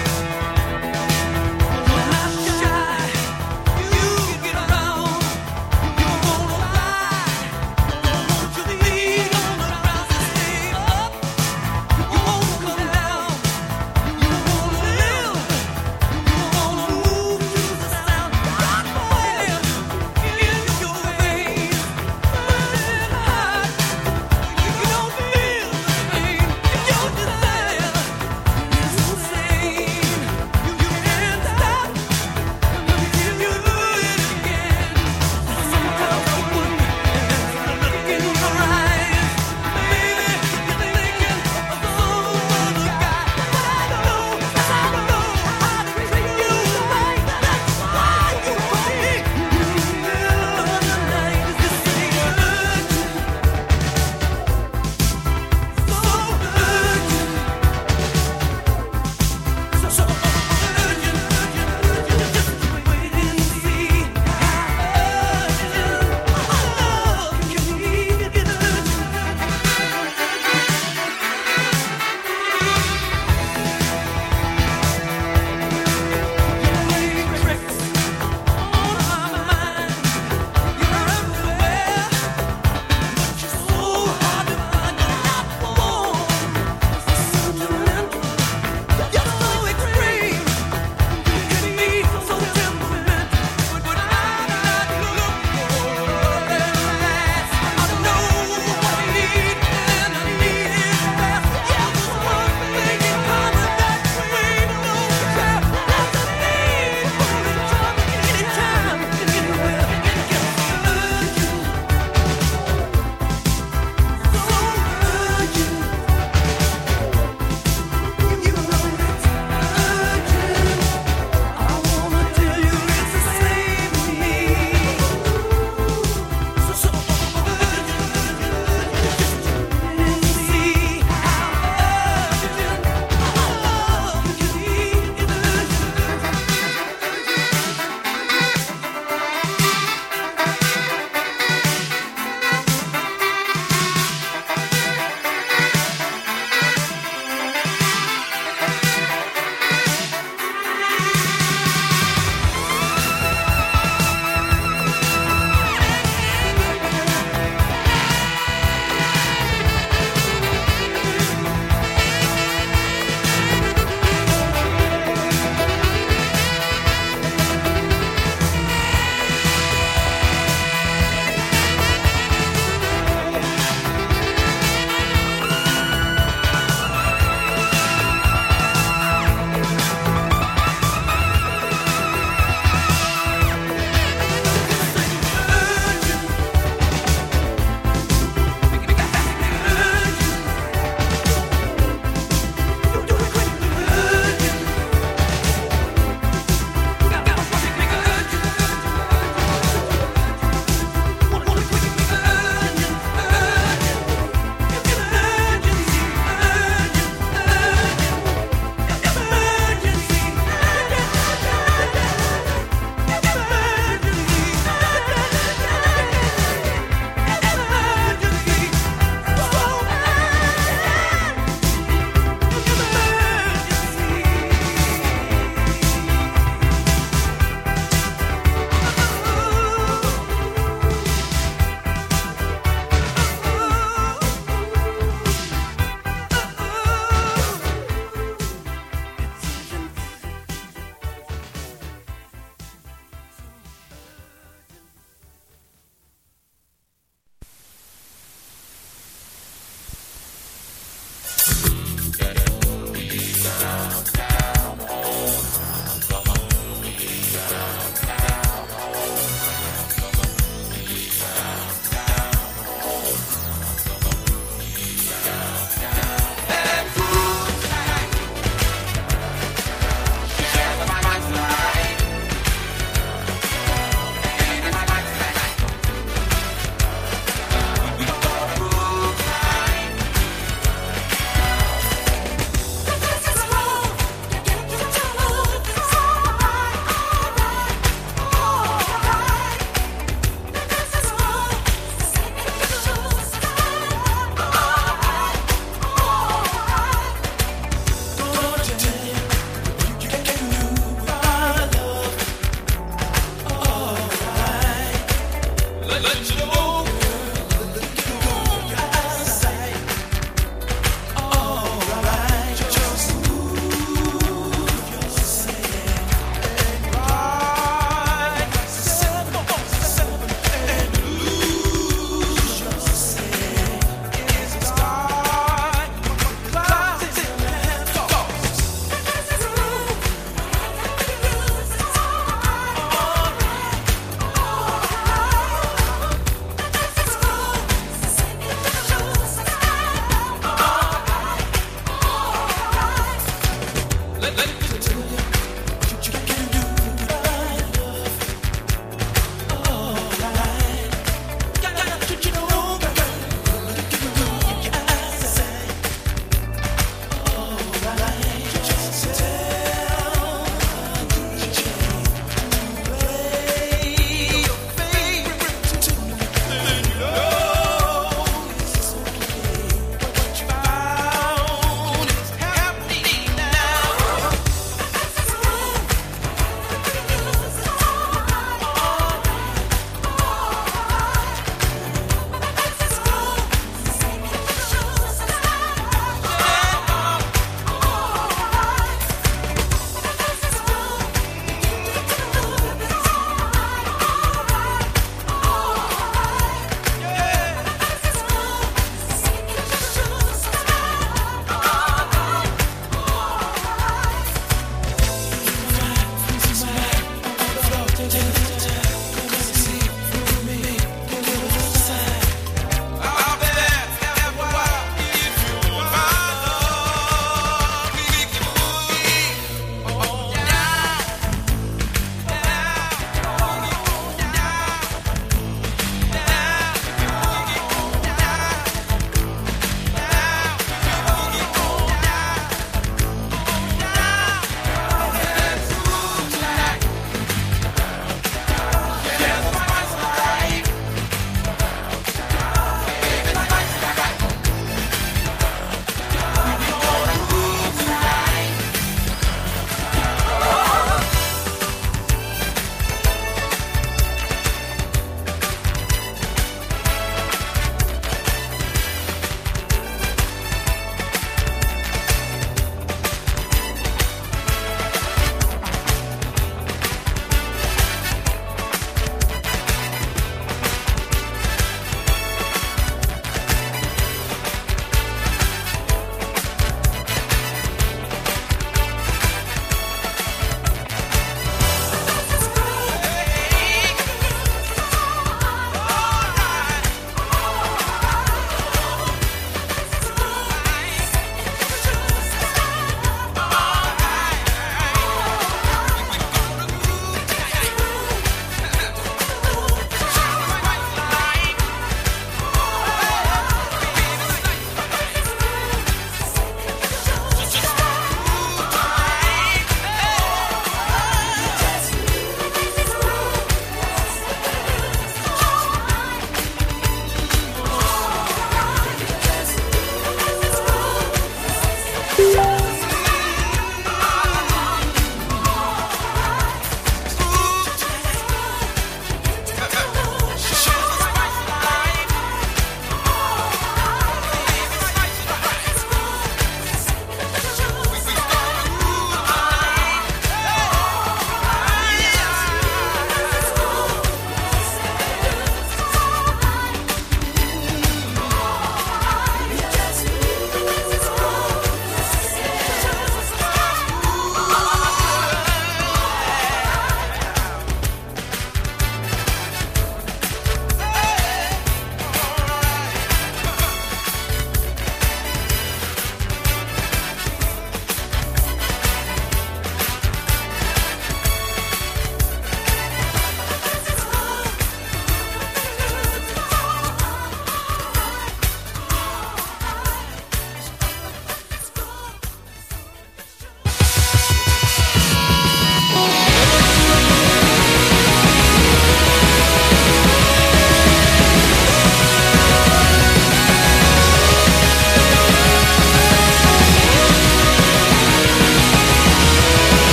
You get around, you wanna ride,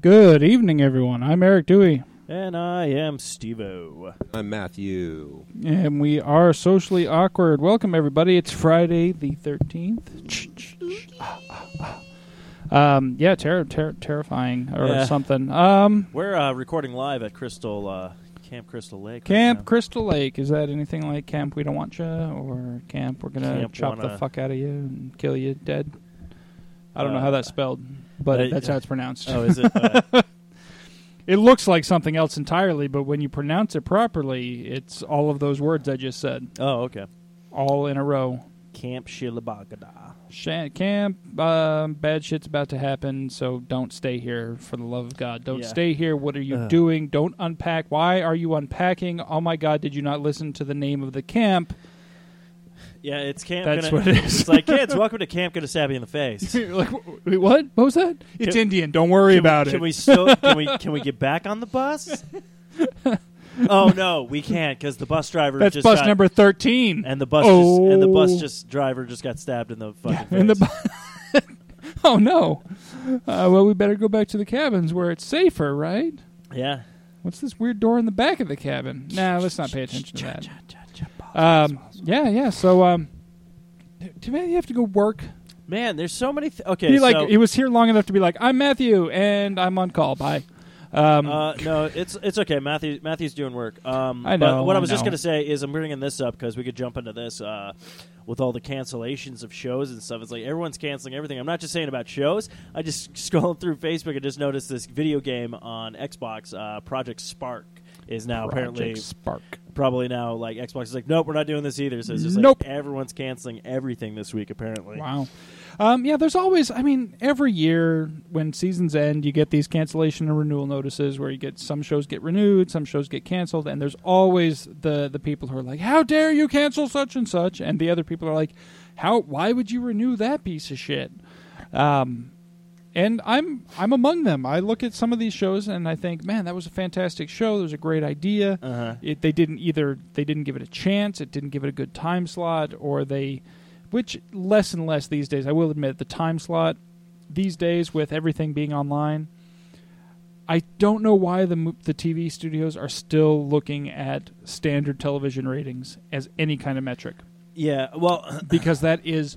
Good evening, everyone. I'm Eric Dewey, And I am Stevo. I'm Matthew. and we are socially awkward. Welcome, everybody. It's Friday the 13th. Ch- ch- ch- ah, ah, ah. Um, yeah, ter- ter- terrifying or Yeah. something. Um, We're uh, recording live at Crystal uh, Camp Crystal Lake. right Camp now. Crystal Lake. Is that anything like Camp We Don't Want You or Camp We're Gonna Camp Chop the Wanna- Fuck Out of You and Kill You Dead? I don't know Uh, how that's spelled, but I- that's how it's pronounced. Oh, is it? Uh, It looks like something else entirely, but when you pronounce it properly, it's all of those words I just said, oh, okay. all in a row. Camp Shilabagada. Shan- camp, um, bad shit's about to happen, so don't stay here for the love of God. Don't Yeah. stay here. What are you Ugh. doing? Don't unpack. Why are you unpacking? Oh my God, did you not listen to the name of the camp? Yeah, it's Camp. That's gonna, what it is. It's like kids, welcome to Camp. Gonna stab you in the face. You're like, "Wh- wait, what? What was that? It's Can- Indian. Don't worry Can we- about can it. We still, can we can we get back on the bus? oh no, we can't because the bus driver That's just bus got, number 13. and the bus just, and the bus just driver just got stabbed in the fucking face. in the bu- oh no uh, well we better go back to the cabins where it's safer right yeah. what's this weird door in the back of the cabin nah let's not pay attention to that um, yeah yeah so um, do you have to go work Man, there's so many. Th- okay, he like so, he was here long enough to be like i'm matthew and i'm on call bye um, Uh, no, it's it's okay. Matthew Matthew's doing work. Um, I know, But what I I was just know. gonna say is I'm bringing this up because we could jump into this uh, with all the cancellations of shows and stuff. It's like everyone's canceling everything. I'm not just saying about shows. I just scrolled through Facebook and just noticed this video game on Xbox, uh, Project Spark, is now apparently Project spark probably now like Xbox is like, nope, we're not doing this either. So it's just Nope. like everyone's canceling everything this week apparently. Wow. Um, yeah, there's always, I mean, every year when seasons end, you get these cancellation and renewal notices where you get some shows get renewed, some shows get canceled, and there's always the the people who are like, "How dare you cancel such and such," and the other people are like, "How? Why would you renew that piece of shit?" Um, and I'm I'm among them. I look at some of these shows and I think, man, that was a fantastic show. That was a great idea Uh huh. it, they didn't either they didn't give it a chance it didn't give it a good time slot or they which less and less these days i will admit the time slot these days with everything being online i don't know why the mo- the tv studios are still looking at standard television ratings as any kind of metric Yeah. Well. because that is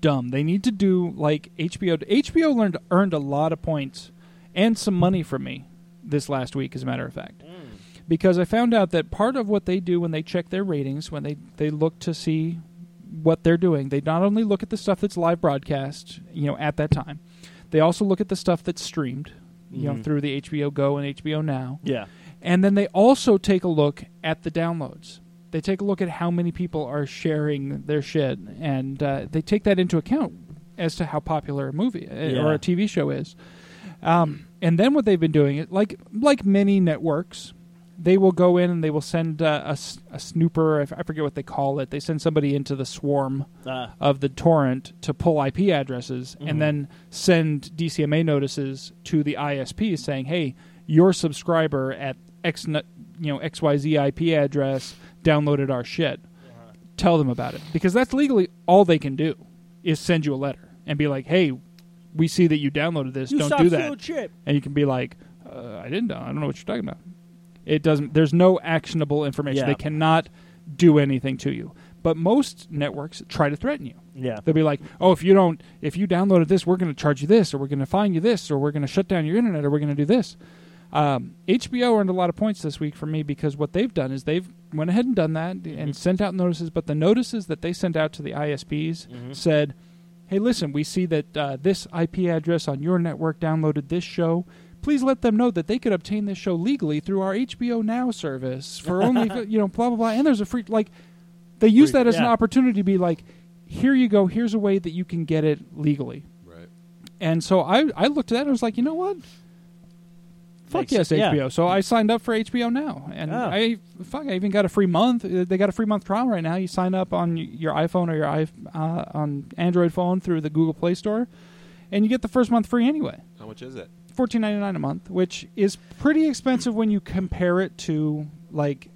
dumb. They need to do like HBO. HBO learned earned a lot of points and some money from me this last week, as a matter of fact, because I found out that part of what they do when they check their ratings, when they they look to see what they're doing, they not only look at the stuff that's live broadcast, you know, at that time, they also look at the stuff that's streamed, you know, Mhm. through the HBO Go and HBO Now. Yeah. And then they also take a look at the downloads. They take a look at how many people are sharing their shit, and uh, they take that into account as to how popular a movie uh, Yeah. or a TV show is. Um, and then what they've been doing, it like like many networks, they will go in and they will send uh, a, s- a snooper. I f- I forget what they call it. They send somebody into the swarm Uh, of the torrent to pull IP addresses Mhm. and then send DCMA notices to the ISP saying, "Hey, your subscriber at X, nu- you know XYZ IP address downloaded our shit. Tell them about it." Because that's legally all they can do is send you a letter and be like, "Hey, we see that you downloaded this. Don't do that." And you can be like, uh, "I didn't. download. I don't know what you're talking about." It doesn't. There's no actionable information. Yeah. They cannot do anything to you. But most networks try to threaten you. Yeah. They'll be like, "Oh, if you don't, if you downloaded this, we're going to charge you this, or we're going to fine you this, or we're going to shut down your internet, or we're going to do this." Um, HBO earned a lot of points this week for me because what they've done is they've went ahead and done that and sent out notices. But the notices that they sent out to the ISPs Mhm. said, "Hey, listen, we see that uh, this IP address on your network downloaded this show." Please let them know that they could obtain this show legally through our HBO Now service for only, you know, blah, blah, blah. And there's a free, like, they use Free- that as an yeah. opportunity to be like, here you go, here's a way that you can get it legally. Right. And so I, I looked at that and I was like, you know what? Fuck yes, Makes- yeah. HBO. So I signed up for HBO now, and Oh. I fuck, I even got a free month. Uh, They got a free month trial right now. You sign up on y- your iPhone or your i uh, on Android phone through the Google Play Store, and you get the first month free anyway, How much is it? fourteen ninety nine a month, which is pretty expensive when you compare it to like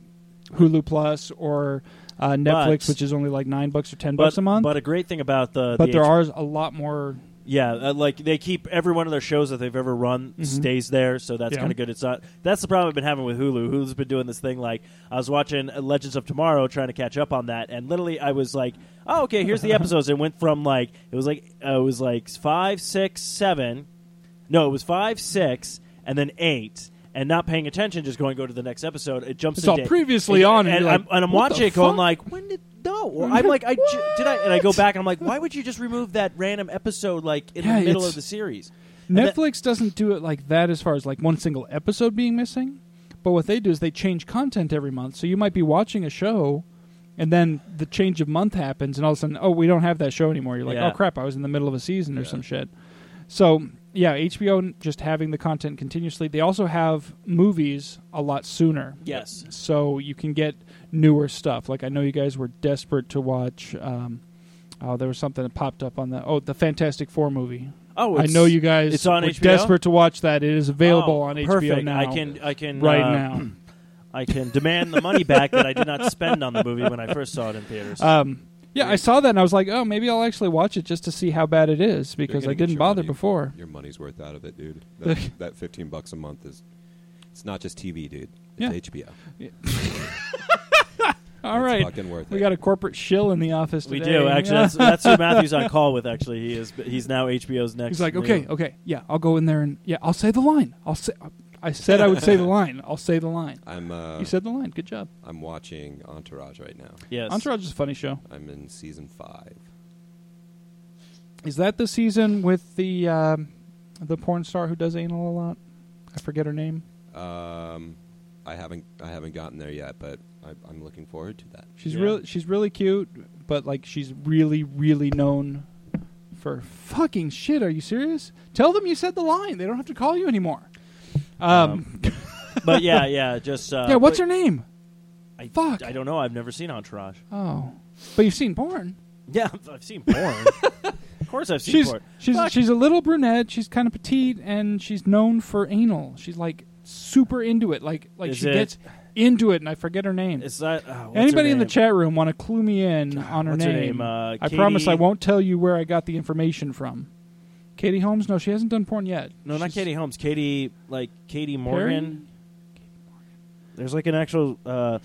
Hulu Plus or uh, Netflix, But- which is only like nine bucks or ten But, bucks a month but a great thing about the but the there H- are a lot more Yeah, uh, like they keep every one of their shows that they've ever run stays there, so that's Mm-hmm. Yeah. kind of good. It's not that's the problem I've been having with Hulu. Hulu's been doing this thing like I was watching uh, Legends of Tomorrow, trying to catch up on that, and literally I was like, "Oh, okay, here's the episodes." It went from like it was like uh, it was like five, six, seven. No, it was five, six, and then eight. And not paying attention, just going go to the next episode. It jumps. It's a all day. previously on, and and, you're I'm, like, and I'm "What watching the it, going fuck?" like, when did no? Or I'm like, I j- did I, and I go What? back and I'm like, why would you just remove that random episode like in Yeah, the middle it's- of the series? And that- Netflix doesn't do it like that as far as like one single episode being missing, but what they do is they change content every month. So you might be watching a show, and then the change of month happens, and all of a sudden, oh, we don't have that show anymore. You're like, Yeah. oh crap, I was in the middle of a season or some shit. So yeah, HBO just having the content continuously. They also have movies a lot sooner. yes, So you can get newer stuff. Like I know you guys were desperate to watch. Um, oh, there was something that popped up on the oh the Fantastic Four movie. oh, I it's, know you guys it's on were HBO? desperate to watch that. It is available Oh, on HBO perfect. now. I can, I can, right uh, now. I can demand the money back that I did not spend on the movie when I first saw it in theaters. Um, yeah, I saw that and I was like, oh, maybe I'll actually watch it just to see how bad it is You're because gonna I get didn't your bother money- before. Your money's worth out of it, dude. That, that fifteen bucks a month is. It's not just TV, dude. Yeah. It's HBO. All it's right, fucking worth we it. got a corporate shill in the office. we today. do actually. Yeah. That's, that's who Matthew's on call with. Actually, he is. He's now HBO's next. He's like, real- okay, okay, yeah, I'll go in there and yeah, I'll say the line. I'll say, I said I would say the line. I'll say the line. I'm uh, You said the line. Good job. I'm watching Entourage right now. yes, Entourage is a funny show. I'm in season five. Is that the season with the um, the porn star who does anal a lot? I forget her name. Um, I haven't I haven't gotten there yet, but I, I'm looking forward to that. She's Yeah. real. She's really cute, but like she's really, really known for fucking shit. Are you serious? Tell them you said the line. They don't have to call you anymore. Um, but yeah, yeah, just uh, yeah. What's but her name? I, fuck? I don't know. I've never seen Entourage. Oh, but you've seen porn. Yeah, I've seen porn. of course, I've seen She's porn. she's Fuck. she's a little brunette. She's kind of petite, and she's known for anal. She's like super into it. Like like Is she it- gets into it, and I forget her name. Is that oh, what's her Anybody in the name? chat room want to clue me in God, on her what's her name? name? Uh, I promise I Katie- won't tell you where I got the information from. Katie Holmes? No, she hasn't done porn yet. No, not She's- Katie Holmes. Katie, like Perry? Katie Morgan. There's like an actual. Uh,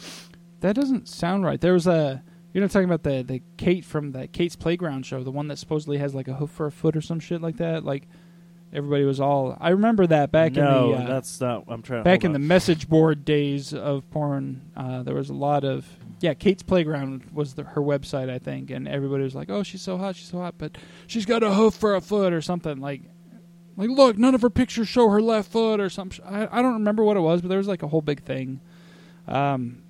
That doesn't sound right. There was a. You're not talking about the the Kate from the Kate's Playground show, the one that supposedly has like a hoof for a foot or some shit like that. Like everybody was all. I remember that back no, in the uh, that's not. I'm trying. to back hold in the on. message board days of porn. Uh, there was a lot of yeah. Kate's Playground was the, her website, I think, and everybody was like, "Oh, she's so hot, she's so hot," but she's got a hoof for a foot or something like. Like, look, none of her pictures show her left foot or some. Sh- I, I don't remember what it was, but there was like a whole big thing. Um,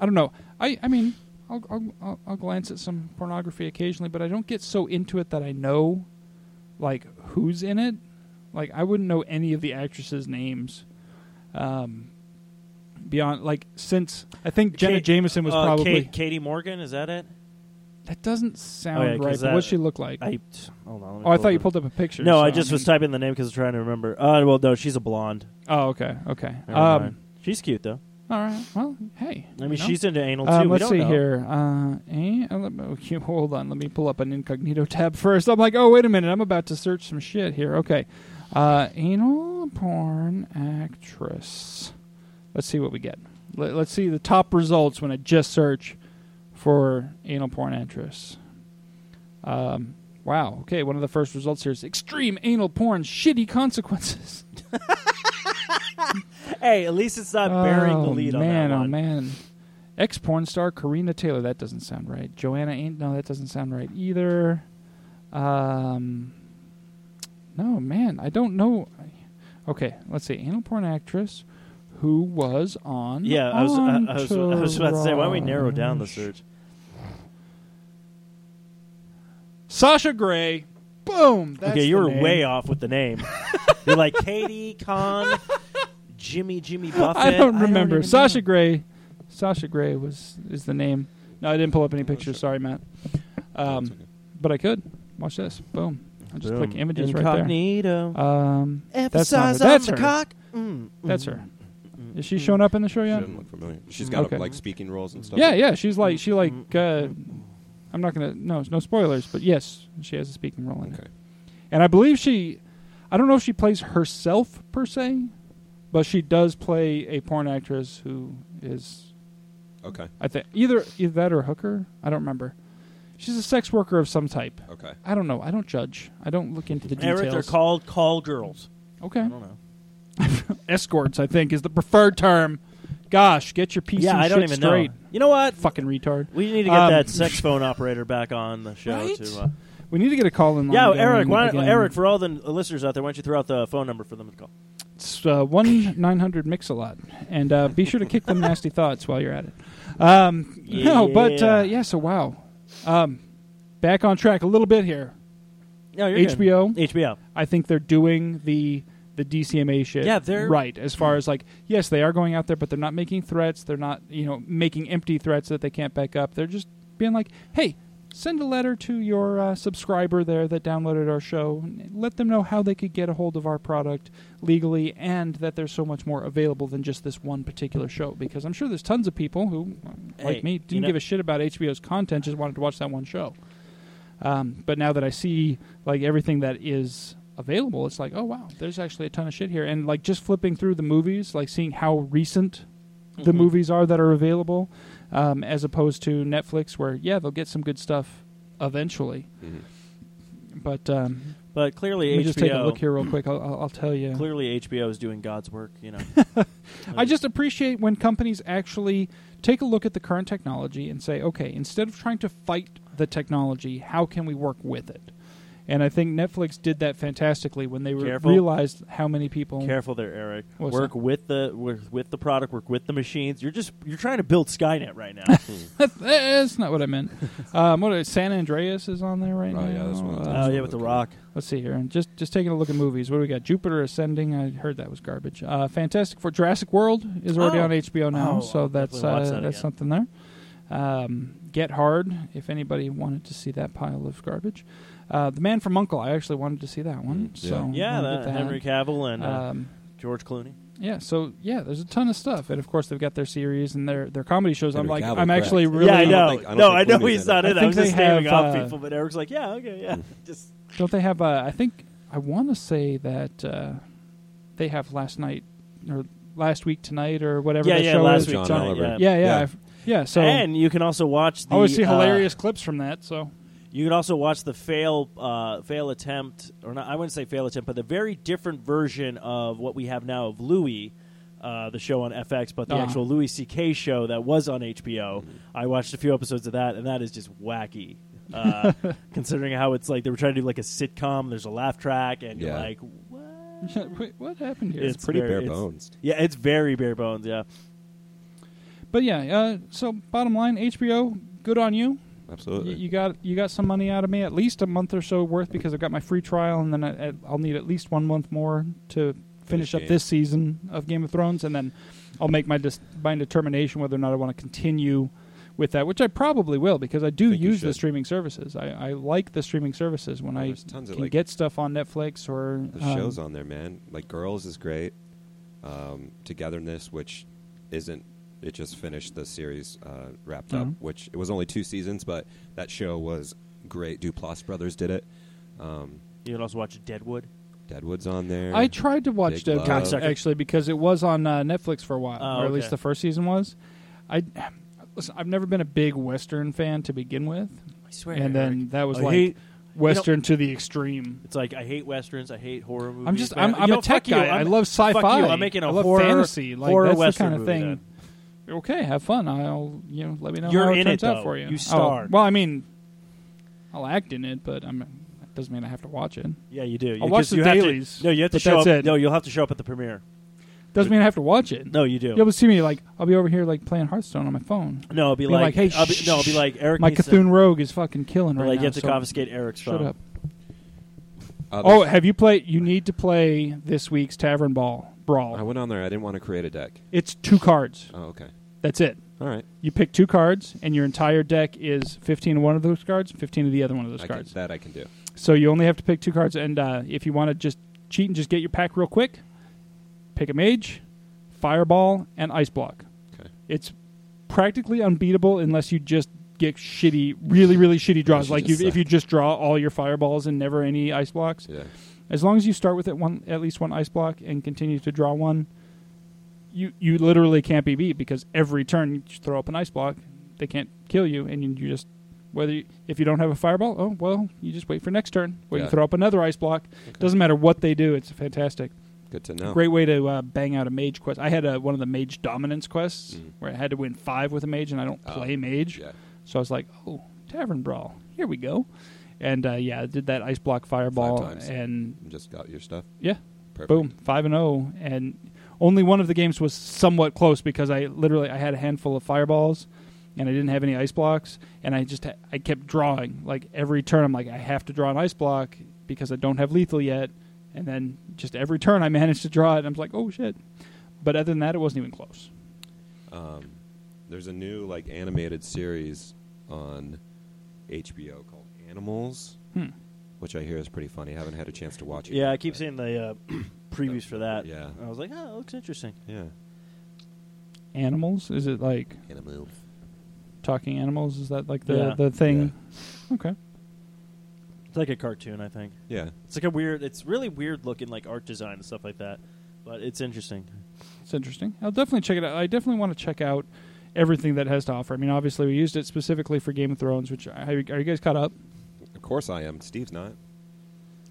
I don't know. I I mean, I'll I'll I'll, I'll glance at some pornography occasionally, but I don't get so into it that I know, like, who's in it. Like, I wouldn't know any of the actresses' names. Um, beyond like since I think Jenna Kate- Jameson was Uh, probably Kate, Katie Morgan. Is that it? that doesn't sound Oh, yeah, 'cause right. But that- what she look like? I hold on. let me oh, I pull thought it you up. pulled up a picture. No, so, I just mean- was typing the name because I'm trying to remember. Uh, well, no, she's a blonde. Oh, okay, okay. Never mind. Um, she's cute though. all right. Well, hey. I mean, you know. she's into anal too. Um, We let's don't see know. here. Uh, eh, uh, let me- okay, hold on. Let me pull up an incognito tab first. I'm like, oh, wait a minute. I'm about to search some shit here. Okay. Uh, anal porn actress. Let's see what we get. Let, let's see the top results when I just search for anal porn actress. Um, wow. Okay. One of the first results here is extreme anal porn, shitty consequences. Hey, at least it's not burying the Oh, lead man, on that one. Oh man, ex porn star Karina Taylor. That doesn't sound right. Joanna ain't. No, that doesn't sound right either. Um, no, man, I don't know. Okay, let's see. Anal porn actress who was on. Yeah, I was, I, I was. I was about to say, why don't we narrow down the Entourage. search? Sasha Grey. Boom. That's okay, the you were name. way off with the name. You're like Katie Con, Jimmy Jimmy Buffett. I don't remember. even Sasha know. Grey. Sasha Grey was is the name. No, I didn't pull up any pictures. Sorry, Matt. Um, okay. but I could. Watch this. Boom. I just click Boom. images right Incognito. there. Um, that's not Emphasize her. That's on her. the cock. Mm, That's mm, her. mm, Is she mm. showing up in the show She yet? doesn't look familiar. She's got Oh, Okay. like speaking roles and stuff. Yeah, yeah. She's like she Mm-hmm. like. Uh, I'm not gonna no no spoilers, but yes, she has a speaking role in it. Okay. and I believe she, I don't know if she plays herself per se, but she does play a porn actress who is Okay. I think either either that or hooker. I don't remember. She's a sex worker of some type. Okay. I don't know. I don't judge. I don't look into the details. Eric, they're called call girls. I okay. don't know. Escorts, I think, is the preferred term. Gosh, get your piece yeah, of I shit don't even straight. know. You know what? Fucking retard. We need to get Um, that sex phone operator back on the show. Right? To, uh, We need to get a call in. line yeah, going Eric. Why, again. Eric, for all the listeners out there, why don't you throw out the phone number for them to call? It's uh, one nine hundred mix a lot, and uh, be sure to kick them nasty thoughts while you're at it. Um, No, but Yeah. uh, yeah. So wow, um, back on track a little bit here. No, you're good. HBO. HBO. I think they're doing the the DCMA shit. Yeah, they're- right. As far as like, yes, they are going out there, but they're not making threats. They're not, you know, making empty threats that they can't back up. They're just being like, hey, send a letter to your uh, subscriber there that downloaded our show. and Let them know how they could get a hold of our product legally, and that there's so much more available than just this one particular show. Because I'm sure there's tons of people who, like Hey, me, you didn't know- give a shit about HBO's content, just wanted to watch that one show. Um, but now that I see like everything that is available, it's like, oh wow, there's actually a ton of shit here. And like just flipping through the movies, like seeing how recent the Mhm. movies are that are available, um, as opposed to Netflix, where yeah, they'll get some good stuff eventually. Mhm. Mm-hmm. But um, But let clearly, me HBO. just take a look here real quick. I'll, I'll, I'll tell you. Clearly, HBO is doing God's work. You know. Mm. I just appreciate when companies actually take a look at the current technology and say, okay, instead of trying to fight the technology, how can we work with it? And I think Netflix did that fantastically when they re- Careful. realized how many people. Careful there, Eric. What's work that? with the with, with the product. Work with the machines. You're just you're trying to build Skynet right now. Eh, That's not what I meant. um, what is- San Andreas is on there right Oh, now. yeah, that's one of Uh, the- Oh yeah, with the Rock. Let's see here, and just just taking a look at movies. What do we got? Jupiter Ascending. I heard that was garbage. Uh, Fantastic for Jurassic World is already Oh. on HBO now, Oh, so I'll that's definitely watch uh, that that's again. something there. Um, Get Hard. If anybody wanted to see that pile of garbage, uh, The Man from Uncle. I actually wanted to see that one. Mm, So Yeah, we'll get that, Henry Cavill and uh, Um, George Clooney. yeah, so yeah, there's a ton of stuff, and of course they've got their series and their their comedy shows. I'm Henry like, Cavill, I'm correct. actually really. yeah, I I don't know. think- I don't no, think I know Clooney's he's in it. not in. I it. I think was just they naming have, off uh, people, but Eric's like, yeah, okay, yeah. Just Don't they have? Uh, I think I want to say that uh, they have last night or last week tonight or whatever. yeah, that yeah. show Last is. week, John tonight, Oliver. yeah. Yeah, yeah, Yeah. I've- yeah. So and you can also watch. The, I always see uh, hilarious clips from that. So You can also watch the fail uh, fail attempt, or not, I wouldn't say fail attempt, but the very different version of what we have now of Louis, uh, the show on FX, but the Ah. Uh-huh. actual Louis C.K. show that was on HBO. I watched a few episodes of that, and that is just wacky. Uh, considering how it's like they were trying to do like a sitcom, there's a laugh track, and you're Yeah. like, what? Wait, what happened here? It's- Pretty There, bare it's- bones. Yeah, it's very bare bones. Yeah, but yeah, uh, so bottom line, HBO, good on you. Y- Absolutely. you got you got some money out of me, at least a month or so worth, because I've got my free trial, and then I, I'll need at least one month more to finish, Finish up Game. this season of Game of Thrones, and then I'll make my dis- my determination whether or not I want to continue with that, which I probably will because I do Think you use the should. Oh, streaming services. I, I like the streaming services when I There's tons of, can like- get stuff on Netflix or the um, shows on there, man. Like Girls is great. Um, Togetherness, which isn't. It just finished the series uh, wrapped Mhm. up, which it was only two seasons, but that show was great. Duplass Brothers did it. Um, you can also watch Deadwood. Deadwood's on there. I tried to watch Big Deadwood Love. Cocksucker. actually because it was on uh, Netflix for a while, Oh, or at okay. least the first season was. I listen. I've never been a big Western fan to begin with, I swear. and then that was I like hate- Western to the extreme. It's like I hate westerns. I hate horror movies. I'm just man. I'm, I'm Yo, a tech fuck you, guy. I I'm- love sci-fi. Fuck you. I'm making a I love horror fantasy. Like horror that's the Western kind of movie thing. then. Okay, have fun. I'll you know let me know You're how it in turns it, out though. for you. You Oh, star. well, I mean, I'll act in it, but I'm that doesn't mean I have to watch it. Yeah, you do. I'll You- watch 'cause the you have dailies, To, no, you have to but show that's up. it. No, you'll have to show up at the premiere. Doesn't mean I have to watch it. No, you do. You'll see me like I'll be over here like playing Hearthstone on my phone. no, I'll be, Be like, like, hey, I'll be, shh, no, I'll be like, Eric. My needs to- Cthulhu Rogue is fucking killing I'll be right like, now. you have to so confiscate Eric's Shut phone. up. Uh, Oh, there's- have you played? You need to play this week's Tavern Ball I Brawl. went on there. I didn't want to create a deck. It's two cards. Oh, okay. That's it. All right. You pick two cards, and your entire deck is 15 of one of those cards, 15 of the other one of those I can, cards. that I can do. So you only have to pick two cards, and uh, if you want to just cheat and just get your pack real quick, pick a mage, fireball, and ice block. Okay. It's practically unbeatable unless you just get shitty, really, really shitty draws. should Like you, just if say- you just draw all your fireballs and never any ice blocks, Yeah. as long as you start with it one at least one ice block and continue to draw one, you you literally can't be beat because every turn you just throw up an ice block, they can't kill you, and you, you just whether you, if you don't have a fireball, oh well, you just wait for next turn where Yeah. you throw up another ice block. Doesn't matter what they do, it's fantastic. Good to know. Great way to uh, bang out a mage quest. I had uh one of the mage dominance quests Mhm. where I had to win five with a mage, and I don't Oh, play mage. Yeah. So I was like, oh, tavern brawl, here we go. And uh, yeah, I did that ice block fireball, times. and You Just got your stuff. yeah, Perfect. boom, five and zero. And only one of the games was somewhat close because I literally I had a handful of fireballs, and I didn't have any ice blocks, and I just I kept drawing like every turn. I'm like, I have to draw an ice block because I don't have lethal yet, and then just every turn I managed to draw it. And I'm like, oh shit. But other than that, it wasn't even close. Um, there's a new like animated series on HBO called Animals, Hmm. which I hear is pretty funny. I haven't had a chance to watch it. Yeah, yet, I keep but- seeing the uh, previews for that. Yeah. I was like, oh, it looks interesting. Yeah. Animals? Is it like Animals. talking animals? Is that like the Yeah. the thing? Okay. It's like a cartoon, I think. Yeah. It's like a weird. It's really weird looking, like art design and stuff like that. But it's interesting. It's interesting. I'll definitely check it out. I definitely want to check out everything that it has to offer. I mean, obviously, we used it specifically for Game of Thrones, which are you are you guys caught up? Of course I am. Steve's not.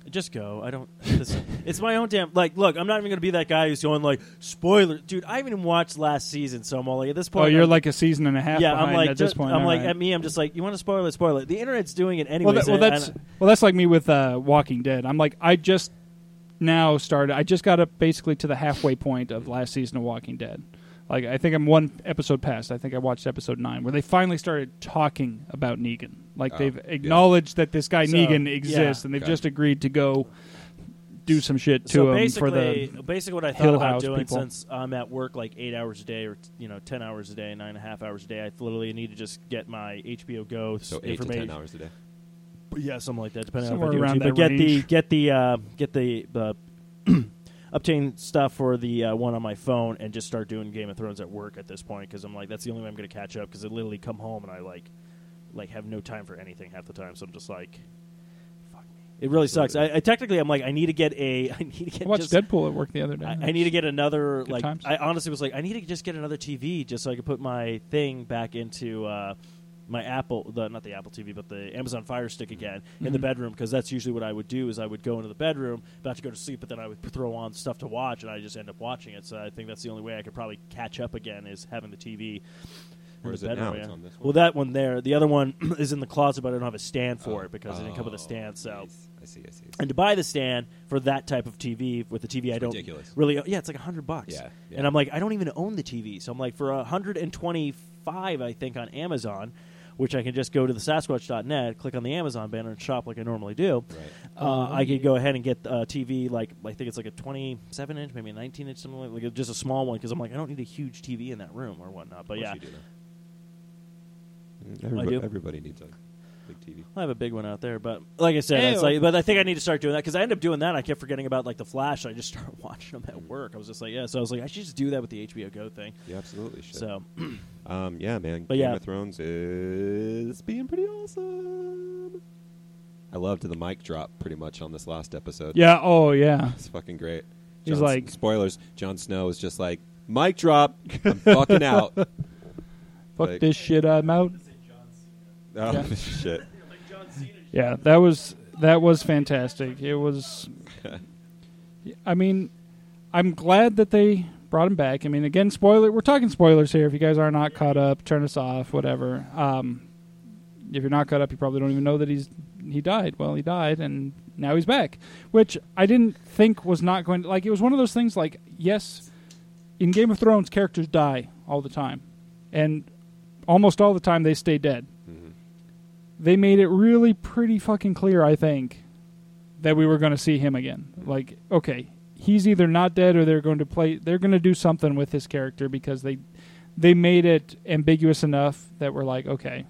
Just go. I don't. This, it's my own damn. Like, look, I'm not even gonna be that guy who's going like spoiler, dude. I haven't even watched last season, so I'm all like at this point. oh, you're I'm- like a season and a half yeah. behind I'm like at this ju- point. I'm All like right. at me. I'm just like, you want to spoil it? Spoil it. The internet's doing it well, anyway. that, well, that's well, that's like me with uh, Walking Dead. I'm like, I just now started. I just got up basically to the halfway point of last season of Walking Dead. Like, I think I'm one episode past. I think I watched episode nine, where they finally started talking about Negan. Like Oh, they've yeah. acknowledged that this guy So, Negan yeah. exists, and they've Okay. just agreed to go do some shit to so him for basically, the basically what I thought Hill about House doing people. since I'm at work like eight hours a day or you know ten hours a day, nine and a half hours a day, I literally need to just get my HBO Go So eight to information. ten hours a day. Yeah, something like that. Depending Somewhere on what I do around with you. that But range. get the get the uh, get the uh, obtain stuff for the uh, one on my phone and just start doing Game of Thrones at work at this point because I'm like that's the only way I'm going to catch up because I literally come home and I like like have no time for anything half the time. So I'm just like, fuck me. It really sucks. I, I technically I'm like I need to get a I need to I get watched just, Deadpool at work the other day. I, I need to get another Good like. times. I honestly was like, I need to just get another TV just so I could put my thing back into uh, my Apple, the, not the Apple TV, but the Amazon Fire Stick Mm-hmm. again in the bedroom because that's usually what I would do. Is I would go into the bedroom about to go to sleep, but then I would throw on stuff to watch, and I just end up watching it. So I think that's the only way I could probably catch up again is having the TV. in Where is the it bedroom, now? yeah. It's on this one? Well, that one there. The other one is in the closet, but I don't have a stand for Oh. it because it didn't come with Oh, a stand. So nice. I see. I see. I see. and to buy the stand for that type of TV with the TV, I don't ridiculous. really. Yeah, it's like hundred bucks. Yeah, yeah. and I'm like, I don't even own the TV, so I'm like, for hundred and twenty-five, I think on Amazon, which I can just go to the Sasquatch.net, click on the Amazon banner, and shop like I normally do. Right. Uh, I could go ahead and get a TV like I think it's like a 27 inch, maybe a 19 inch, something like, like just a small one because I'm like I don't need a huge TV in that room or whatnot. Of course But yeah, you do that. Everybo- do. Everybody needs a big TV. I have a big one out there, but like I said, it's Ew. like, but I think I need to start doing that because I end up doing that. I kept forgetting about like the Flash. I just started watching them at work. I was just like, yeah. So I was like, I should just do that with the HBO Go thing. You absolutely should. So Um, yeah, man. But Game yeah. of Thrones is being pretty awesome. I loved the mic drop pretty much on this last episode. yeah. Oh yeah. It's fucking great. He's Jon S- like- spoilers. Jon Snow is just like, mic drop. I'm fucking out. Oh, Fuck Like- this shit. I'm out. Yeah. shit. Yeah, that was that was fantastic. It was. I mean, I'm glad that they brought him back. I mean, again, spoiler. We're talking spoilers here. If you guys are not caught up, turn us off. Whatever. Um, if you're not caught up, you probably don't even know that he's he died. Well, he died, and now he's back, which I didn't think was not going. to... Like it was one of those things. Like yes, in Game of Thrones, characters die all the time, and almost all the time they stay dead they made it really pretty fucking clear, I think, that we were going to see him again. Like, okay, he's either not dead or they're going to play they're going to do something with his character because they they made it ambiguous enough that we're like, okay,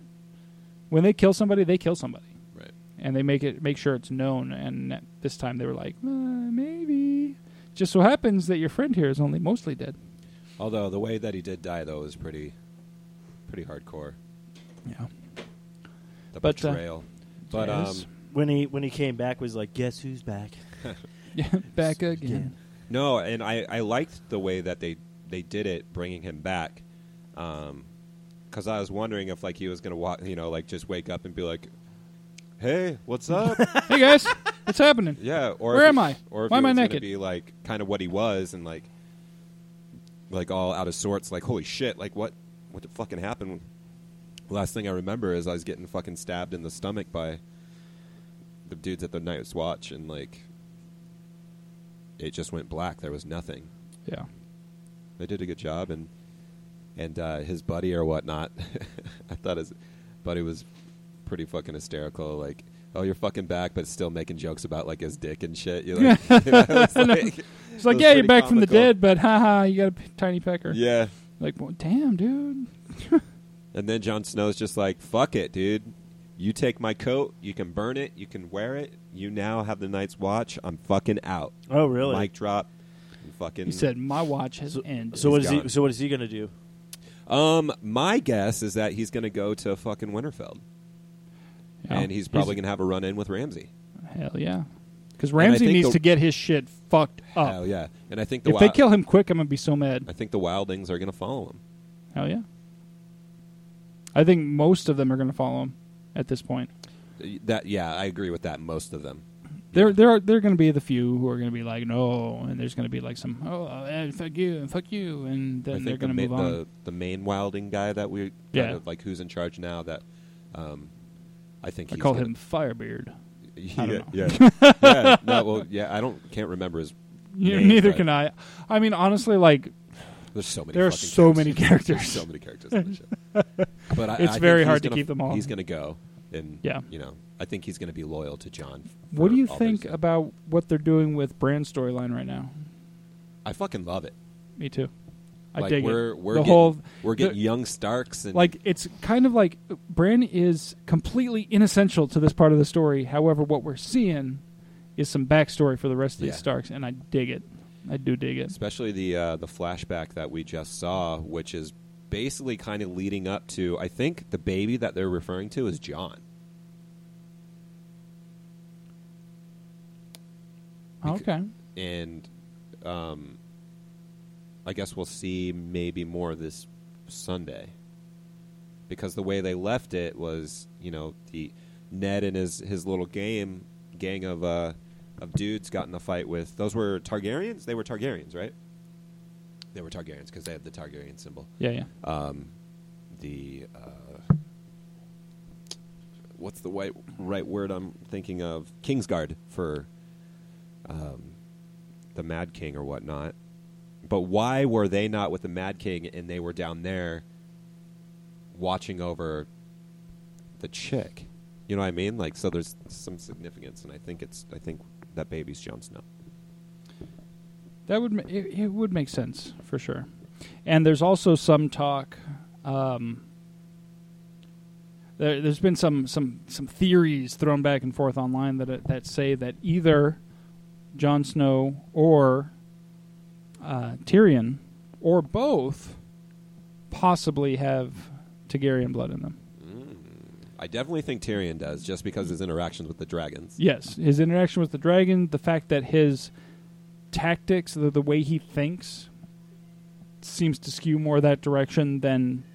when they kill somebody, they kill somebody. Right. And they make it make sure it's known and this time they were like, uh, maybe just so happens that your friend here is only mostly dead. Although the way that he did die though is pretty, pretty hardcore. Yeah. the But, uh, betrayal. But um, yes. When he when he came back was like, guess who's back? Yeah, um, back again. no, and I, I liked the way that they they did it, bringing him back, because I was wondering if like he was gonna walk, you know, like just wake up and be like, "Hey, what's up?" hey guys, what's happening? yeah, or Where if am he- I? Or if Why he am I was gonna naked? Be like kind of what he was, and like like all out of sorts. Like holy shit! Like what what the fucking happened? Last thing I remember is I was getting fucking stabbed in the stomach by the dudes at the night's watch, and like it just went black. There was nothing. Yeah. They did a good job, and and uh, his buddy or whatnot. I thought his buddy was pretty fucking hysterical. Like, oh, you're fucking back, but still making jokes about like his dick and shit. You're like, it's like- It's like, was yeah, you're pretty back from the comical. dead, but haha, you got a p- tiny pecker. yeah. Like, well, damn, dude. And then Jon Snow's just like, fuck it, dude. You take my coat. You can burn it. You can wear it. You now have the Night's Watch. I'm fucking out. Oh really? Mic drop. And fucking. He said, my watch has So- ended. so what is He's he? gone. So what is he gonna do? um, my guess is that he's gonna go to fucking Winterfell, Yeah. and he's probably gonna have a run in with Ramsey. Oh, Hell yeah. Because I Ramsey think needs the- to get his shit fucked up. Hell Oh, yeah! And I think the Oh. if they Wi- kill him quick, I'm gonna be so mad. I think the wildlings are going to follow him. Hell yeah. I think most of them are gonna follow him at this point. Y- That yeah, I agree with that. Most of them. There, there are there are going to be the few who are going to be like no, and there's going to be like some oh eh, fuck you and fuck you, and I then think they're the, going to ma- move on. the the main wilding guy that we kind Yeah. of like who's in charge now. That um, I think I he's call gonna- him Firebeard. Yeah, I don't yeah, yeah. No, well, yeah. I don't can't remember his. Yeah, name, neither but can I. I mean, honestly, like There's so many. there are fucking so many There's characters. so many characters. in the show. But I, It's I think very he's hard to gonna- keep them all. He's going to go, and Yeah. you know, I think he's going to be loyal to John. what do you all think those- about what they're doing with Brand's storyline right now? I fucking love it. Me too. I like dig we're it. we're the getting, whole we're getting the- young Starks and like it's kind of like Bran is completely inessential to this part of the story. However, what we're seeing is some backstory for the rest of Yeah. these Starks, and I dig it. I do dig it. especially the uh, the flashback that we just saw, which is basically kind of leading up to. I think the baby that they're referring to is John. Okay. and um, I guess we'll see maybe more this Sunday because the way they left it was, you know, the Ned and his his little game gang of uh, of dudes got in a fight with those were Targaryens. They were Targaryens, right? They were Targaryens because they had the Targaryen symbol. Yeah, yeah. The uh, what's the white, right word I'm thinking of? Kingsguard for um, the Mad King or whatnot. But why were they not with the Mad King and they were down there watching over the chick? You know what I mean? Like, so there's some significance, and I think it's I think that baby's Jon Snow. That would ma- it, it would make sense for sure. And there's also some talk. Um, there, there's been some some some theories thrown back and forth online that that say that either Jon Snow or uh, Tyrion or both possibly have Targaryen blood in them. I definitely think Tyrion does, just because his interactions with the dragons. Yes, his interaction with the dragon, the fact that his tactics, the, the way he thinks, seems to skew more that direction than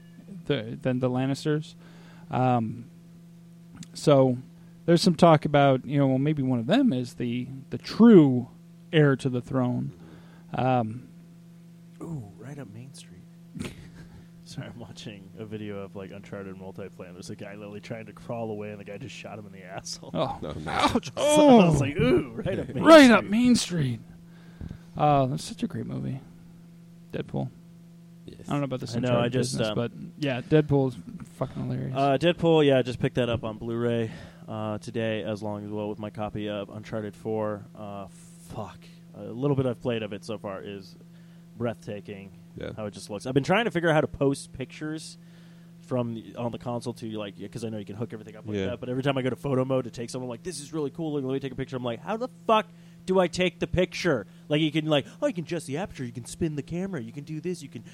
the than the Lannisters. Um, so there's some talk about you know well maybe one of them is the the true heir to the throne. Um, Ooh, right up Main Street. Sorry, I'm watching a video of like Uncharted multiplayer. and There's a guy literally trying to crawl away, and the guy just shot him in the asshole. oh, No, no. ouch! So I was Oh, like, ooh, right up Main right Street. up Main Street. Oh, that's such a great movie. Deadpool. I don't know about this. I know, Uncharted I just, business, um, but yeah, Deadpool's fucking hilarious. Uh, Deadpool, yeah, I just picked that up on Blu-ray uh, today, as long as well with my copy of Uncharted Four. Uh, fuck, a little bit I've played of it so far is breathtaking. Yeah. How it just looks. I've been trying to figure out how to post pictures from the, on the console to like because I know you can hook everything up like Yeah. that. But every time I go to photo mode to take someone, like this is really cool. Like, let me take a picture. I'm like, how the fuck do I take the picture? Like you can like oh you can adjust the aperture, you can spin the camera, you can do this, you can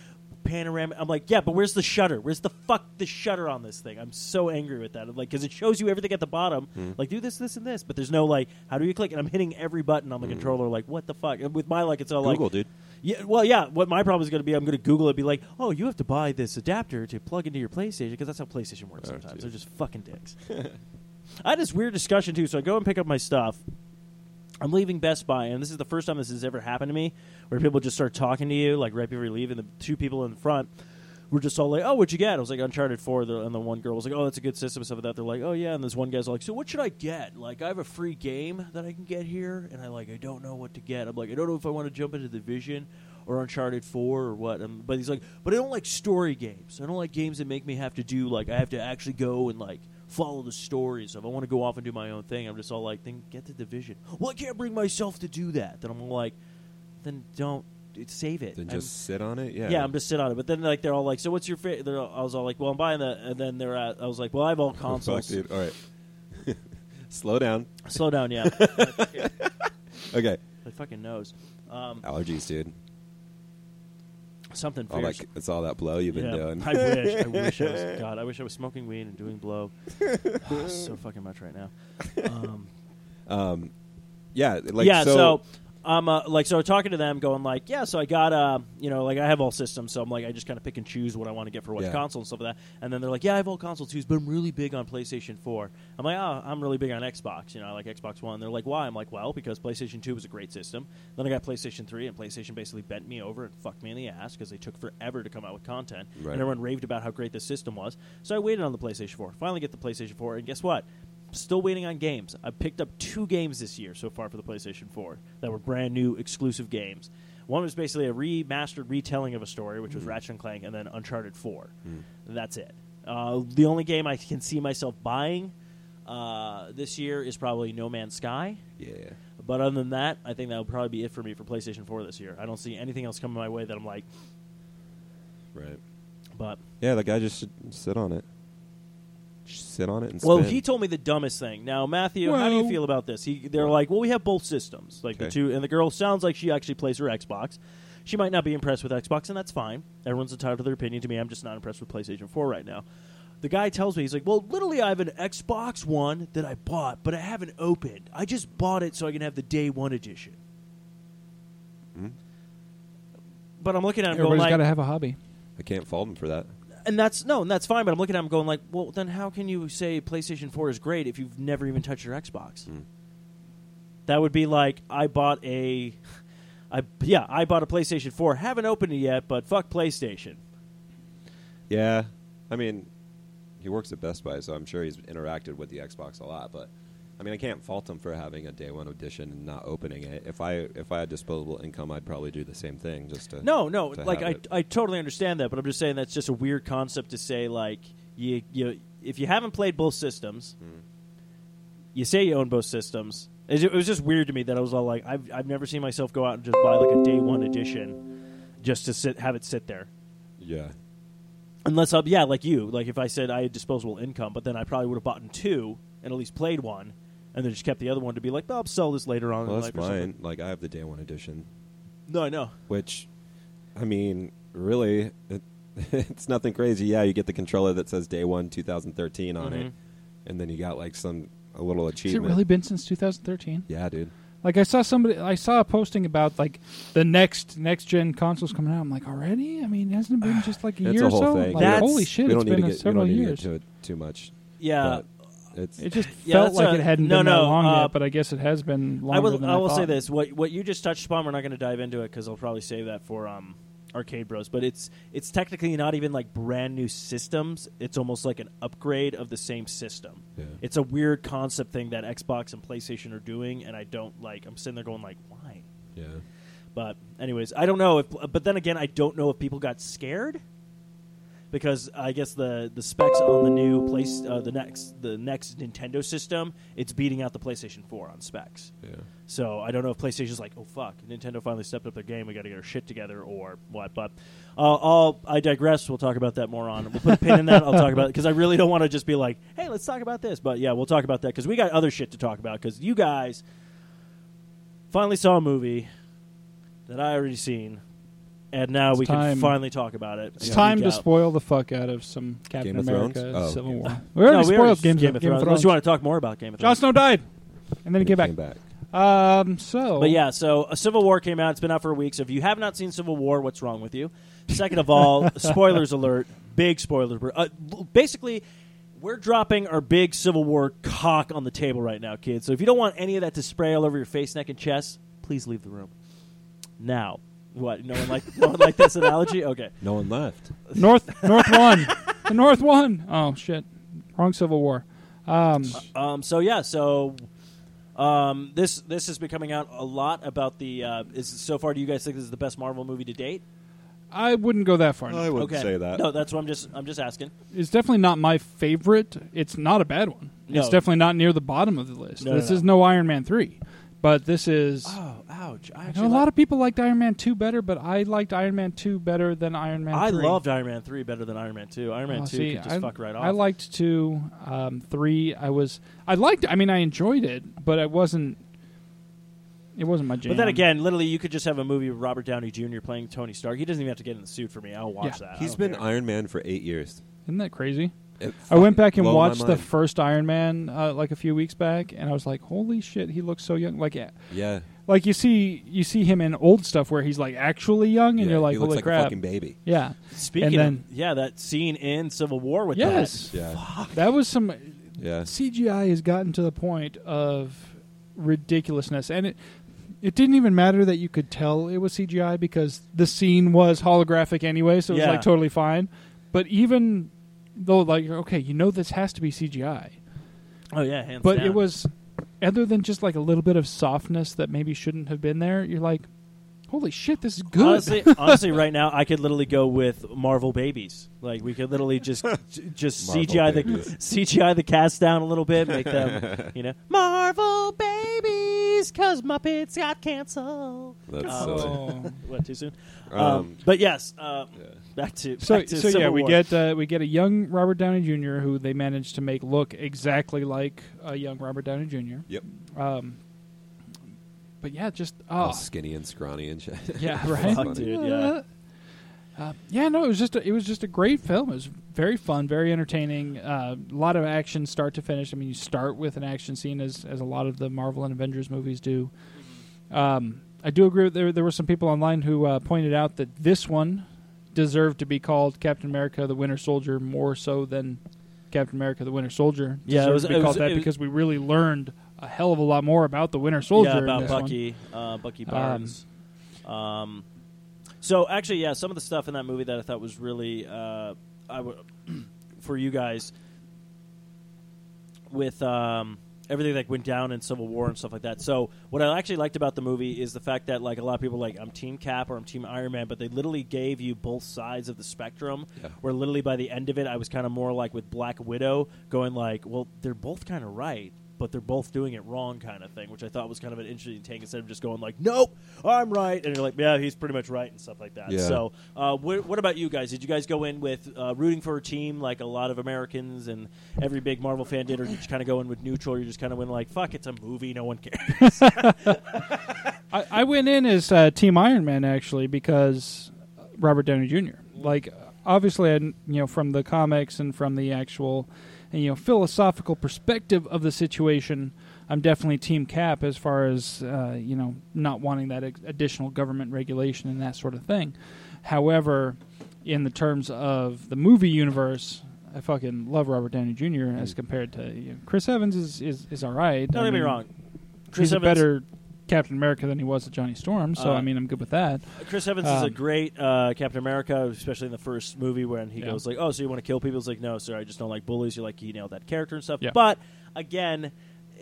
panoramic. I'm like, yeah, but where's the shutter? Where's the fuck the shutter on this thing? I'm so angry with that. I'm like, because it shows you everything at the bottom, Hmm. like do this, this, and this, but there's no like, how do you click? And I'm hitting every button on the controller, like what the fuck? And with my like, it's all Hmm. Google, like, dude. yeah, well, yeah. What my problem is going to be, I'm going to Google it, be like, oh, you have to buy this adapter to plug into your PlayStation because that's how PlayStation works Oh, sometimes. geez. They're just fucking dicks. I had this weird discussion too, so I go and pick up my stuff. I'm leaving Best Buy, and this is the first time this has ever happened to me, where people just start talking to you like right before you leave, and the two people in front were just all like, "Oh, what'd you get?" I was like, "Uncharted 4," the- and the one girl was like, "Oh, that's a good system," and stuff like that. They're like, "Oh yeah," and this one guy's like, "So what should I get? Like, I have a free game that I can get here, and I like, I don't know what to get. I'm like, I don't know if I want to jump into the Vision." Or Uncharted Four, or what? Um, but he's like, but I don't like story games. I don't like games that make me have to do like I have to actually go and like follow the story. So if I want to go off and do my own thing, I'm just all like, then get the division. Well, I can't bring myself to do that. Then I'm like, then don't d- save it. Then I'm- just sit on it. Yeah. yeah. I'm just sit on it. But then like they're all like, so what's your favorite? I was all like, well, I'm buying the. And then they're at, I was like, well, I have all Fuck, consoles. dude. All right. Slow down. Slow down, yeah. Okay. My fucking nose. Um, Allergies, dude. something All fierce. that, it's all that blow you've been Yeah, doing. I wish. I wish I was. God, I wish I was smoking weed and doing blow. so fucking much right now. Um, yeah. Like, yeah, so, so, I'm uh, like so talking to them, going like, yeah, so I got uh, you know, like I have all systems, so I'm like I just kind of pick and choose what I want to get for what Yeah. console and stuff like that. And then they're like, yeah, I have all console twos, but I'm really big on PlayStation Four. I'm like, oh, I'm really big on Xbox. You know, I like Xbox One. They're like, why? I'm like, well, because PlayStation Two was a great system. Then I got PlayStation Three, and PlayStation basically bent me over and fucked me in the ass because they took forever to come out with content, Right. and everyone raved about how great this system was. So I waited on the PlayStation Four. Finally, get the PlayStation Four, and guess what? Still waiting on games. I picked up two games this year so far for the PlayStation 4 that were brand new exclusive games. One was basically a remastered retelling of a story, which was Ratchet and Clank, and then Uncharted 4. That's it. Uh, the only game I can see myself buying uh, this year is probably No Man's Sky. yeah. But other than that, I think that will probably be it for me for PlayStation 4 this year. I don't see anything else coming my way that I'm like, Right. but Yeah, the guy just should sit on it. Just sit on it and Well, spin. he told me the dumbest thing. Now, Matthew, how do you Well- feel about this? He, they're like, well, we have both systems, like the Okay. two, and the girl sounds like she actually plays her Xbox. She might not be impressed with Xbox, and that's fine. Everyone's entitled to their opinion. To me, I'm just not impressed with PlayStation 4 right now. The guy tells me, he's like, well, literally, I have an Xbox One that I bought, but I haven't opened. I just bought it so I can have the day one edition. Hmm? But I'm looking at him Everybody's going got like, to have a hobby. I can't fault him for that. and that's no, and that's fine. But I'm looking at him going like, well, then how can you say PlayStation Four is great if you've never even touched your Xbox? That would be like I bought a, I yeah, I bought a PlayStation Four, haven't opened it yet, but fuck PlayStation. Yeah. I mean, he works at Best Buy, so I'm sure he's interacted with the Xbox a lot, but I mean, I can't fault him for having a day one edition and not opening it. If I if I had disposable income, I'd probably do the same thing just to No, no, to like have I, it. I totally understand that, but I'm just saying that's just a weird concept to say like you you if you haven't played both systems, Hmm. you say you own both systems. It, ju- it was just weird to me that I was all like, I've I've never seen myself go out and just buy like a day one edition, just to sit have it sit there. Yeah. Unless I'm yeah, like you, like if I said I had disposable income, but then I probably would have bought two and at least played one, and then just kept the other one to be like, oh, I'll sell this later on. Well, in that's life or something." mine. Like I have the day one edition, No, I know. which I mean, really it, it's nothing crazy. Yeah, you get the controller that says day 1 2013 on Mhm. it. And then you got like some a little Has it achievement. really been since 2013? Yeah, dude. Like I saw somebody, I saw a posting about like the next next gen consoles coming out. I'm like, already? I mean, hasn't it been just like a That's year a or whole so? thing. Like, That's- holy shit! we don't It's need been to a get, several we don't need years. to get to it too much. Yeah, but it's It just Yeah, felt that's like a- it hadn't no, been that no, long uh, yet, but I guess it has been longer. I will. than I will say thought. this: what what you just touched upon, we're not going to dive into it because I'll probably save that for um, Arcade Bros. But it's it's technically not even like brand new systems. It's almost like an upgrade of the same system. Yeah. It's a weird concept thing that Xbox and PlayStation are doing, and I don't like. I'm sitting there going like, why? yeah. But anyways, I don't know if. But then again, I don't know if people got scared because I guess the the specs on the new place, uh, the next the next Nintendo system, it's beating out the PlayStation Four on specs. Yeah. So I don't know if PlayStation's like, oh fuck, Nintendo finally stepped up their game. We got to get our shit together or what. But uh, I'll I digress. We'll talk about that more on. We'll put a pin in that. I'll talk about it because I really don't want to just be like, hey, let's talk about this. But yeah, we'll talk about that because we got other shit to talk about because you guys finally saw a movie that I already seen and now It's we time. can finally talk about it. It's Yeah. time Geek to out. spoil the fuck out of some Captain Game of Thrones? America Oh. Civil Game War. We No, already we spoiled already- Game, Game of Thrones. Unless you want to talk more about Game of Jon Thrones. Snow died, and then he came back. Came back. Um, so, But yeah, so a Civil War came out. It's been out for a week. So if you have not seen Civil War, what's wrong with you? Second of all, spoilers alert. Big spoilers. We're- Uh, basically, we're dropping our big Civil War cock on the table right now, kids. So if you don't want any of that to spray all over your face, neck, and chest, please leave the room now. What? No one like no one like this analogy. Okay. No one left. North North one, the North one. Oh shit, wrong Civil War. Um, Um, so yeah, so um, this this has been coming out a lot about the. Uh, is so far? Do you guys think this is the best Marvel movie to date? I wouldn't go that far. I wouldn't okay. say that. No, that's what I'm just I'm just asking. It's definitely not my favorite. It's not a bad one. No. It's definitely not near the bottom of the list. No, no, this no. is no Iron Man three, but this is. Oh, ouch! I I know a lot of people liked Iron Man two better, but I liked Iron Man two better than Iron Man. I 3. loved Iron Man three better than Iron Man two. Iron Man Oh, two see, could just I, fuck right off. I liked two, um, three. I was I liked. I mean, I enjoyed it, but I wasn't. It wasn't my jam. but then again, literally, you could just have a movie with Robert Downey Jr. playing Tony Stark. He doesn't even have to get in the suit for me. I'll watch Yeah. that. I He's don't been care. Iron Man for eight years. isn't that crazy? It I fucking went back and blow my watched the mind. first Iron Man uh, like a few weeks back, and I was like, "Holy shit, he looks so young!" Like, yeah, yeah. like you see, you see him in old stuff where he's like actually young, and yeah. you're like, he looks "Holy like a crap!" fucking baby. yeah, Speaking and then- of, yeah, that scene in Civil War with yes, Yeah. that was some Yeah. CGI has gotten to the point of ridiculousness, and it it didn't even matter that you could tell it was CGI because the scene was holographic anyway, so it was Yeah. like totally fine. But even though, like, okay, you know this has to be CGI, that. Oh yeah, hands but down. it was other than just like a little bit of softness that maybe shouldn't have been there. You're like, holy shit, this is good. Honestly, honestly, right now I could literally go with Marvel babies. Like we could literally just j- just Marvel CGI babies. the CGI the cast down a little bit, make them you know Marvel babies because Muppets got canceled. That's Oh. silly. so, What too soon? Um, Um, but yes, uh, yeah. back to so, back to so Civil yeah, we War. get uh, we get a young Robert Downey Jr. who they managed to make look exactly like a young Robert Downey Jr. Yep. Um, but yeah, just All oh skinny and scrawny and shit. yeah, right, Fuck, dude, yeah. Uh, yeah, no, it was just a, it was just a great film. It was very fun, very entertaining. Uh, A lot of action, start to finish. I mean, you start with an action scene, as as a lot of the Marvel and Avengers movies do. Um, I do agree. With, there there were some people online who uh, pointed out that this one deserved to be called Captain America: The Winter Soldier more so than Captain America: The Winter Soldier. Yeah, it Deserved was- to be it was- called that it was- because we really learned a hell of a lot more about the Winter Soldier. yeah in about this one. Bucky, uh, Bucky Um, Barnes. um, so actually, yeah, some of the stuff in that movie that I thought was really, uh, I w- for you guys, with um, everything that went down in Civil War and stuff like that. So what I actually liked about the movie is the fact that like a lot of people are like I'm Team Cap or I'm Team Iron Man, but they literally gave you both sides of the spectrum. Yeah. Where literally by the end of it, I was kind of more like with Black Widow, going like, well, they're both kind of right. But they're both doing it wrong, kind of thing, which I thought was kind of an interesting take. Instead of just going like, "Nope, I'm right," and you're like, "Yeah, he's pretty much right," and stuff like that. Yeah. So, uh, what, what about you guys? Did you guys go in with uh, rooting for a team like a lot of Americans and every big Marvel fan did, or did you kind of go in with neutral? You just kind of went like, "Fuck, it's a movie, no one cares." I, I went in as uh, Team Iron Man actually because Robert Downey Jr. Like obviously, I you know from the comics and from the actual you know philosophical perspective of the situation, I'm definitely Team Cap as far as uh, you know not wanting that ex- additional government regulation and that sort of thing. However, in the terms of the movie universe. I fucking love Robert Downey Jr. as compared to you know, Chris Evans is, is, is all right. Don't I get me mean, wrong, Chris Chris he's a Evans. better Captain America than he was at Johnny Storm. So Uh, I mean, I'm good with that. Chris Evans is a Um, great uh, Captain America, especially in the first movie when he Yeah. goes like, "Oh, so you want to kill people?" It's like, "No, sir, I just don't like bullies." You're like, he nailed that character and stuff. Yeah. But again,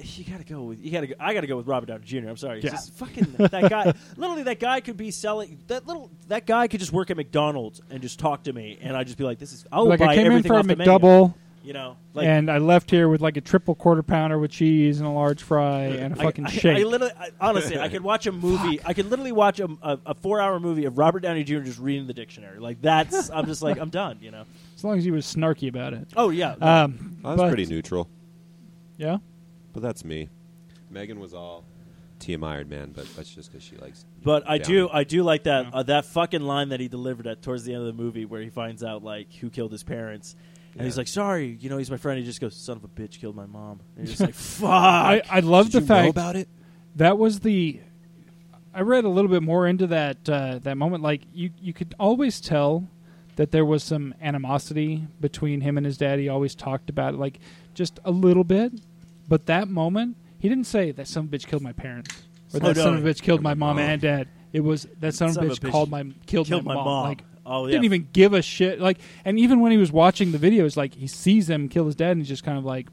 you gotta go with you gotta. Go, I gotta go with Robert Downey Jr. I'm sorry, It's Yeah. just fucking that guy. Literally, that guy could be selling that little. That guy could just work at McDonald's and just talk to me, and I'd just be like, "This is I'll like buy I came in oh, everything for a off the menu." McDouble, You know, like and I left here with like a triple quarter pounder with cheese and a large fry and a I- fucking I, shake. I literally, I, honestly, I could watch a movie. I could literally watch a, a, a four-hour movie of Robert Downey Jr. just reading the dictionary. Like that's, I'm just like, I'm done. You know. as long as he was snarky about it. Oh yeah. no. Um, I was but- pretty neutral, Yeah. but that's me. Megan was all TMI'd man, but that's just because she likes. But I down. do, I do like that Yeah. uh, that fucking line that he delivered at towards the end of the movie, where he finds out like who killed his parents, and Yeah. he's like, "Sorry, you know, he's my friend." He just goes, "Son of a bitch, killed my mom." And you're just like, "Fuck." I, I love Did the you fact know about it. that was the i read a little bit more into that uh, that moment like you you could always tell that there was some animosity between him and his dad he always talked about it like just a little bit but that moment he didn't say that son of a bitch killed my parents or Oh, that no. son of a bitch killed my mom and dad it was that son, of a bitch called my killed, Killed my mom. like oh yeah, didn't even give a shit like and even when he was watching the videos like he sees him kill his dad and he's just kind of like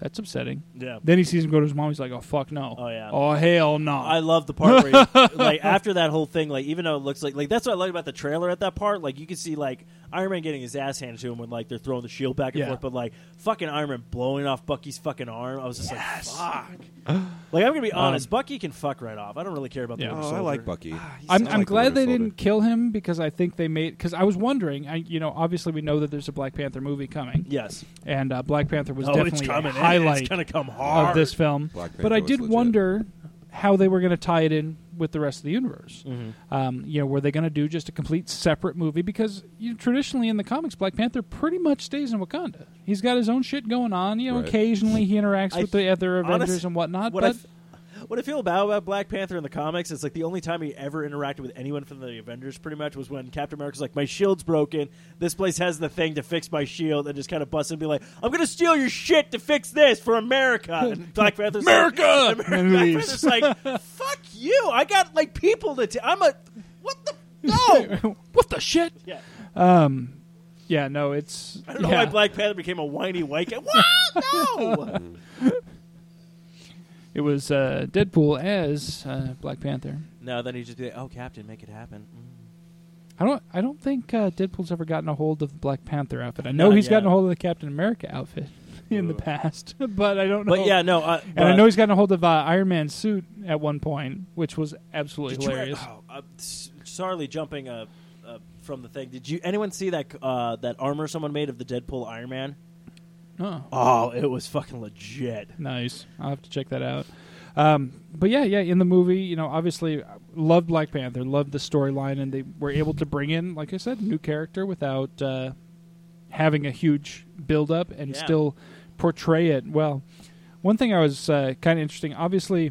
that's upsetting yeah. then he sees him go to his mom. He's like, "Oh fuck no! Oh, yeah. Oh hell no!" I love the part where, he, like, after that whole thing, like, even though it looks like, like, that's what I like about the trailer at that part. Like, you can see, like, Iron Man getting his ass handed to him when, like, they're throwing the shield back and Yeah. forth, but, like, fucking Iron Man blowing off Bucky's fucking arm. I was just like, fuck. like, I'm going to be honest. Bucky can fuck right off. I don't really care about the Yeah. Winter Oh, I Soldier. like Bucky. I'm, I I'm like the glad Winter they Soldier. didn't kill him because I think they made because I was wondering. I, you know, obviously we know that there's a Black Panther movie coming, Yes. and uh, Black Panther was oh, definitely it's coming. a It- highlight It's going to come hard. of this film. Black Panther But I was did legit. wonder how they were going to tie it in with the rest of the universe. Mm-hmm. Um, you know, were they going to do just a complete separate movie? Because you know, traditionally in the comics, Black Panther pretty much stays in Wakanda. He's got his own shit going on. You know, Right. occasionally he interacts I with the other honest- Avengers and whatnot. what I but f- what I feel bad about Black Panther in the comics is like the only time he ever interacted with anyone from the Avengers pretty much was when Captain America's like, My shield's broken, this place has the thing to fix my shield and just kinda busts in and be like, I'm gonna steal your shit to fix this for America and Black Panther's like- America! Black And leaves. Panther's like, Fuck you. I got like people to t- I'm a what the no what the shit? Yeah. Yeah, no, it's. I don't know yeah. why Black Panther became a whiny white guy. What? No. It was uh, Deadpool as uh, Black Panther. no, then he'd just be like, Oh Captain, make it happen. I don't. I don't think uh, Deadpool's ever gotten a hold of the Black Panther outfit. I know Not he's gotten yet. a hold of the Captain America outfit in the past, but I don't know. But yeah, no, uh, I, and I know he's gotten a hold of uh, Iron Man's suit at one point, which was absolutely Did you- hilarious. oh, uh, s- sorely jumping uh, uh, from the thing. Did you anyone see that uh, that armor someone made of the Deadpool Iron Man? Oh, Oh, it was fucking legit. nice. I'll have to check that out. Um, but yeah, yeah, in the movie, you know, obviously I loved Black Panther, loved the storyline, and they were able to bring in, like I said, a new character without uh, having a huge build up and Yeah. still portray it well. One thing I was uh, kind of interesting, obviously,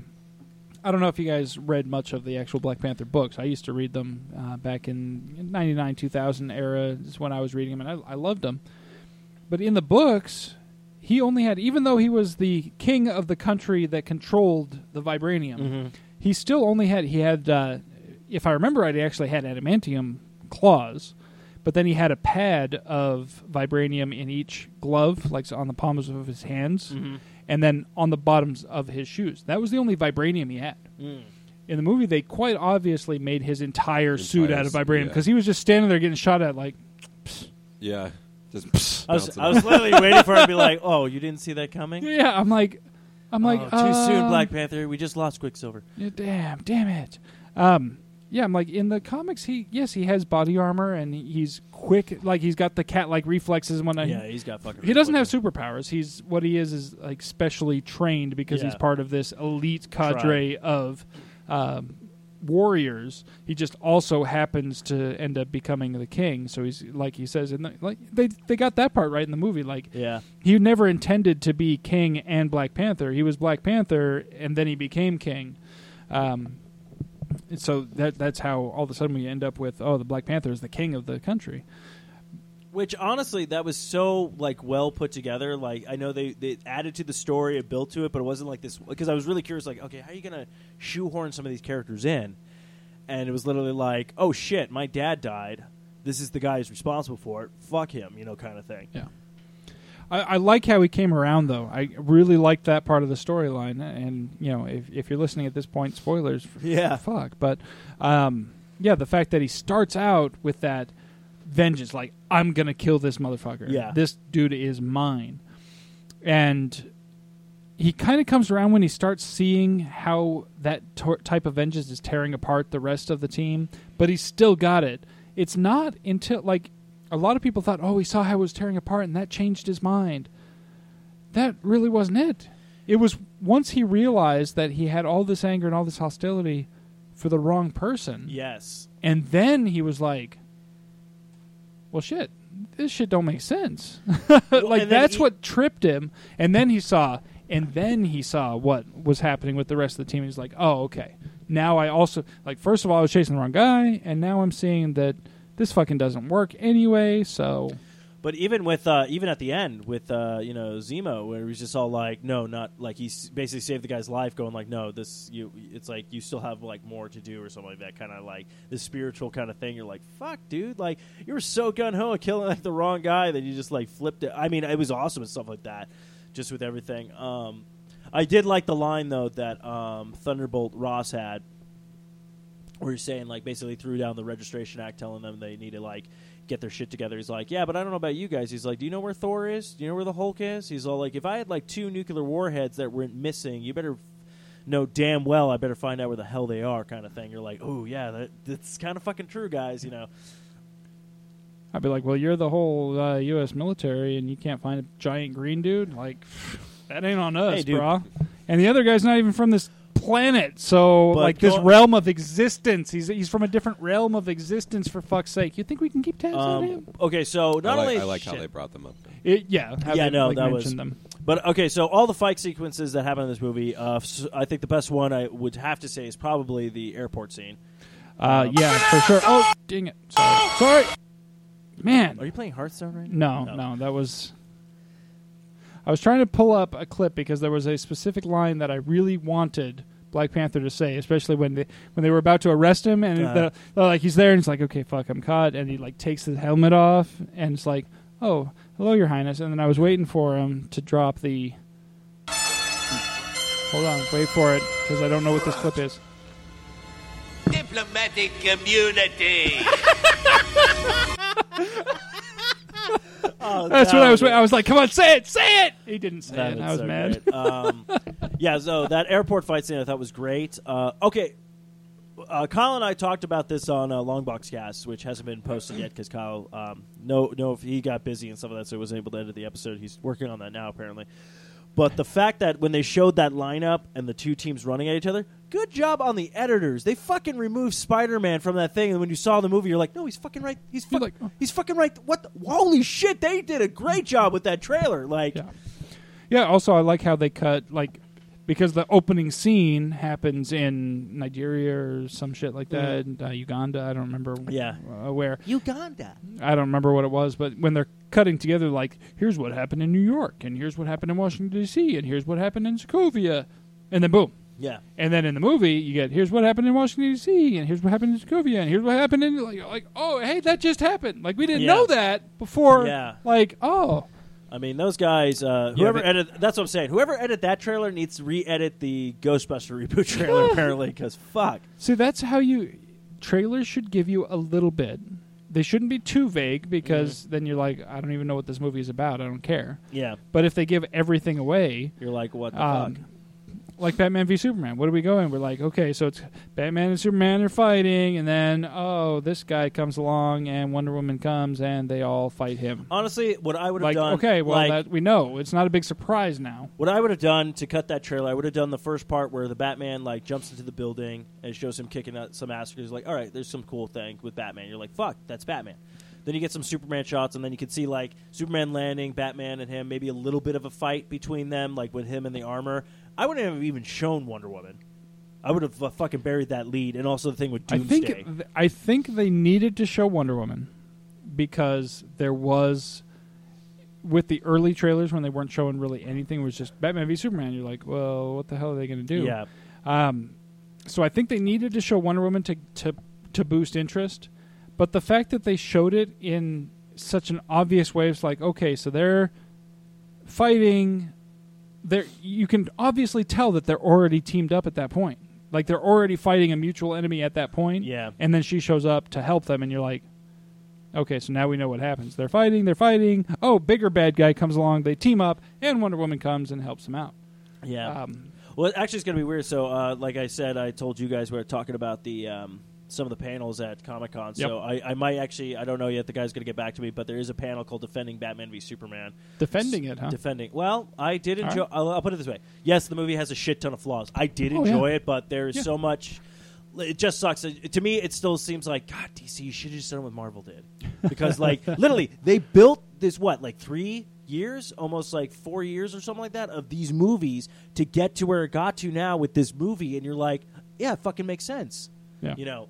I don't know if you guys read much of the actual Black Panther books. I used to read them uh, back in 99, 2000 era is when I was reading them, and I, I loved them. But in the books, he only had, even though he was the king of the country that controlled the vibranium, he still only had, he had, uh, if I remember right, he actually had adamantium claws. But then he had a pad of vibranium in each glove, like on the palms of his hands, Mm-hmm. and then on the bottoms of his shoes. That was the only vibranium he had. Mm. In the movie, they quite obviously made his entire, suit Entire out of suit, vibranium yeah. because he was just standing there getting shot at, like, Yeah, just I was, bouncing I was literally waiting for it to be like, "Oh, you didn't see that coming." yeah. I'm like, I'm like, Oh, too soon, um, Black Panther. We just lost Quicksilver. Yeah, damn, damn it. Um, yeah, I'm like in the comics. He yes, he has body armor and he's quick. Like he's got the cat like reflexes and whatnot. Yeah, he's got fucking. He doesn't have superpowers. He's what he is is like specially trained because he's Yeah. part of this elite cadre of um, warriors. He just also happens to end up becoming the king. So he's like he says, and the, like they they got that part right in the movie. Like Yeah, he never intended to be king and Black Panther. He was Black Panther, and then he became king. Um, and so that that's how all of a sudden we end up with oh, the Black Panther is the king of the country. which honestly, that was so like well put together. Like I know they they added to the story, it built to it, but it wasn't like this because I was really curious. Like, okay, how are you gonna shoehorn some of these characters in? and it was literally like, "Oh shit, my dad died. This is the guy who's responsible for it. Fuck him," you know, kind of thing. Yeah, I, I like how he came around though. I really liked that part of the storyline, and you know, if if you're listening at this point, spoilers. f- Yeah. fuck. But um, yeah, the fact that he starts out with that vengeance, like I'm gonna kill this motherfucker. Yeah. this dude is mine, and he kind of comes around when he starts seeing how that tor- type of vengeance is tearing apart the rest of the team, but he's still got it. It's not until like a lot of people thought, oh, he saw how it was tearing apart and that changed his mind. That really wasn't it. it was once he realized that he had all this anger and all this hostility for the wrong person. Yes. And then he was like, well, shit, this shit don't make sense. like, and then that's he- what tripped him. And then he saw, and then he saw what was happening with the rest of the team. He's like, oh, okay. Now I also, like, first of all, I was chasing the wrong guy, and now I'm seeing that this fucking doesn't work anyway, so. But even with uh, even at the end with uh, you know Zemo, where he was just all like, "No, not like he s- basically saved the guy's life," going like, "No, this you." It's like you still have like more to do or something like that. Kind of like the spiritual kind of thing. You're like, "Fuck, dude!" Like you were so gun ho at killing like the wrong guy that you just like flipped it. I mean, it was awesome and stuff like that. Just with everything. Um, I did like the line though that um, Thunderbolt Ross had where he's saying like basically threw down the registration act telling them they need to like get their shit together he's like yeah but i don't know about you guys he's like do you know where thor is do you know where the hulk is he's all like if i had like two nuclear warheads that weren't missing you better f- know damn well i better find out where the hell they are kind of thing you're like oh yeah that, that's kind of fucking true guys you know I'd be like, well, you're the whole uh, U.S. military, and you can't find a giant green dude. Like, that ain't on us, Hey, dude. brah. And the other guy's not even from this planet, so But like this go- realm of existence. He's he's from a different realm of existence. For fuck's sake, you think we can keep tabs on um, him? okay so not I like, only I like how shit. they brought them up. It, yeah, how they, yeah, no, like, that was. mentioned them. But okay, so all the fight sequences that happen in this movie, uh, s- I think the best one I would have to say is probably the airport scene. Uh, yeah, for sure. Oh, dang it! Sorry, sorry, man. Are you playing Hearthstone right now? No, no, that was. I was trying to pull up a clip because there was a specific line that I really wanted Black Panther to say, especially when they when they were about to arrest him and Uh-huh. the, they're like he's there and he's like, okay, fuck, I'm caught, and he like takes his helmet off and it's like, oh, hello, Your Highness, and then I was waiting for him to drop the. Hold on, wait for it because I don't know what this clip is. Diplomatic community. Oh, That's that what I was. would- waiting. I was like, come on, say it, say it. He didn't say it. that is and I was so mad. great. Um, yeah, so that airport fight scene I thought was great. Uh, okay, uh, Kyle and I talked about this on uh, Longbox Cast, which hasn't been posted yet because Kyle, um, no, no, he got busy and stuff like that, so he wasn't able to edit the episode. He's working on that now, apparently. But the fact that when they showed that lineup and the two teams running at each other, good job on the editors. They fucking removed Spider-Man from that thing, and when you saw the movie, you're like, no, he's fucking right. He's You're fuck- like, oh. he's fucking right. What? The- Holy shit! They did a great job with that trailer. Like. Yeah. Yeah. Also, I like how they cut like because the opening scene happens in Nigeria or some shit like that, and, uh, Uganda. I don't remember. Mm-hmm. Yeah. uh, where Uganda. I don't remember what it was, but when they're cutting together, like here's what happened in New York, and here's what happened in Washington D.C., and here's what happened in Sokovia, and then boom. Yeah. And then in the movie, you get here's what happened in Washington D.C. and here's what happened in Sokovia and here's what happened in like, like oh hey that just happened like we didn't Yeah. know that before Yeah. like oh I mean, those guys, uh, whoever they- edit, that's what I'm saying. Whoever edit that trailer needs to re edit the Ghostbuster reboot trailer, apparently, because fuck. See, that's how you trailers should give you a little bit. They shouldn't be too vague because Mm-hmm. then you're like, I don't even know what this movie is about. I don't care. Yeah. But if they give everything away, You're like, what the Um, fuck? like Batman v Superman, what do we go in? We're like, okay, so it's Batman and Superman are fighting, and then oh, this guy comes along, and Wonder Woman comes, and they all fight him. Honestly, what I would have Like, done. okay, well, like, that we know it's not a big surprise now. What I would have done to cut that trailer, I would have done the first part where the Batman like jumps into the building and shows him kicking out some ass. He's like, "All right, there's some cool thing with Batman." You're like, "Fuck, that's Batman." Then you get some Superman shots, and then you can see like Superman landing, Batman and him, maybe a little bit of a fight between them, like with him and the armor. I wouldn't have even shown Wonder Woman. I would have uh, fucking buried that lead, and also the thing with Doomsday. I think th- I think they needed to show Wonder Woman because there was with the early trailers when they weren't showing really anything it was just Batman v Superman. You're like, well, what the hell are they going to do? yeah, Um, so I think they needed to show Wonder Woman to, to to boost interest, but the fact that they showed it in such an obvious way, it's like okay, so they're fighting. They're you can obviously tell that they're already teamed up at that point. Like they're already fighting a mutual enemy at that point. Yeah. and then she shows up to help them, and you're like. Okay, so now we know what happens. They're fighting, they're fighting. Oh, bigger bad guy comes along, they team up, and Wonder Woman comes and helps them out. yeah. Um, Well, actually, it's going to be weird. So, uh, like I said, I told you guys we were talking about the um, some of the panels at Comic Con. So I, I might actually I don't know yet. The guy's going to get back to me, but there is a panel called "Defending Batman v Superman." Defending it, huh? Defending. Well, I did All enjoy. right. I'll, I'll put it this way: yes, the movie has a shit ton of flaws. I did Oh, enjoy yeah. it, but there is Yeah. so much. It just sucks. It- to me, it still seems like God. DC, you should have just done what Marvel did, because like literally they built this what like three years, almost like four years or something like that of these movies to get to where it got to now with this movie, and you're like, yeah, it fucking makes sense. Yeah. You know,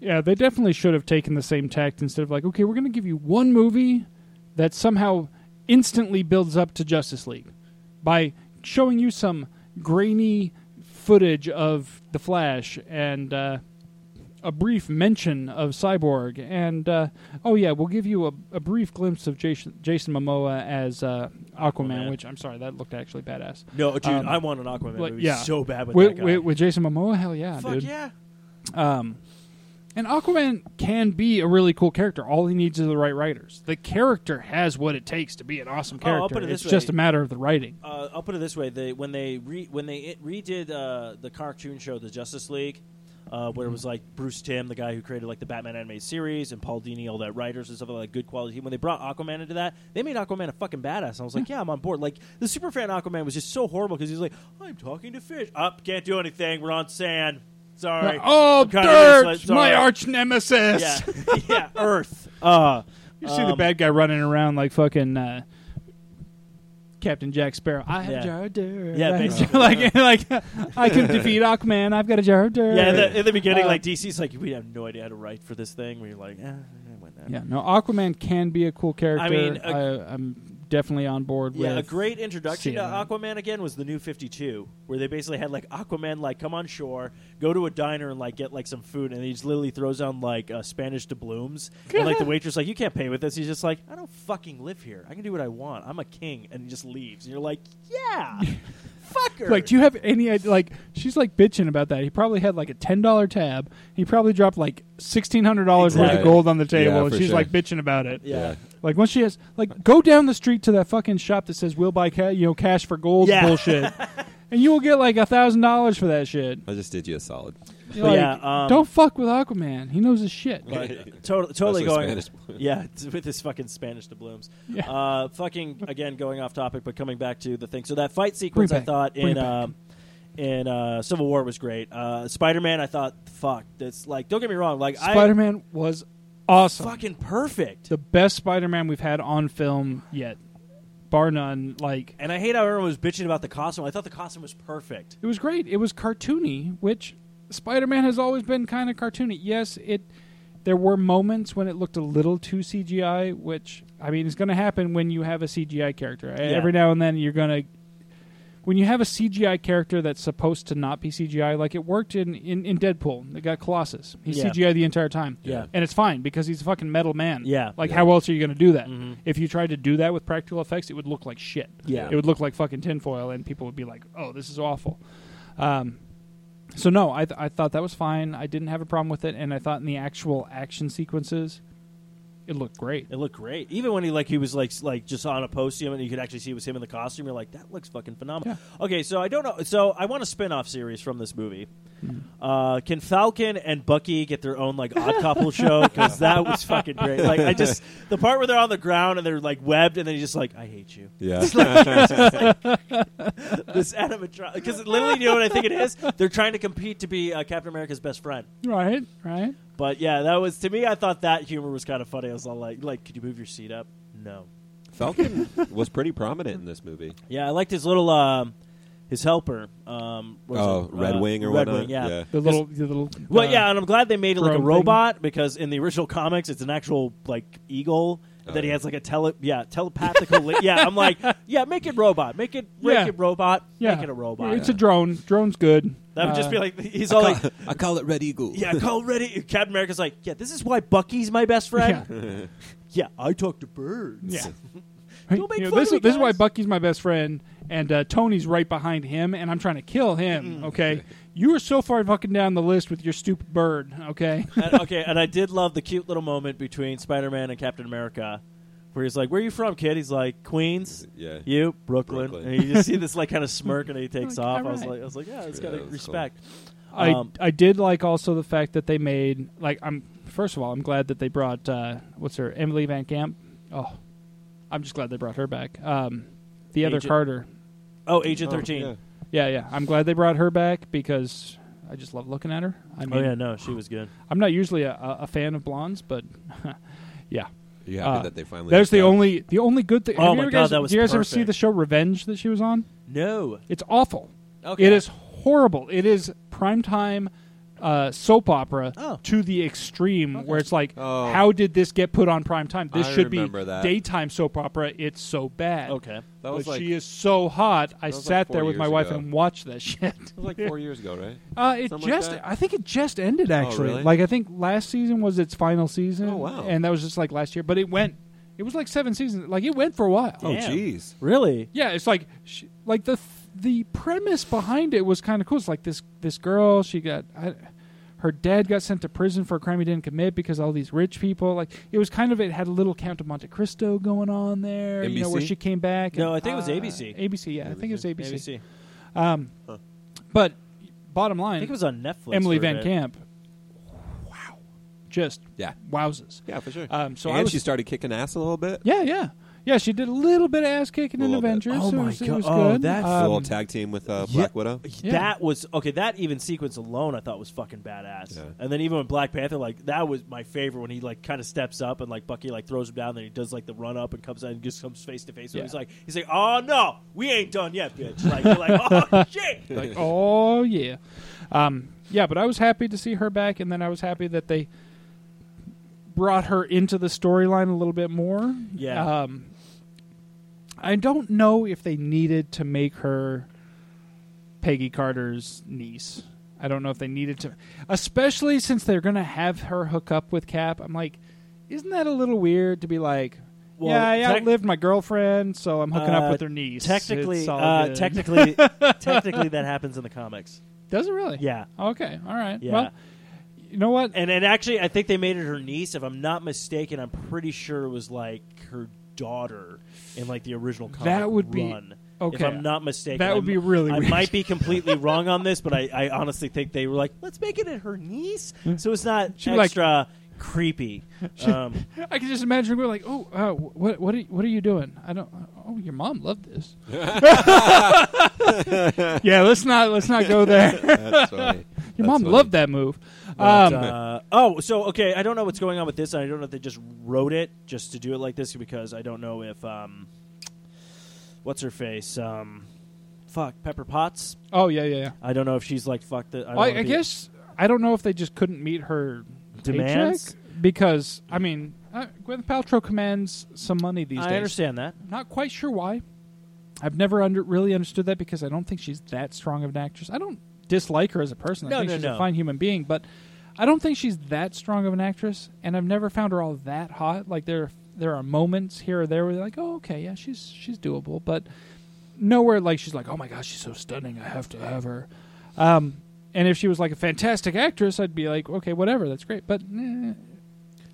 Yeah, they definitely should have taken the same tact instead of like, okay, we're going to give you one movie that somehow instantly builds up to Justice League by showing you some grainy footage of the Flash and uh, a brief mention of Cyborg, and uh, oh yeah, we'll give you a, a brief glimpse of Jason, Jason Momoa as uh, Aquaman, Aquaman. which I'm sorry, that looked actually badass. no, dude, Um, I want an Aquaman like, movie yeah. so bad with, With, that guy. with, with Jason Momoa, hell yeah, Fuck dude. yeah. Um, and Aquaman can be a really cool character. All he needs is the right writers. The character has what it takes to be an awesome Oh, I'll character. put it this it's way. just a matter of the writing. uh, I'll put it this way: they, when they re, when they it redid uh, the cartoon show, the Justice League, uh, where it was like Bruce Timm, the guy who created like the Batman animated series, and Paul Dini, all that writers and stuff like that, good quality. When they brought Aquaman into that, they made Aquaman a fucking badass. And I was Hmm. like, yeah, I'm on board. Like the superfan Aquaman was just so horrible because he was like, I'm talking to fish. Up, can't do anything. We're on sand. Sorry. Oh, I'm kinda Dirt, useless. Sorry." my arch nemesis. Yeah, yeah, Earth. Uh, You see the um, bad guy running around like fucking uh, Captain Jack Sparrow. I have Yeah. a jar of dirt. Yeah, I have a basically. jar- like like I can defeat Aquaman. I've got a jar of dirt. Yeah, in the, in the beginning, Uh, like DC's like, we have no idea how to write for this thing. We're like, eh, eh, whatever. Yeah, no, Aquaman can be a cool character. I mean, a- I, I'm definitely on board Yeah, with. a great introduction seeing to that. Aquaman again was the new 52, where they basically had like Aquaman like come on shore, go to a diner and like get like some food, and he just literally throws on like uh, Spanish doubloons. and like the waitress like, you can't pay with this. He's just like, I don't fucking live here. I can do what I want. I'm a king, and he just leaves. And you're like, yeah, fucker. Like, do you have any idea? Like, she's like bitching about that. He probably had like a ten dollar tab. He probably dropped like sixteen hundred dollars worth Exactly. of gold on the table, Yeah, and for she's sure. like bitching about it. yeah. Like, once she has like, go down the street to that fucking shop that says "We'll buy ca- you know cash for gold" Yeah. bullshit, and you will get like a thousand dollars for that shit. I just did you a solid. You're But like, yeah, um, don't fuck with Aquaman. He knows his shit. But, uh, totally, totally Especially going. Spanish. Yeah, it's with his fucking Spanish doubloons. Yeah. Uh, fucking again, going off topic, but coming back to the thing. So that fight sequence, Bring I back. thought Bring in back. um, in uh, Civil War was great. Uh, Spider Man, I thought, fuck, that's like, don't get me wrong, like Spider Man was I awesome. fucking perfect. the best Spider Man we've had on film yet, bar none. Like. and I hate how everyone was bitching about the costume. I thought the costume was perfect. It was great. It was cartoony, which Spider-Man has always been kind of cartoony. Yes, it there were moments when it looked a little too CGI, which I mean is going to happen when you have a CGI character. E, Every now and then you're going to when you have a CGI character that's supposed to not be CGI, like it worked in in, in Deadpool. It got Colossus. He's Yeah. CGI the entire time. Yeah. And it's fine because he's a fucking metal man. Yeah. Mm-hmm. Like Yeah. how else are you going to do that? If you tried to do that with practical effects, it would look like shit. Yeah. It would look like fucking tinfoil, and people would be like, "Oh, this is awful." Um, so no, I th- I thought that was fine. I didn't have a problem with it, and I thought in the actual action sequences, it looked great. It looked great. Even when he like he was like s- like just on a podium and you could actually see it was him in the costume. You're like, that looks fucking phenomenal. Okay, so I don't know. So I want a spin off series from this movie. Uh, can Falcon and Bucky get their own like odd couple show? Because that was fucking great. Like I just the part where they're on the ground and they're like webbed and then he's just like, I hate you. Yeah. This animatronic because literally you know what I think it is. They're trying to compete to be uh, Captain America's best friend. Right, right. But yeah, that was to me. I thought that humor was kind of funny. I was all like, like, could you move your seat up? No. Falcon was pretty prominent in this movie. Yeah, I liked his little um, his helper. Um, what was Oh, it? Red Wing or Red whatnot? Wing, yeah. Yeah. The little, the little. Well, uh, yeah, and I'm glad they made it like a drone thing. robot because in the original comics, it's an actual like eagle Oh, that he yeah. has like a tele yeah telepathical li- yeah. I'm like yeah, make it robot, make it make Yeah. it robot, yeah. make it a robot. It's a drone. Drone's good. that would just Uh, be like he's all like I call it Red Eagle. yeah, call ready. Captain America's like yeah, this is why Bucky's my best friend. Yeah, I talk to birds. Yeah. Don't make You know, fun this, of me, is, this is why guys. Bucky's my best friend, and uh, Tony's right behind him, and I'm trying to kill Mm. him. Okay, you are so far fucking down the list with your stupid bird. Okay, and, okay, and I did love the cute little moment between Spider Man and Captain America, where he's like, "Where are you from, kid?" He's like, "Queens." Yeah. You Brooklyn. Brooklyn. and you just see this like kind of smirk, and he takes Like, off. all I was right. like, I was like, yeah, it's Yeah, got that was respect. I Um, I did like also the fact that they made like I'm first of all I'm glad that they brought uh, what's her Emily Van Camp. Oh, I'm just glad they brought her back. Um, the other Agent- Carter. Oh, Agent Oh, Thirteen. yeah. Yeah, yeah. I'm glad they brought her back because I just love looking at her. I mean, Oh yeah, no, she was good. I'm not usually a, a a fan of blondes, but yeah. Are you happy Uh, that they finally? There's hooked the up? only the only good thing. Oh have you my ever God, guys, that was Do you guys ever see perfect. the show Revenge that she was on? No. It's awful. Okay. It is horrible. It is primetime uh, soap opera Oh. to the extreme, where it's like, Oh. how did this get put on primetime? This I should be remember that. daytime soap opera. It's so bad. Okay. That was but like she is so hot. I was like sat four there with my years wife ago. and watched that shit. It was like four years ago, right? Uh, it Something like just, that? Oh, I think it just ended actually. really? Like I think last season was its final season. Oh, wow. And that was just like last year, but it went. It was like seven seasons. Like it went for a while. Oh, Damn. jeez. Really? Yeah, it's like she, like the the premise behind it was kind of cool. It's like this this girl, she got I, her dad got sent to prison for a crime he didn't commit because all these rich people. Like it was kind of it had a little Count of Monte Cristo going on there. You know where NBC? she came back. No, and, I think it was uh, ABC. ABC, yeah, I think it was ABC. ABC. But bottom I line, think it was on Netflix. Emily for a Van bit. Camp. Wow, just Yeah. wowzes. Yeah, for sure. Um, so and I was, she started kicking ass a little bit. yeah, yeah, yeah. She did a little bit of ass kicking in Little bit. Avengers. Oh It my was- it God. was Oh, good. that's- the Um, little tag team with uh, Black Widow. Yeah. That was okay. That even sequence alone, I thought was fucking badass. Yeah. And then even with Black Panther, like that was my favorite when he like kind of steps up and like Bucky like throws him down, then he does like the run up and comes out and just comes face to face. with him. Yeah. He's like, he's like, oh no, we ain't done yet, bitch. Like, you're like oh shit. like, oh yeah, um, yeah. But I was happy to see her back, and then I was happy that they brought her into the storyline a little bit more. Yeah. Um, I don't know if they needed to make her Peggy Carter's niece. I don't know if they needed to, especially since they're going to have her hook up with Cap. I'm like, isn't that a little weird to be like? Well, yeah, I tec- outlived my girlfriend, so I'm hooking up Uh, with her niece. Technically, It's all uh, good. technically, technically, that happens in the comics. does it really? Yeah, Okay. All right. yeah. Well, you know what? and and actually, I think they made it her niece. If I'm not mistaken, I'm pretty sure it was like her daughter in like the original comic. That would be- run, If okay. I'm not mistaken, That would I'm- be really I weird. might be completely wrong on this, but I, I honestly think they were like, let's make it at her niece, so it's not She'd be like- extra creepy. Um, I can just imagine we're like, oh, uh, what, what, are you, what are you doing? I don't. Oh, your mom loved this. yeah, let's not let's not go there. That's funny. Your mom funny. loved that move. But, Um, uh, oh, so okay. I don't know what's going on with this, and I don't know if they just wrote it just to do it like this because I don't know if um, what's her face? Um, fuck, Pepper Potts. oh yeah, yeah. yeah. I don't know if she's like fuck the. I, don't I, wanna I be- guess I don't know if they just couldn't meet her Demands? paycheck because I mean, uh, Gwyneth Paltrow commands some money these I days. understand that. Not quite sure why. I've never under, really understood that because I don't think she's that strong of an actress. I don't dislike her as a person. I No, think no, she's a no. fine human being, but I don't think she's that strong of an actress. And I've never found her all that hot. Like there, there are moments here or there where you're like, oh, okay, yeah, she's she's doable, but nowhere like she's like, oh my gosh, she's so stunning. I have to have her. Um, and if she was like a fantastic actress, I'd be like, okay, whatever, that's great. But eh,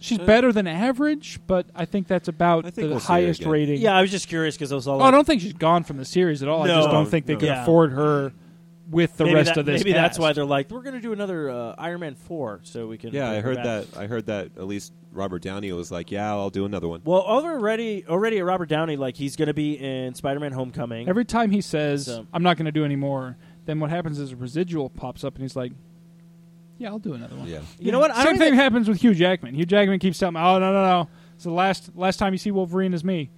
she's better than average. But I think that's about I think the we'll see her highest again. rating. Yeah, I was just curious because I was all. Oh, I like, don't think she's gone from the series at all. I just No, don't think they no. could Yeah. afford her with the maybe rest that- of this. Maybe that's cast. why they're like, we're gonna do another uh, Iron Man four, so we can. Yeah, I bring her heard back." that. I heard that. At least Robert Downey was like, "Yeah, I'll do another one." Well, already, already, Robert Downey, like he's gonna be in Spider Man Homecoming. Every time he says, So- "I'm not going to do any more," then what happens is a residual pops up, and he's like, "Yeah, I'll do another one." Yeah, you know what? I Same don't thing even- happens with Hugh Jackman. Hugh Jackman keeps telling me, "Oh no, no, no." So the last last time you see Wolverine is me.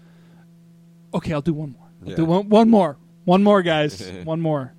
Okay, I'll do one more. I'll Yeah. do one, one more. One more, guys. one more.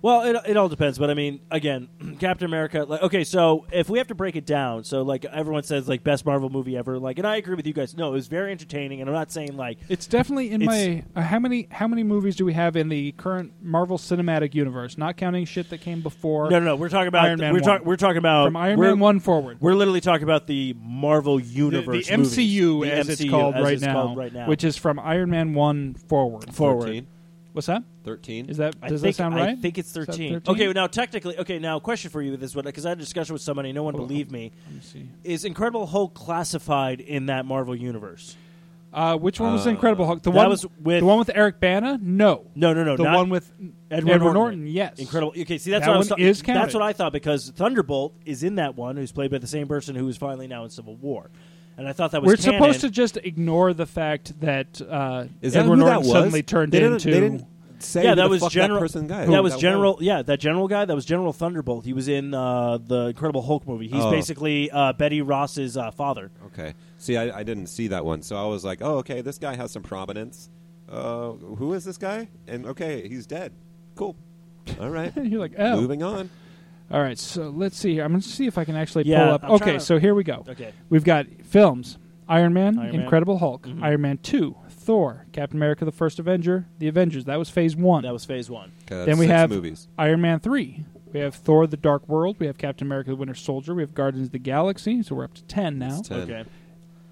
Well, it, it all depends, but I mean, again, Captain America. Like, okay, so if we have to break it down, so like everyone says, like best Marvel movie ever. Like, and I agree with you guys. No, it was very entertaining, and I'm not saying like It's definitely in It's- my. Uh, how many how many movies do we have in the current Marvel Cinematic Universe? Not counting shit that came before. no, no, no. We're talking about Iron Man we're, one. talking we're talking about from Iron Uh, we're, Man one forward. We're literally talking about the Marvel Universe, the movies. MCU The as it's MCU called as right it's now, called right now. which is from Iron Man one forward. Forward. 13? What's that? 13? Is that I does think- that sound I right? think it's Is that 13. Okay, well, now technically, okay, now question for you with this one because I had a discussion with somebody, no one Hold on. believed me. Let me see. Is Incredible Hulk classified in that Marvel universe? Uh, which one was the Incredible Hulk? The that one was with- the one with Eric Bana? No, No, no, no. the not one with Edward, Edward Norton, yes. Incredible. Okay, see that's That what I was one ta- is counted. That's what I thought because Thunderbolt is in that one, who's played by the same person who was finally now in Civil War, and I thought that was We're canon. supposed to just ignore the fact that uh, Is that Edward who Norton that was? suddenly turned they didn't, into They didn't say yeah, who that the was fuck That general. person guy. that was general. Yeah, that general guy. That was General Thunderbolt. He was in uh, the Incredible Hulk movie. He's Oh. basically uh, Betty Ross's uh, father. Okay. See, I, I didn't see that one, so I was like, oh, okay, this guy has some prominence. Uh, who is this guy? And okay, he's dead. Cool. All right. You're like, oh, Moving on. all right. So let's see here. I'm going to see if I can actually Yeah, pull up. I'm okay, trying to- so here we go. Okay. We've got films: Iron Man, Iron Man. Mm-hmm. Incredible Hulk, Iron Man Two, Thor, Captain America: The First Avenger, The Avengers. That was Phase One. That was Phase One. Okay, then we six have movies. Iron Man 3. We have Thor the Dark World. We have Captain America the Winter Soldier. We have Guardians of the Galaxy. So we're up to 10 now. It's ten. Okay,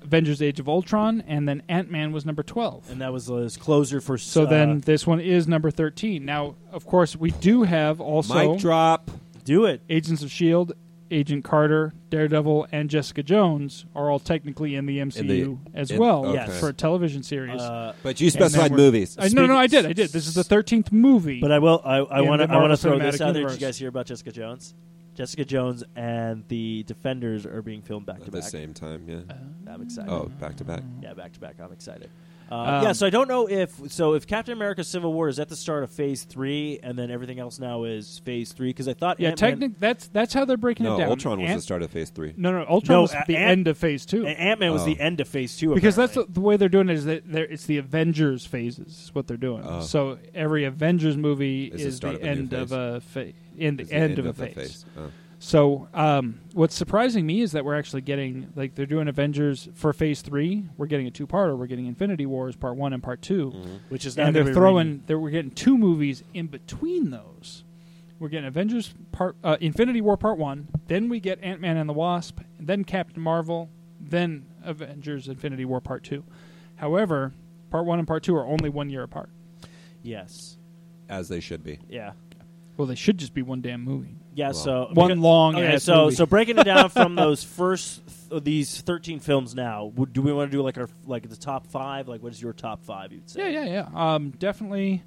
Avengers Age of Ultron. And then Ant Man was number 12. and that was uh, his closer for. so uh, then this one is number 13. Now, of course, we do have also Mic drop. do it. Agents of S.H.I.E.L.D., E Agent Carter, Daredevil, and Jessica Jones are all technically in the MCU as in- well okay. for a television series. Uh, But you And then specified we're- movies. I, no, no, I speak- did. I did. This is the 13th movie. But uh, I will. I, I In want the to. I want Marvel to throw this Cinematic out there. Did Universe. you guys hear about Jessica Jones? Jessica Jones and the Defenders are being filmed back At to the back. same time, yeah. I'm excited. Oh, back to back. Yeah, back to back. I'm excited. Uh, Um, yeah, so I don't know if so if Captain America: Civil War is at the start of Phase three, and then everything else now is Phase three because I thought yeah, Ant-Man, technic, that's that's how they're breaking No, it down. Ultron was Ant- the start of Phase Three. No, no, Ultron No, was uh, the Ant- end of Phase Two. Ant Man was Oh. the end of Phase two because that's the, apparently. the way they're doing it is that they're, it's the Avengers phases is what they're doing. Oh. So every Avengers movie Is is, the start the of a new end of phase. a phase. In the, It's end, of, a the phase. Oh. So um, what's surprising me is that we're actually getting like they're doing Avengers for Phase Three. We're getting a two-parter. We're getting Infinity Wars Part One and Part 2 which is Mm-hmm. not and they're gonna be renewed. throwing. They're, we're getting two movies in between those. We're getting Avengers Part uh, Infinity War Part One. Then we get Ant Man and the Wasp. Then Captain Marvel. Then Avengers Infinity War Part Two. However, Part One and Part Two are only one year apart. yes, As they should be. yeah, Well, they should just be one damn movie. yeah. Wow. So One because- long Okay, ass so movie. so breaking it down from those first th- these thirteen films now, would, do we want to do like our like the top five? Like, what is your top five? You'd say, Yeah, yeah, yeah. Um, definitely.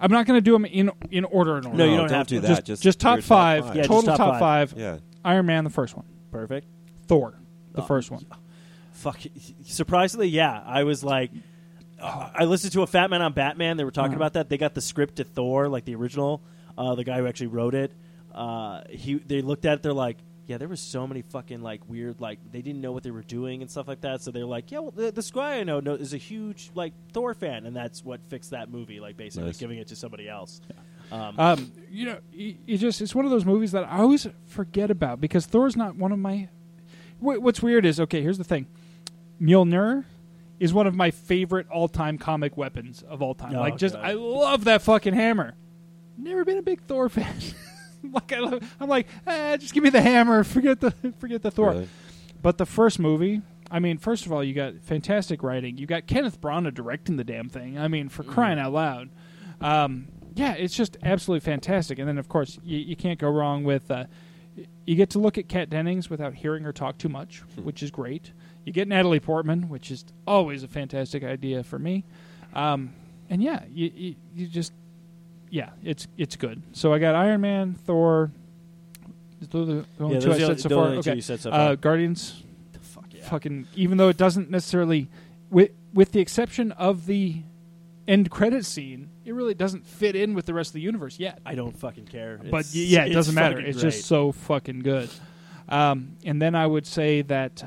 I'm not going to do them in in order. In order. No, you don't don't have do to. that. Just, just just your top five, Yeah, just total top top five. five. Yeah. Iron Man, the first one. perfect. Thor, the Oh. first one. Fuck. Surprisingly, yeah. I was like, uh, I listened to a Fat Man on Batman. They were talking Uh-huh. about that. They got the script to Thor, like the original, uh, the guy who actually wrote it. Uh, he they looked at it. They're like, yeah, there was so many fucking like weird like they didn't know what they were doing and stuff like that. So they're like, yeah, well, the, this guy I know, know is a huge like Thor fan, and that's what fixed that movie. Like basically Nice. giving it to somebody else. Um, Um, you know, it, it just it's one of those movies that I always forget about because Thor's not one of my. Wh- what's weird is okay. Here's the thing, Mjolnir is one of my favorite all-time comic weapons of all time. Oh, like, just God. I love that fucking hammer. Never been a big Thor fan. like I love, I'm like, eh, just give me the hammer. Forget the forget the Thor. Really? But the first movie, I mean, first of all, you got fantastic writing. You got Kenneth Branagh directing the damn thing. I mean, for Mm. crying out loud. Um, yeah, it's just absolutely fantastic. And then, of course, you, you can't go wrong with. Uh, y- you get to look at Kat Dennings without hearing her talk too much, Hmm. which is great. You get Natalie Portman, which is always a fantastic idea for me. Um, and yeah, you, you, you just yeah, it's it's good. So I got Iron Man, Thor. Those are the only yeah, two I those are the said so the far. only two okay. you said so far. Uh, Guardians, Fuck yeah. fucking. Even though it doesn't necessarily, with with the exception of the end credit scene, it really doesn't fit in with the rest of the universe yet. I don't fucking care. but It's- y- yeah, it it's doesn't matter. fucking It's great. just so fucking good. Um, and then I would say that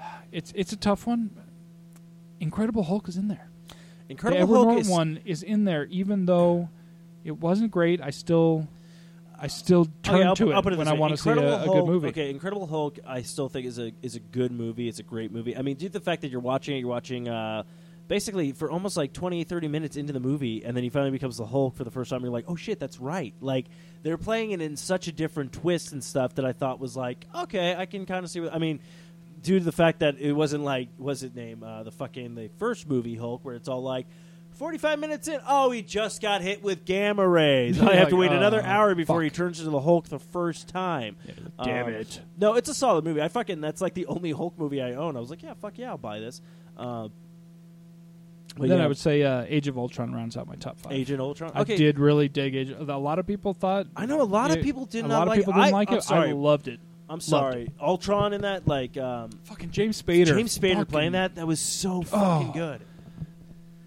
uh, it's it's a tough one. Incredible Hulk is in there. The Incredible Edward Hulk Norton is one is in there, even though it wasn't great. I still, I still turn Okay, Oh, I'll to put- it, I'll put when this I way. want to see Incredible a, a good Hulk- movie. Okay, Incredible Hulk, I still think is a is a good movie. It's a great movie. I mean, due to the fact that you're watching it, you're watching uh, basically for almost like 20, 30 minutes into the movie, and then he finally becomes the Hulk for the first time. You're like, oh shit, that's right. Like they're playing it in such a different twist and stuff that I thought was like, okay, I can kind of see. What, I mean. Due to the fact that it wasn't like, what's his name? Uh, the fucking the first movie Hulk, where it's all like, 45 minutes in. Oh, he just got hit with gamma rays. I have Like, to wait another oh, hour before he fuck. turns into the Hulk the first time. damn Um, it. No, it's a solid movie. I fucking that's like the only Hulk movie I own. I was like, yeah, fuck yeah, I'll buy this. Uh, but then yeah, I would say uh, Age of Ultron rounds out my top five. Agent Ultron. I Okay, did really dig Age. A lot of people thought. I know a lot of Yeah, people did a not lot of like people it. didn't I- like I'm it. sorry. I loved it. I'm sorry, Ultron in that like um, Fucking James Spader. James Spader Fucking- playing that. That was so fucking Oh. good.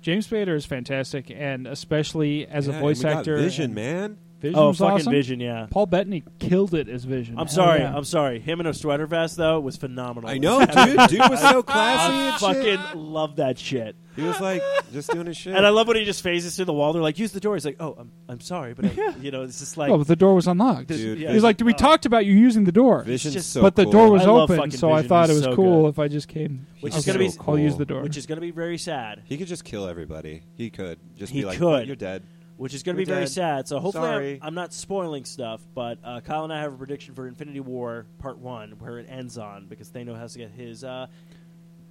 James Spader is fantastic, and especially as Yeah, a and voice we got actor. Vision, and man. Vision Oh, was fucking awesome. Vision, yeah. Paul Bettany killed it as Vision. I'm Hell sorry. yeah. I'm sorry. Him in a sweater vest though was phenomenal. I know, dude. Dude was so classy I and shit. fucking love that shit. He was like just doing his shit. And I love when he just phases through the wall. They're like, use the door. He's like, oh, I'm, I'm sorry, but I, you know, it's just like, oh, but the door was unlocked. This- Dude, yeah. He's like, we talked about you using the door, Vision's just- so but the cool. door was I love open, fucking so I Vision. thought it He's was so cool good. if I just came. Which okay, is gonna be- I'll use the door. which is going to be very sad. He could just kill everybody. He could just He be like, could. "You're dead." Which is going to We're be very dead. sad. So hopefully, I'm, Sorry. I'm not spoiling stuff. But uh, Kyle and I have a prediction for Infinity War Part One, where it ends on, because Thanos has to get his uh,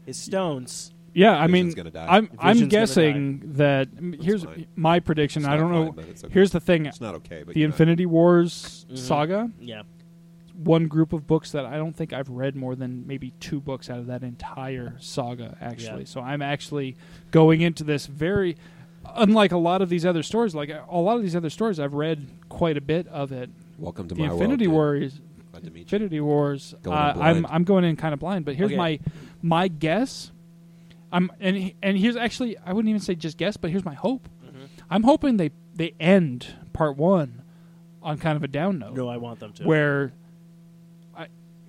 his stones. yeah, I Vision's mean, gonna die. I'm I'm Vision's gonna guessing that m- here's fine. my prediction. It's I not don't know. fine, but it's okay. Here's the thing: It's not okay, but Mm-hmm. the you're not- Infinity Wars saga, Yeah, one group of books that I don't think I've read more than maybe two books out of that entire saga, actually. Yeah. So I'm actually going into this very, unlike a lot of these other stories, like a lot of these other stories, I've read quite a bit of it. Welcome to The my Infinity world. Wars, dude. Glad to meet you. Infinity Wars. Going uh, in I'm blind. I'm going in kind of blind, but here's Okay. my my guess. I'm and and here's actually I wouldn't even say just guess, but here's my hope. Mm-hmm. I'm hoping they they end part one on kind of a down note no, I want them to. where I,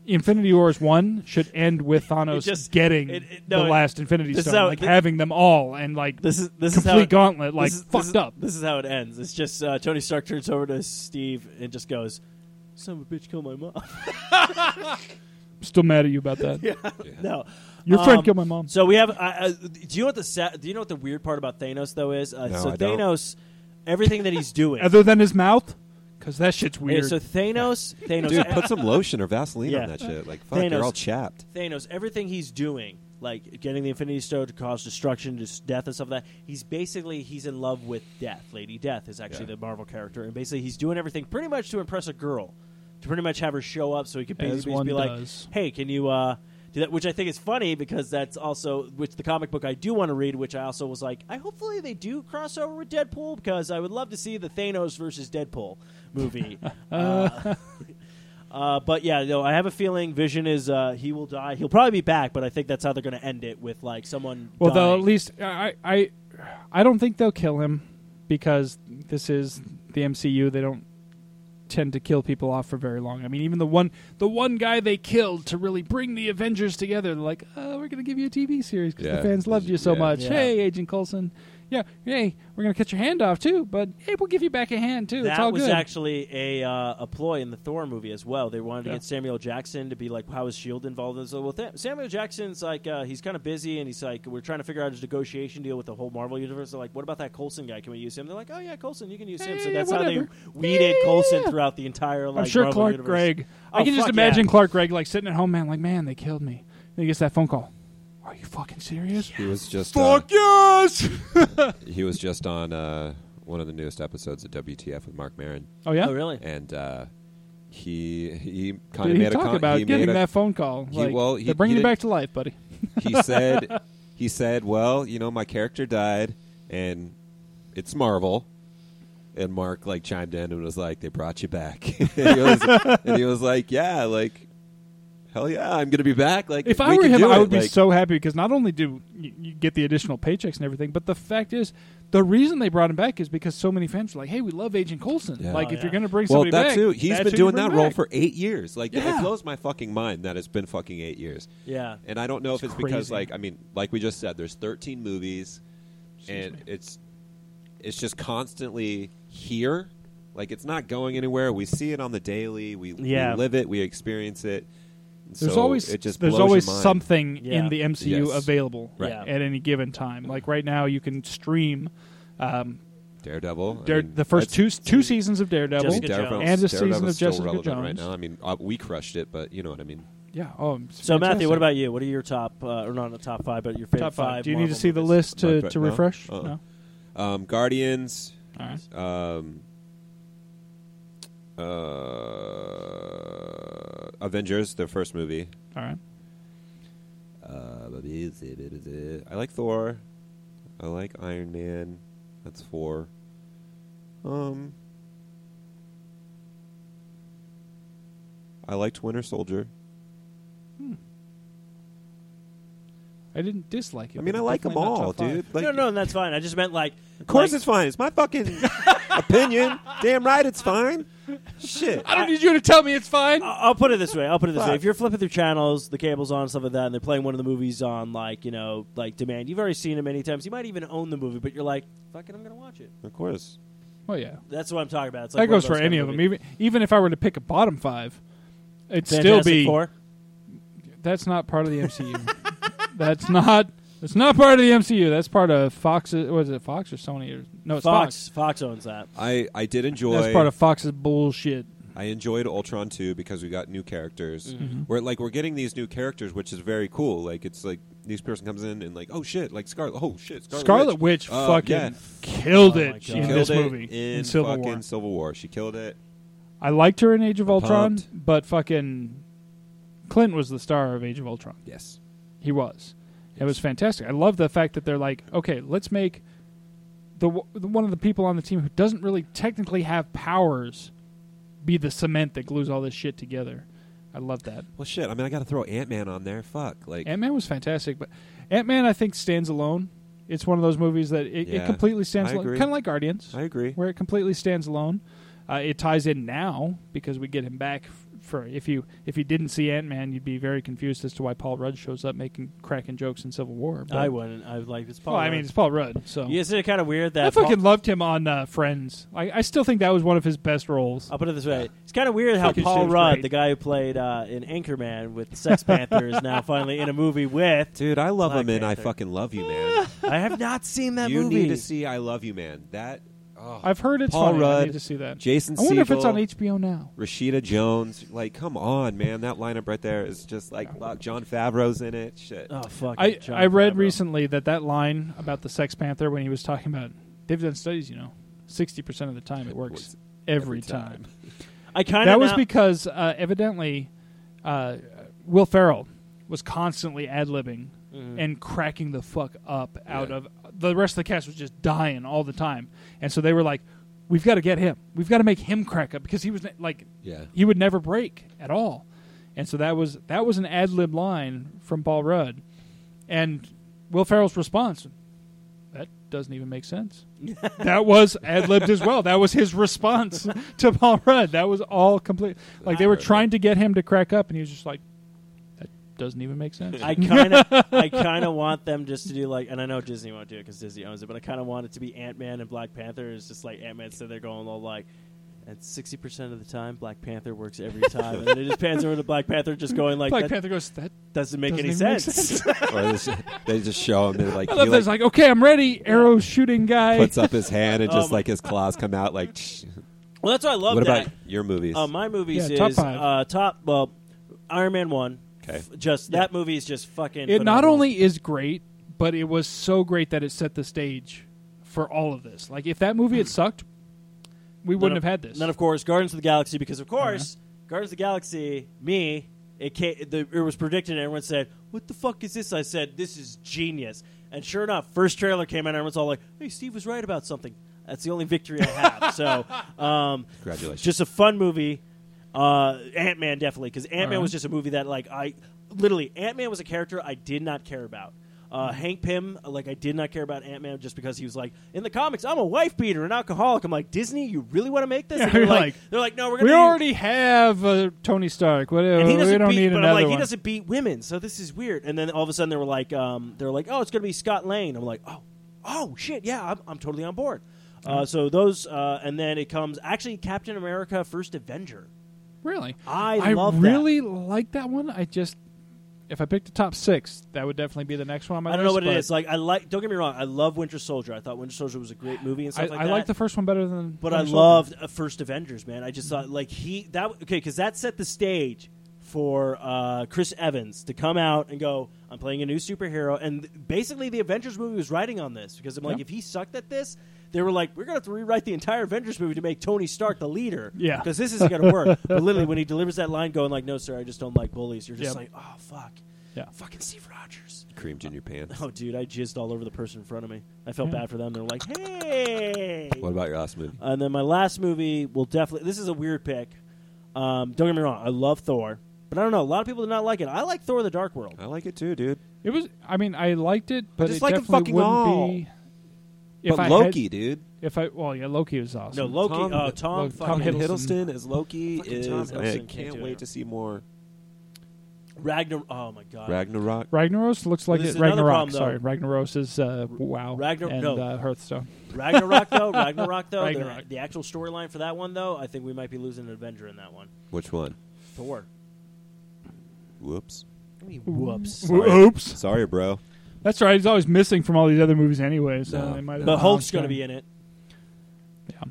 Infinity Wars one should end with Thanos just- getting it- it- no, the it- last Infinity this is Stone, how- like thi- having them all, and like this is this is complete how it, gauntlet, like this is, fucked this is- up. This is how it ends. It's just uh, Tony Stark turns over to Steve and just goes, "Son of a bitch, killed my mom." Still mad at you about that. no, Your friend Um, killed my mom. So we have. Uh, uh, do you know what the sa- do you know what the weird part about Thanos though is? Uh, No, so I don't. Thanos, everything that he's doing. Other than his mouth, because that shit's Okay, weird. so Thanos, Thanos, Dude, put some lotion or Vaseline Yeah. on that shit. Like, fuck, Thanos. you're all chapped. Thanos, everything he's doing, like getting the Infinity Stone to cause destruction, just death and stuff like that. He's basically he's in love with Death. Lady Death is actually Yeah. the Marvel character, and basically he's doing everything pretty much to impress a girl, to pretty much have her show up so he could As basically one be does. like, "Hey, can you?" uh do that, which I think is funny because that's also which the comic book I do want to read, which I also was like, I hopefully they do cross over with Deadpool because I would love to see the Thanos versus Deadpool movie. uh, uh, but yeah, no, I have a feeling Vision is uh, he will die. He'll probably be back, but I think that's how they're going to end it with like someone. well, they'll dying. at least I, I I don't think they'll kill him because this is the MCU. They don't tend to kill people off for very long. I mean, even the one the one guy they killed to really bring the Avengers together, they're like, "Oh, we're going to give you a TV series because Yeah. the fans loved you so Yeah. much." Yeah. Hey, Agent Coulson. Yeah, hey, we're going to cut your hand off too, but hey, we'll give you back a hand too. it's that all was good. actually a uh, a ploy in the Thor movie as well. They wanted to Yeah. get Samuel Jackson to be like, how is Shield E involved in this? Well, Th- Samuel Jackson's like uh, he's kind of busy, and he's like, we're trying to figure out his negotiation deal with the whole Marvel universe. They're like, what about that Colson guy? Can we use him? They're like, oh yeah, Colson, you can use him. So Eh, that's how whatever. they weeded Yeah. Colson throughout the entire. I'm Like, sure Marvel Clark universe. Gregg. I Oh, can just fuck imagine yeah. Clark Gregg like sitting at home, man, like, "Man, they killed me." And he gets that phone call. Are you fucking serious? He was just Fuck yes! uh, he was just on uh, one of the newest episodes of WTF with Mark Maron, Oh yeah. Oh really? and uh, he he kind Did of he made talk a con- about he getting made a- that phone call? he- like, well, he- they're bringing he you back to life, buddy. he said he said, "Well, you know, my character died, and it's Marvel." And Mark like chimed in and was like, "They brought you back," and, he was, and he was like, "Yeah, like." Hell yeah, I'm gonna be back. Like, If we I were can him, do I it. would be Like, so happy because not only do you, you get the additional paychecks and everything, but the fact is, the reason they brought him back is because so many fans were like, "Hey, we love Agent Coulson. Yeah. Like, Oh, if you're yeah. going to bring Well, somebody that back, too. He's that's been who doing you bring that role back. for eight years. Like, Yeah. it blows my fucking mind that it's been fucking eight years. Yeah. And I don't know if It's it's because, crazy. like, I mean, like we just said, there's 13 movies, and it's it's just constantly here. Like, it's not going anywhere. We see it on the daily. We, we Yeah. live it. We experience it. And There's so always it just there's blows your always mind. something Yeah. in the MCU Yes. available Right. Yeah. at any given time. Like right now, you can stream um, Daredevil. I Dare, mean, the first that's- two two seasons of I Daredevil. mean, Jessica Jones. Daredevil, And the season Daredevil's of still Jessica relevant right Jones. now. I mean, uh, we crushed it, but you know what I mean. Yeah. Oh, it's So Matthew, what fantastic. about you? What are your top, uh, or not the top five, but your favorite top five? Do you need Marvel to see the movies? list to, Not- to no. refresh? Uh-uh. No. Um, Guardians. All right. Um, uh, Avengers, the first movie. All right. Uh, I like Thor. I like Iron Man. That's four. Um, I liked Winter Soldier. I didn't dislike it. I mean, but I like them definitely not all, top five. dude. Like, no, no, that's fine. I just meant like. Of course, it's fine. It's my fucking opinion. Damn right, it's fine. Shit. I don't need you to tell me it's fine. I- I'll put it this way. I'll put it this way. Fuck. If you're flipping through channels, the cable's on, stuff like that, and they're playing one of the movies on, like you know, like demand. You've already seen it many times. You might even own the movie, but you're like, "Fuck it, I'm gonna watch it." Of course. Well, yeah. That's what I'm talking about. It's like That one goes for those kind any of them. movies. Even even if I were to pick a bottom five, it'd still Fantastic be Four. that's not part of the MCU. that's not that's not part of the MCU. That's part of Fox. Was it Fox or Sony or no? It's Fox. Fox. Fox owns that. I, I did enjoy. That's part of Fox's bullshit. I enjoyed Ultron 2 because we got new characters. Mm-hmm. Mm-hmm. We're like we're getting these new characters, which is very cool. Like it's like this person comes in and like oh shit, like Scarlet. Oh shit, Scarlet, Scarlet Witch, Uh, fucking yeah. killed Oh my it God. in Killed this it movie in, Civil fucking War. Civil War. She killed it. I liked her in Age of Ultron, pumped. but fucking Clint was the star of Age of Ultron. Yes. He was. It was fantastic. I love the fact that they're like, okay, let's make the, w- the one of the people on the team who doesn't really technically have powers be the cement that glues all this shit together. I love that. Well, shit. I mean, I got to throw Ant Man on there. Fuck. Like Ant Man was fantastic, but Ant Man I think stands alone. It's one of those movies that it, it Yeah, completely stands I alone, agree. kind of like Guardians, I agree. where it completely stands alone. Uh, it ties in now because we get him back f- for if you if you didn't see Ant Man, you'd be very confused as to why Paul Rudd shows up making cracking jokes in Civil War. but- I wouldn't. I like it's Paul. well, I mean, Rudd. it's Paul Rudd. So Yeah, isn't it kind of weird that I Paul- fucking loved him on uh, Friends. I, I still think that was one of his best roles. I'll put it this way: it's kind of weird how Fucking Paul shit's Rudd, great. the guy who played uh, in Anchorman with the Sex Panther, is now finally in a movie with. Dude, I love Black him and I Panther. fucking love you, Ah, man. I have not seen that you movie. need to see I love you, man. That oh. I've heard it's Paul funny. I Rudd, need to see that. Jason I wonder if it's Segel. on HBO now. Rashida Jones. Like, come on, man. That lineup right there is just like fuck. John Favreau's in it. Shit. Oh fuck! I, I read recently that that line about the Sex Panther when he was talking about they've done studies, you know, sixty percent of the time it works works every, every time. time. I kind That of was because uh, evidently uh, Will Ferrell was constantly ad libbing and cracking the fuck up out Yeah. of the rest of the cast was just dying all the time, and so they were like, "We've got to get him. We've got to make him crack up because he was ne- like Yeah. he would never break at all. And so that was that was an ad lib line from Paul Rudd, and Will Ferrell's response, that doesn't even make sense. that was ad libbed as well. That was his response to Paul Rudd. That was all complete. Like they were trying to get him to crack up, and he was just like, that doesn't even make sense. I kind of, I kind of want them just to do like, and I know Disney won't do it because Disney owns it, but I kind of want it to be Ant Man and Black Panther. It's just like Ant Man said, they're going all like, at sixty percent of the time, Black Panther works every time, and then it just pans over to Black Panther, just going like, Black that Panther goes, that doesn't make doesn't any even make sense. or they just, they just show him and like I he love this. like, Like, okay, I'm ready. Arrow shooting guy. puts up his hand and Oh just my- like his claws come out like "Tsh." well, that's why I love what that. about your movies Oh, Uh, my movies Yeah, top is five. Uh, top. Well, Iron Man one. 'Kay. F- just that movie is just fucking. it not phenomenal. only is great, but it was so great that it set the stage for all of this. Like if that movie had sucked, we Then wouldn't of- have had this. Uh-huh. Then of course, Guardians of the Galaxy, because of course, Guardians of the Galaxy, me, it ca the, it was predicted. and Everyone said, "What the fuck is this?" I said, "This is genius." And sure enough, first trailer came out, and everyone's all like, "Hey, Steve was right about something." That's the only victory I have. so, um, Congratulations. just a fun movie. Uh, Ant Man definitely, because Ant Man Alright. was just a movie that like I literally Ant Man was a character I did not care about. Uh, Mm-hmm. Hank Pym, like I did not care about Ant Man just because he was like in the comics. I'm a wife beater, an alcoholic. I'm like Disney, you really want to make this? Yeah, And they're you're like, like, they're like, no, we're gonna. we do- already have uh, Tony Stark. Whatever. and he We doesn't don't beat, need but another I'm like, he one. doesn't beat women, so this is weird. And then all of a sudden they were like, um, they're like, oh, it's gonna be Scott Lane. I'm like, oh, oh shit, yeah, I'm, I'm totally on board. Uh-huh. Uh, so those, uh, and then it comes actually Captain America: First Avenger. really, I love that. really like that one. I just if I picked the top six, that would definitely be the next one on my I list. don't know what it but is. Like I like. Don't get me wrong. I love Winter Soldier. I thought Winter Soldier was a great movie and I, stuff like I that. like the first one better than. but Winter I Soldier. loved uh, First Avengers. Man, I just thought like he that okay because that set the stage for uh, Chris Evans to come out and go, "I'm playing a new superhero," and basically the Avengers movie was riding on this because I'm like, Yeah. if he sucked at this. They were like, we're going to have to rewrite the entire Avengers movie to make Tony Stark the leader. Yeah. Because this isn't going to work. but literally, when he delivers that line going, like, no, sir, I just don't like bullies, you're just Yep. like, oh, fuck. Yeah. Fucking Steve Rogers. Creamed in your pants. Oh, dude, I jizzed all over the person in front of me. I felt Yeah. bad for them. They were like, hey. What about your last movie? And then my last movie will definitely. This is a weird pick. Um, don't get me wrong. I love Thor, but I don't know. A lot of people did not like it. I like Thor: The Dark World. I like it too, dude. It was. I mean, I liked it, but Just it like 'em definitely fucking wouldn't all. be. If but I had- Loki, dude. if I well, yeah, Loki was No, awesome. Loki. Tom- oh, Tom. Look, fucking Tom Hiddleston. as Loki Fucking Tom Hiddleston man, can't can't do it. wait to see more Ragnar. Oh my Uh, God. Ragnarok. Ragnaros looks like it. This is another Ragnarok. problem, though. sorry, Ragnaros is uh, wow. Ragnar- and no. uh, Hearthstone. Ragnarok though. Ragnarok though. the- The, Ragnarok. actual storyline for that one though. I think we might be losing an Avenger in that one. Which one? Thor. Whoops. Whoops. Sorry. Oops. Sorry, bro. That's right. He's always missing from all these other movies anyway. So No. they might have But been Hulk's on going to be in it.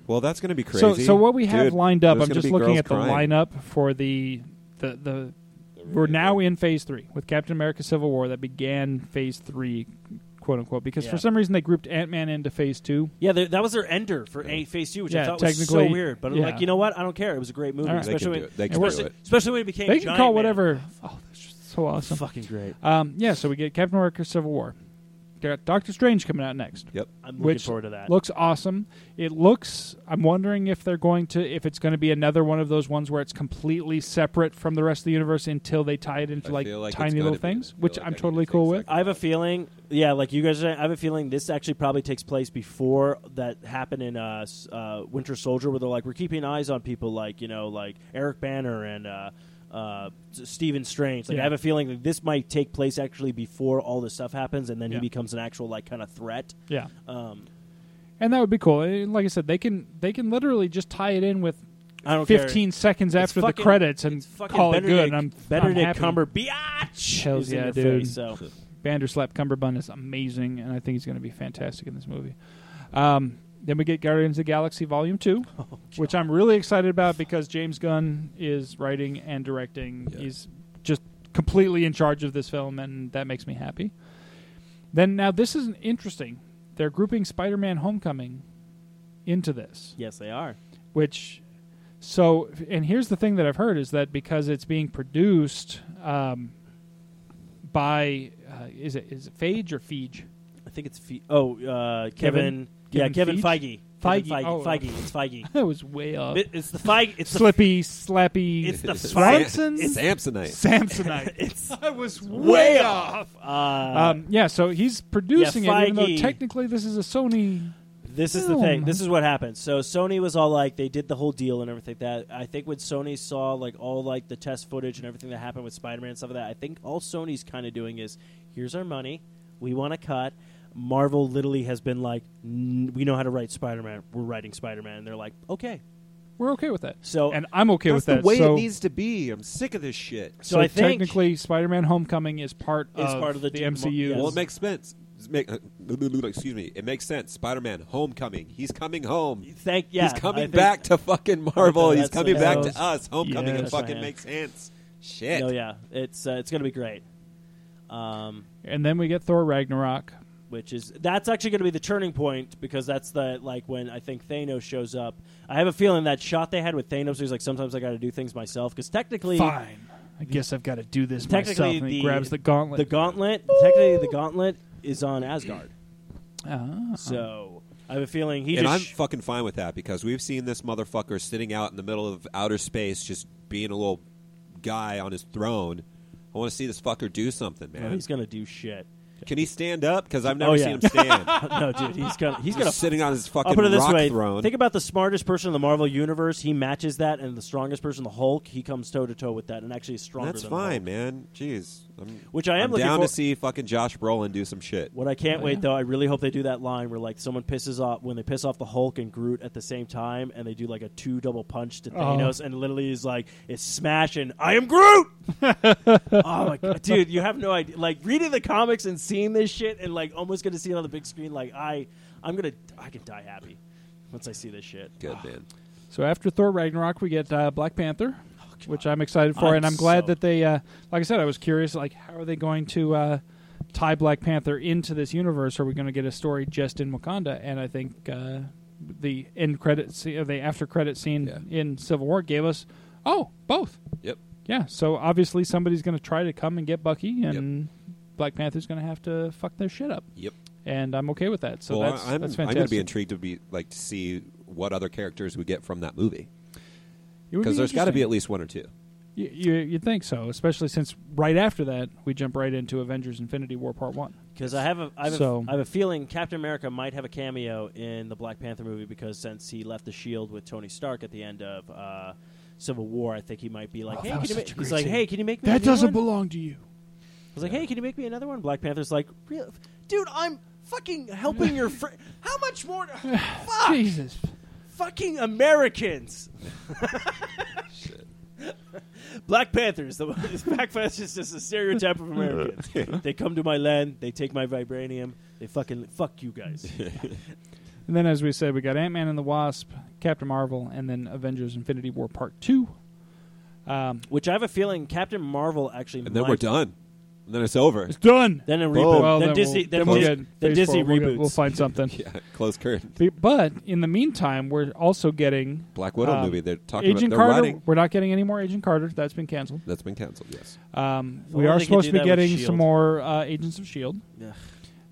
Well, that's going to be So, crazy. so what we have Dude, lined up, there's I'm gonna just be looking girls at the crying. lineup for the the the. We're now in phase three with Captain America: Civil War that began phase three, quote unquote, because Yeah. for some reason they grouped Ant Man into phase two. Yeah, they- that was their ender for A Phase Two, which I Yeah, thought was so technically, weird. But I'm yeah. like, you know what? I don't care. It was a great movie, All right. They can especially do when, it. They can do especially, it. especially when it became. They can Giant call Man. whatever. Oh, that's just so awesome. Fucking great. Um, yeah, so we get Captain America: Civil War. Got Doctor Strange coming out next. Yep. I'm looking Which forward to that. Looks awesome. It looks. I'm wondering if they're going to, if it's going to be another one of those ones where it's completely separate from the rest of the universe until they tie it into I like, feel like it's tiny gotta little be. I things, feel which like I I'm need to totally think cool with. second. I have a feeling, yeah, like you guys, are saying, I have a feeling this actually probably takes place before that happened in uh, s- uh, Winter Soldier, where they're like, we're keeping eyes on people like you know, like Eric Banner and uh, uh, S- Stephen Strange. Like, Yeah. I have a feeling that this might take place actually before all this stuff happens, and then he Yeah. becomes an actual like kind of threat. Yeah, Um, and that would be cool. And like I said, they can they can literally just tie it in with I don't care. 15 seconds It's after fucking- the credits and it's fucking call Benedict, it good. And I'm Benedict I'm happy. Cumberbatch Hells is yeah, in your dude. face. So Bandersnap Cumberbund is amazing, and I think he's going to be fantastic in this movie. Um, then we get Guardians of the Galaxy Volume Two, which I'm really excited about because James Gunn is writing and directing. Yeah. He's just completely in charge of this film, and that makes me happy. Then now this is interesting. They're grouping Spider-Man: Homecoming into this, yes, they are. which so and here's the thing that I've heard is that because it's being produced um, by uh, is it is it Phage or Feige? I think it's Fe- oh uh, Kevin, Kevin- yeah Kevin Kevin Feige. Feige, Kevin Feige. oh, Uh, Feige. It's Feige. That was way up. It- It's the Feige. It's the Slippy, slappy, It's the Swanson? Samsonite. Samsonite. It's I was way off. Uh, Um, yeah, so he's producing yeah, it, even though Feige. technically this is a Sony. this is the film. thing. This is what happened. So Sony was all like, they did the whole deal and everything that. I think when Sony saw like all like the test footage and everything that happened with Spider Man and stuff like that, I think all Sony's kind of doing is, here's our money, we want to cut. Marvel literally has been like, "N- we know how to write Spider Man. We're writing Spider Man, and they're like, okay. We're okay with that. So and I'm okay That's with that. the way so, it needs to be. I'm sick of this shit. so I think technically, Spider-Man: Homecoming is part Is of part of the the Mar- MCU. yes. Well, it makes sense. It's Make, uh, excuse me. It makes sense. Spider-Man: Homecoming. He's coming home. thank yeah, He's I coming think- back to fucking Marvel. He's Yeah, that's coming what back it is. to us. Homecoming. Yeah. it That's fucking right. makes sense. Shit. No, Oh, yeah, it's uh, it's gonna be great. Um, and then we get Thor Ragnarok. which is that's actually going to be the turning point because that's the like when I think Thanos shows up. I have a feeling that shot they had with Thanos was like sometimes I got to do things myself because technically Fine, I guess I've got to do this myself. technically And the he grabs the gauntlet. The gauntlet, technically the gauntlet is on Asgard. Ah. So I have a feeling he And I'm just sh- fucking fine with that because we've seen this motherfucker sitting out in the middle of outer space, just being a little guy on his throne. I want to see this fucker do something, Oh, man. he's going to do shit. Can he stand up? Because I've never Oh, seen yeah. him stand. no, dude, he's gonna he's He's gonna. sitting on his I'll fucking put it this rock way: throne. think about the smartest person in the Marvel universe. He matches that, and the strongest person, the Hulk, he comes toe to toe with that, and actually is stronger. That's than the Hulk. fine, man. Jeez, I'm, Which I am I'm looking down for- to see fucking Josh Brolin do some shit. What I can't Oh, wait yeah. though, I really hope they do that line where like someone pisses off when they piss off the Hulk and Groot at the same time, and they do like a two double punch Oh. to Thanos, and literally is like it's smashing. I am Groot. oh my god, dude, you have no idea. Like reading the comics and seeing this shit, and like almost going to see it on the big screen. Like I, I'm gonna, I can die happy once I see this shit. Good man. So after Thor Ragnarok, we get uh, Black Panther. Oh which I'm excited for, I'm and I'm glad so- that they, uh, like I said, I was curious, like how are they going to uh, tie Black Panther into this universe? Are we going to get a story just in Wakanda? And I think uh, the end credit, scene, or the after credit scene Yeah. in Civil War gave us, oh, both. Yep. Yeah, so obviously somebody's going to try to come and get Bucky, and Black Panther's going to have to fuck their shit up, Yep. and I'm okay with that. So well, that's I'm, that's I'm fantastic. going to be intrigued to be like to see what other characters we get from that movie It would because there's got to interesting. be at least one or two. You, you, you'd think so, especially since right after that we jump right into Avengers: Infinity War Part One. Because I have a, I have, So- a, I have a feeling Captain America might have a cameo in the Black Panther movie because since he left the Shield with Tony Stark at the end of uh, Civil War, I think he might be like, Oh, hey, that can was you ma-? such a he's great like, scene. hey, can you make me another one? belong to you. I was like, hey, can you make me another one? Black Panther's like, "Real- dude, I'm fucking helping your friend. How much more? Ah! Fuck, Jesus, fucking Americans. Black Panthers. The Black Panthers is just a stereotype of Americans. they come to my land. They take my vibranium. They fucking fuck you guys. And then, as we said, we got Ant Man and the Wasp, Captain Marvel, and then Avengers: Infinity War Part Two. Um, Which I have a feeling Captain Marvel actually. And then might- we're done. And then it's over. it's done. Then a Boom. reboot. Oh, well, then, then Disney. we'll, then we'll Dis- get then Phase Disney four. We'll, reboots. get- we'll find something. yeah, close curtain. Be- But in the meantime, we're also getting Black Widow um, movie. They're talking Agent about. They're Carter. writing. We're not getting any more Agent Carter. That's been canceled. That's been canceled. Yes. Um, If we are only they could supposed to do be that with getting S.H.I.E.L.D.. some more uh, Agents of Shield. Ugh.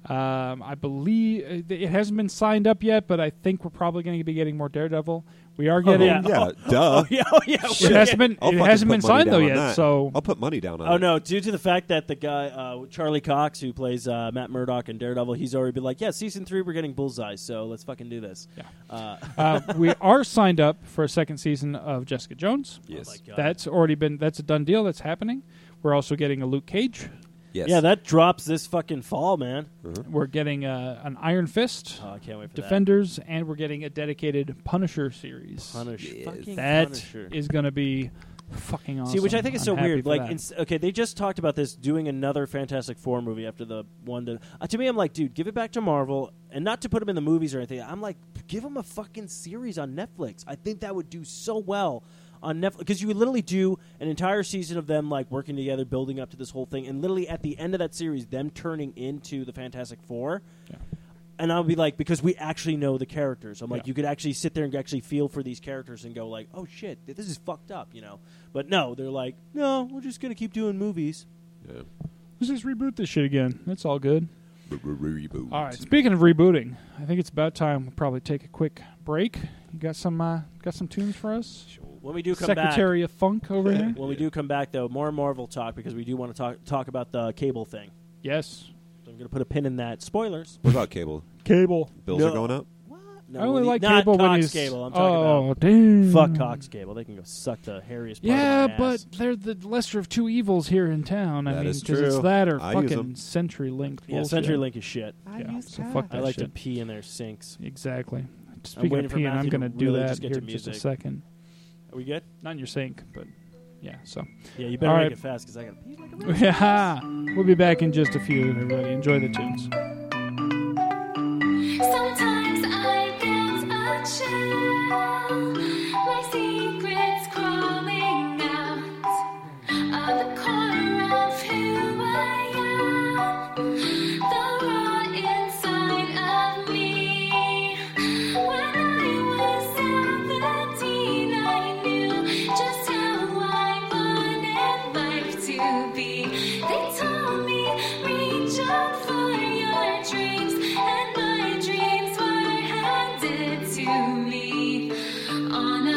Um, I believe uh, it hasn't been signed up yet, but I think we're probably going to be getting more Daredevil. We are getting. Oh, yeah. Oh, Yeah. Duh. yeah, oh, yeah. It hasn't been. I'll it fucking hasn't put been money signed down though on yet. that. So I'll put money down on Oh it. no! Due to the fact that the guy uh, Charlie Cox, who plays uh, Matt Murdock in Daredevil, he's already been like, "Yeah, season three, we're getting Bullseye, so let's fucking do this." Yeah. Uh, uh, we are signed up for a second season of Jessica Jones. Yes. oh my God. That's already been. That's a done deal. That's happening. We're also getting a Luke Cage. Yes. Mm-hmm. yeah, that drops this fucking fall, man. We're getting uh, an Iron Fist, Oh, I can't wait for Defenders, and we're getting a dedicated Punisher series. that. Punisher, Yes. fucking That Punisher. is going to be fucking awesome. See, which I think is I'm so happy weird. for Like, that. ins- okay, they just talked about this doing another Fantastic Four movie after the one. That, uh, to me, I'm like, dude, give it back to Marvel, and not to put them in the movies or anything. I'm like, give them a fucking series on Netflix. I think that would do so well on Netflix because you would literally do an entire season of them like working together, building up to this whole thing, and literally at the end of that series, them turning into the Fantastic Four. And I'll be like, because we actually know the characters. I'm like, Yeah. you could actually sit there and actually feel for these characters and go like, oh shit, th- this is fucked up, you know. But no, they're like, no, we're just gonna keep doing movies. Yeah. Let's just reboot this shit again. It's all good. Reboot. All right. Speaking of rebooting, I think it's about time we probably take a quick break. You got some uh, got some tunes for us? When we do come Secretary of Funk over here. back, when we do come back though, more Marvel talk because we do want to talk talk about the cable thing. Yes. So I'm gonna put a pin in that. Spoilers. What about cable? Cable. Bills No. are going up. What? No, I only we- like not cable Cox when he's cable. I'm talking oh about damn. fuck Cox cable. They can go suck the hairiest. Part Yeah, of my but ass. they're the lesser of two evils here in town. I That mean, is 'cause it's true. that or I use fucking 'em. CenturyLink. yeah, bullshit. CenturyLink is shit. Yeah, so fuck that I like shit. to pee in their sinks. Exactly. Speaking waiting of for peeing, I'm Matthew to going to do really that just get here to in just a music. second. Are we good? Not in your sink, but yeah. So. Yeah, you better All make right. it fast because I got to pee like a Yeah. We'll be back in just a few, everybody. Enjoy the tunes. Sometimes I get a chill, like secrets crawling out of the corner of who I am. The raw inside of me. When I was seventeen, I knew just how I wanted life to be. They told me reach out for your dreams, and my dreams were handed to me on oh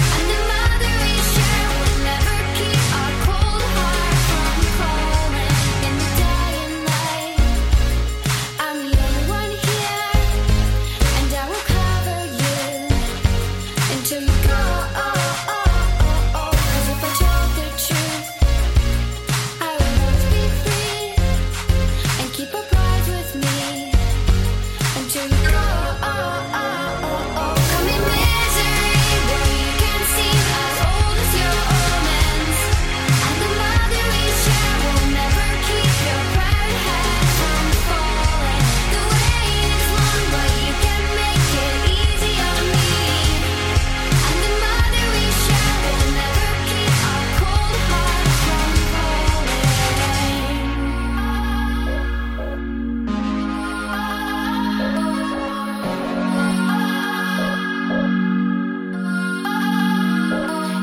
oh, oh,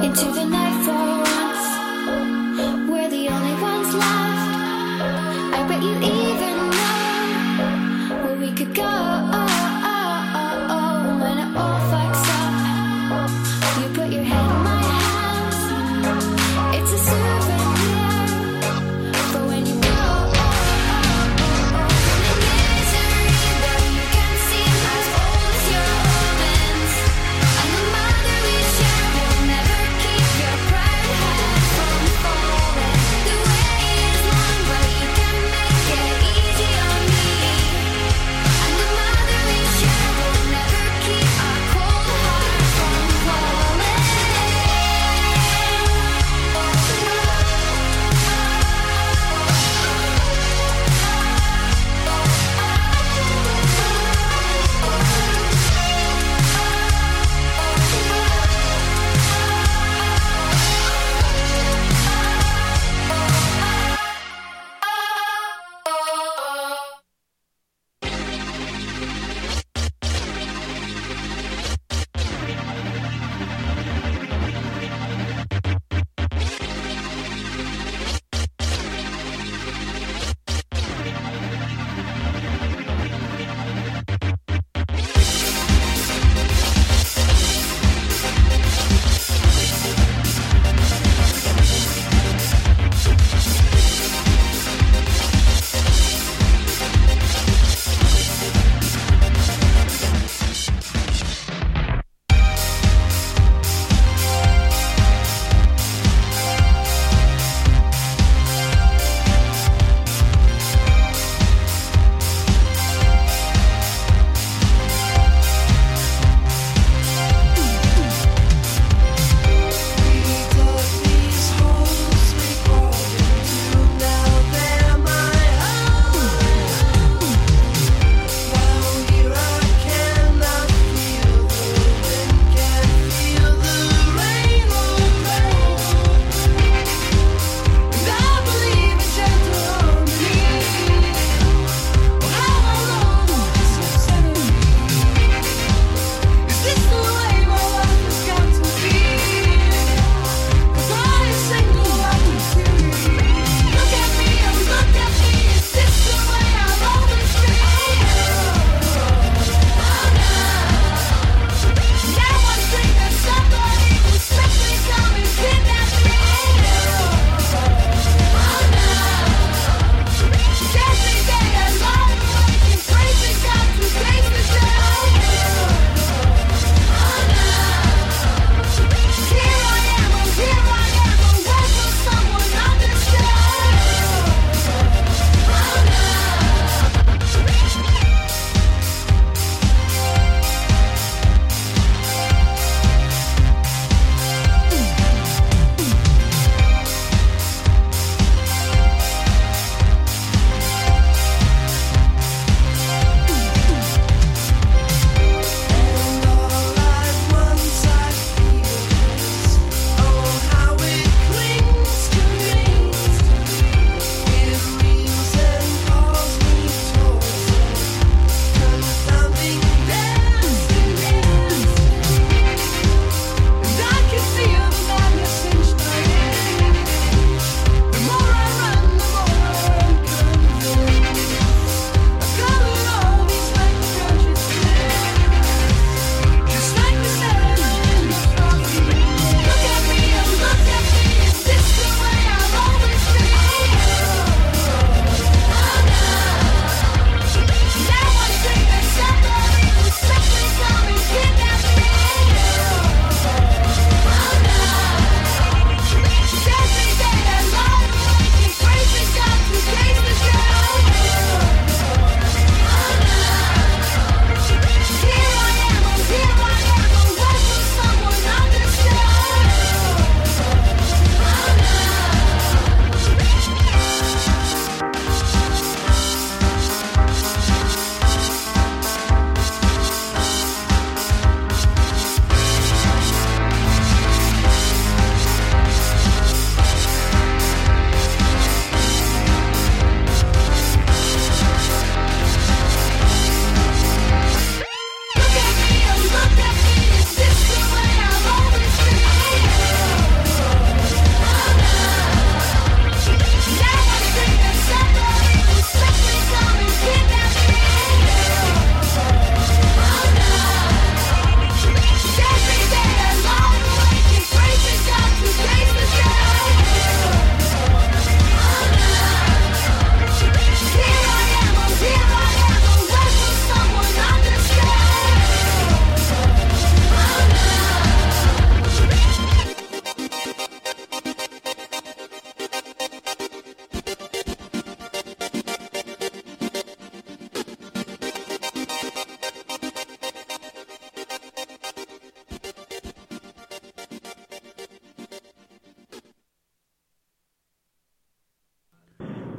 into the night for once. We're the only ones left. I bet you even know where we could go. When it all fucks up, you put your head in my hands. It's a souvenir for when you go. The misery that you can see as old as your omens. And the mother we share will never keep your proud head from falling. The way is long, but you can make it easy on me. And the mother we share will never keep our cold heart from falling. Oh,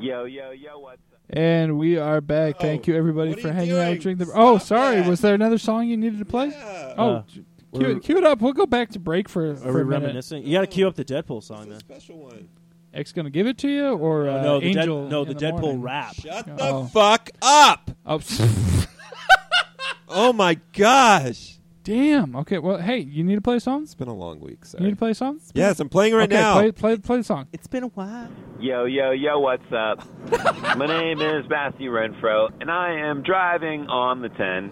Yo, yo, yo, what's up? And we are back. Thank you, Oh, everybody, what are for you hanging out. doing? and drinking the. Oh, Stop sorry. that. Was there another song you needed to play? Yeah. Oh, Uh, j- we're- cue, cue it up. We'll go back to break for, Are for we a minute. reminiscing? You got to cue up the Deadpool song then. special one. X gonna give it to you or uh, no, the Dead- Angel? no, in the the Deadpool morning? rap. Shut Oh. the fuck up! Oh, Oh my gosh! damn. Okay. Well, hey, you need to play a song. It's been a long week. You need Sorry. to play a song. Yes, I'm playing right okay, now. Play, play, play the song. It's been a while. Yo, yo, yo, what's up? My name is Matthew Renfro, and I am driving on the 10.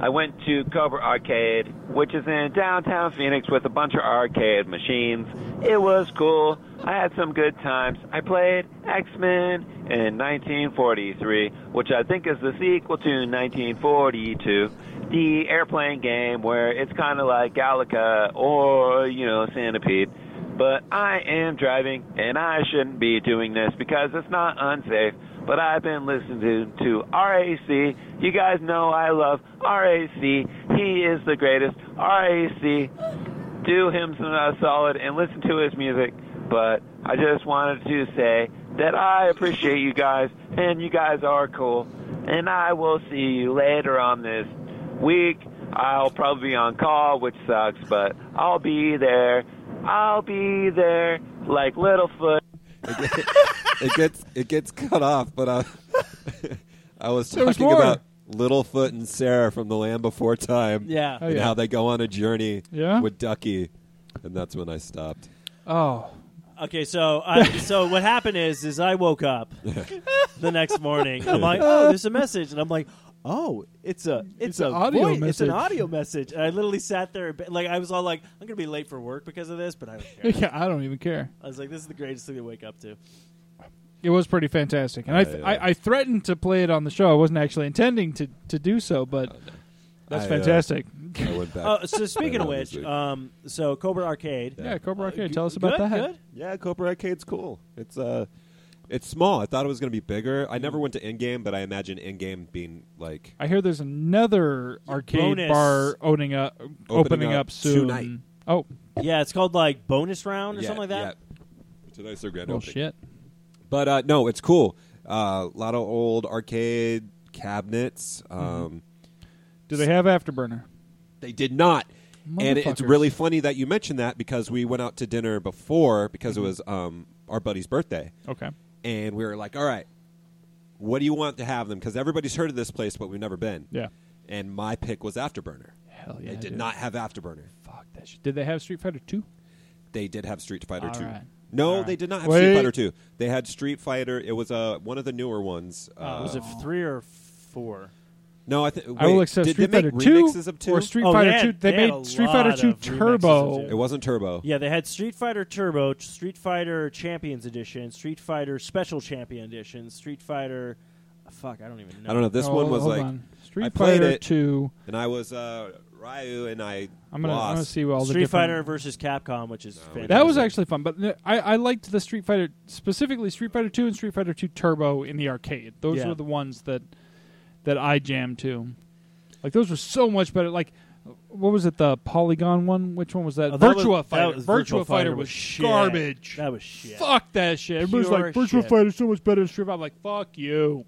I went to Cobra Arcade, which is in downtown Phoenix with a bunch of arcade machines. It was cool. I had some good times. I played X Men in 1943, which I think is the sequel to 1942, the airplane game where it's kind of like Galaga or, you know, Centipede. But I am driving, and I shouldn't be doing this because it's not unsafe. But I've been listening to, to RAC. You guys know I love RAC. He is the greatest. RAC. Do him some uh, solid and listen to his music. But I just wanted to say that I appreciate you guys, and you guys are cool. And I will see you later on this week. I'll probably be on call, which sucks, but I'll be there. I'll be there like Littlefoot. it gets it gets cut off, but I I was There was talking more. about Littlefoot and Sarah from The Land Before Time. Yeah. Oh, and yeah. how they go on a journey Yeah? with Ducky, and that's when I stopped. Oh, Okay, so I, so what happened is is I woke up the next morning. I'm like, oh, there's a message, and I'm like, oh, it's a It's it's, an a audio voice- It's an message. audio message. And I literally sat there, like I was all like, I'm gonna be late for work because of this, but I don't care. yeah. I don't even care. I was like, this is the greatest thing to wake up to. It was pretty fantastic, and I, th- Yeah, yeah. I I threatened to play it on the show. I wasn't actually intending to to do so, but that's I, uh, fantastic. I went back. Uh, so speaking of Right on which, this week. um, so Cobra Arcade. yeah, Cobra Arcade. G- Tell us about that. good, Good. yeah, Cobra Arcade's cool. It's uh, it's small. I thought it was going to be bigger. I Mm-hmm. never went to in game, but I imagine in game being like I hear there's another arcade Bonus. bar owning up, opening, up, up soon. tonight. Oh, Yeah, it's called like bonus round or yeah, something like that. Yeah. It's a nicer grand well, opening. shit. But uh, no, it's cool. Uh, A lot of old arcade cabinets. Mm-hmm. Um, Do they have Afterburner? They did not. And it's Motherfuckers. really funny that you mentioned that because we went out to dinner before because Mm-hmm. it was um, our buddy's birthday. Okay. And we were like, all right, what do you want to have them? Because everybody's heard of this place, but we've never been. Yeah. And my pick was Afterburner. Hell yeah. they did dude. not have Afterburner. Fuck that shit. Did they have Street Fighter Two? They did have Street Fighter All 2. right. No, All right. they did not have Wait. Street Fighter 2. They had Street Fighter. It was uh, one of the newer ones. Uh, Was it three or four? no, I think. I will accept did Street they Fighter make Two remixes of 2? or Street Oh, they Fighter had- Two. They, they had made a Street lot Fighter of Two remixes of Turbo. two. it wasn't Turbo. Yeah, they had Street Fighter Turbo, Street Fighter Champions Edition, Street Fighter Special Champion Edition, Street Fighter. uh, Fuck, I don't even know. I don't know. This Oh, one was hold like. on. Street I played Fighter it. Two. and I was uh, Ryu, and I I'm gonna, I'm lost. gonna see all the Street different- Fighter versus Capcom, which is fantastic. That was actually fun, but th- I, I liked the Street Fighter specifically Street Fighter Two and Street Fighter Two Turbo in the arcade. Those Yeah. were the ones that that I jammed to. Like those were so much better. Like what was it? The Polygon one? Which one was that? Oh, that was- Virtua that Fighter. was Virtua, Fighter, was, shit. garbage. That was shit. Fuck that shit. Everybody's Pure like Virtua shit. Fighter's so much better than Street Fighter. I'm like fuck you.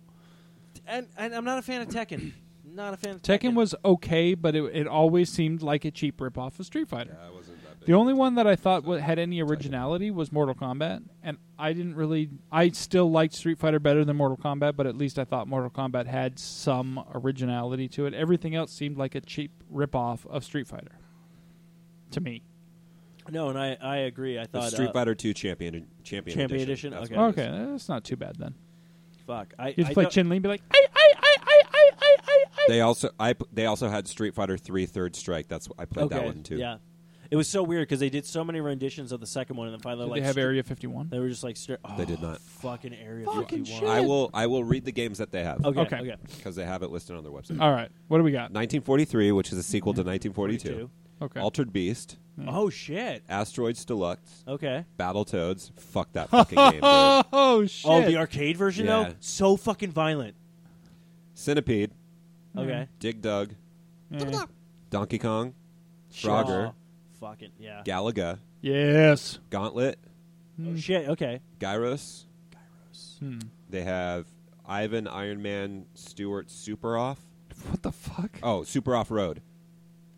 And, and I'm not a fan of Tekken. Not a fan of Tekken. Tekken was okay, but it, it always seemed like a cheap ripoff of Street Fighter. I wasn't that big. The only one that I thought wa- had any originality was Mortal Kombat, and I didn't really. I still liked Street Fighter better than Mortal Kombat, but at least I thought Mortal Kombat had some originality to it. Everything else seemed like a cheap ripoff of Street Fighter. To me, No, and I, I agree. I It's thought Street uh, Fighter Two Champion Champion, Champion Edition. Edition? That's Okay. what it is. okay, that's not too bad then. Fuck. I, You just I play thought- Chun Li and be like, I, I, I, I, I, I, I, I. They also I p- they also had Street Fighter Three Third Strike. That's I played okay, that one too. Yeah. It was so weird because they did so many renditions of the second one, and then finally Did like they have stri- Area 51? They were just like stri- oh, They did not. fucking area. Fucking 51. shit. I will I will read the games that they have Okay. Okay. Okay. because they have it listed on their website. All right, what do we got? 1943, which is a sequel Mm-hmm. to 1942. 42. Okay. Altered Beast, Oh shit. Asteroids Deluxe, Okay. Battle Toads. Fuck that fucking game. Dude. Oh shit! Oh, the arcade version Yeah. though, so fucking violent. Centipede, Hmm. Okay. Dig Dug, Eh. Donkey Kong, Shaw. Frogger. Fucking Oh, yeah. Galaga, Yes. Gauntlet, Hmm. Oh, shit. Okay. Gyros, Wars. They have Ivan Iron Man Stewart Superoff. What the fuck? Oh, Superoff Road.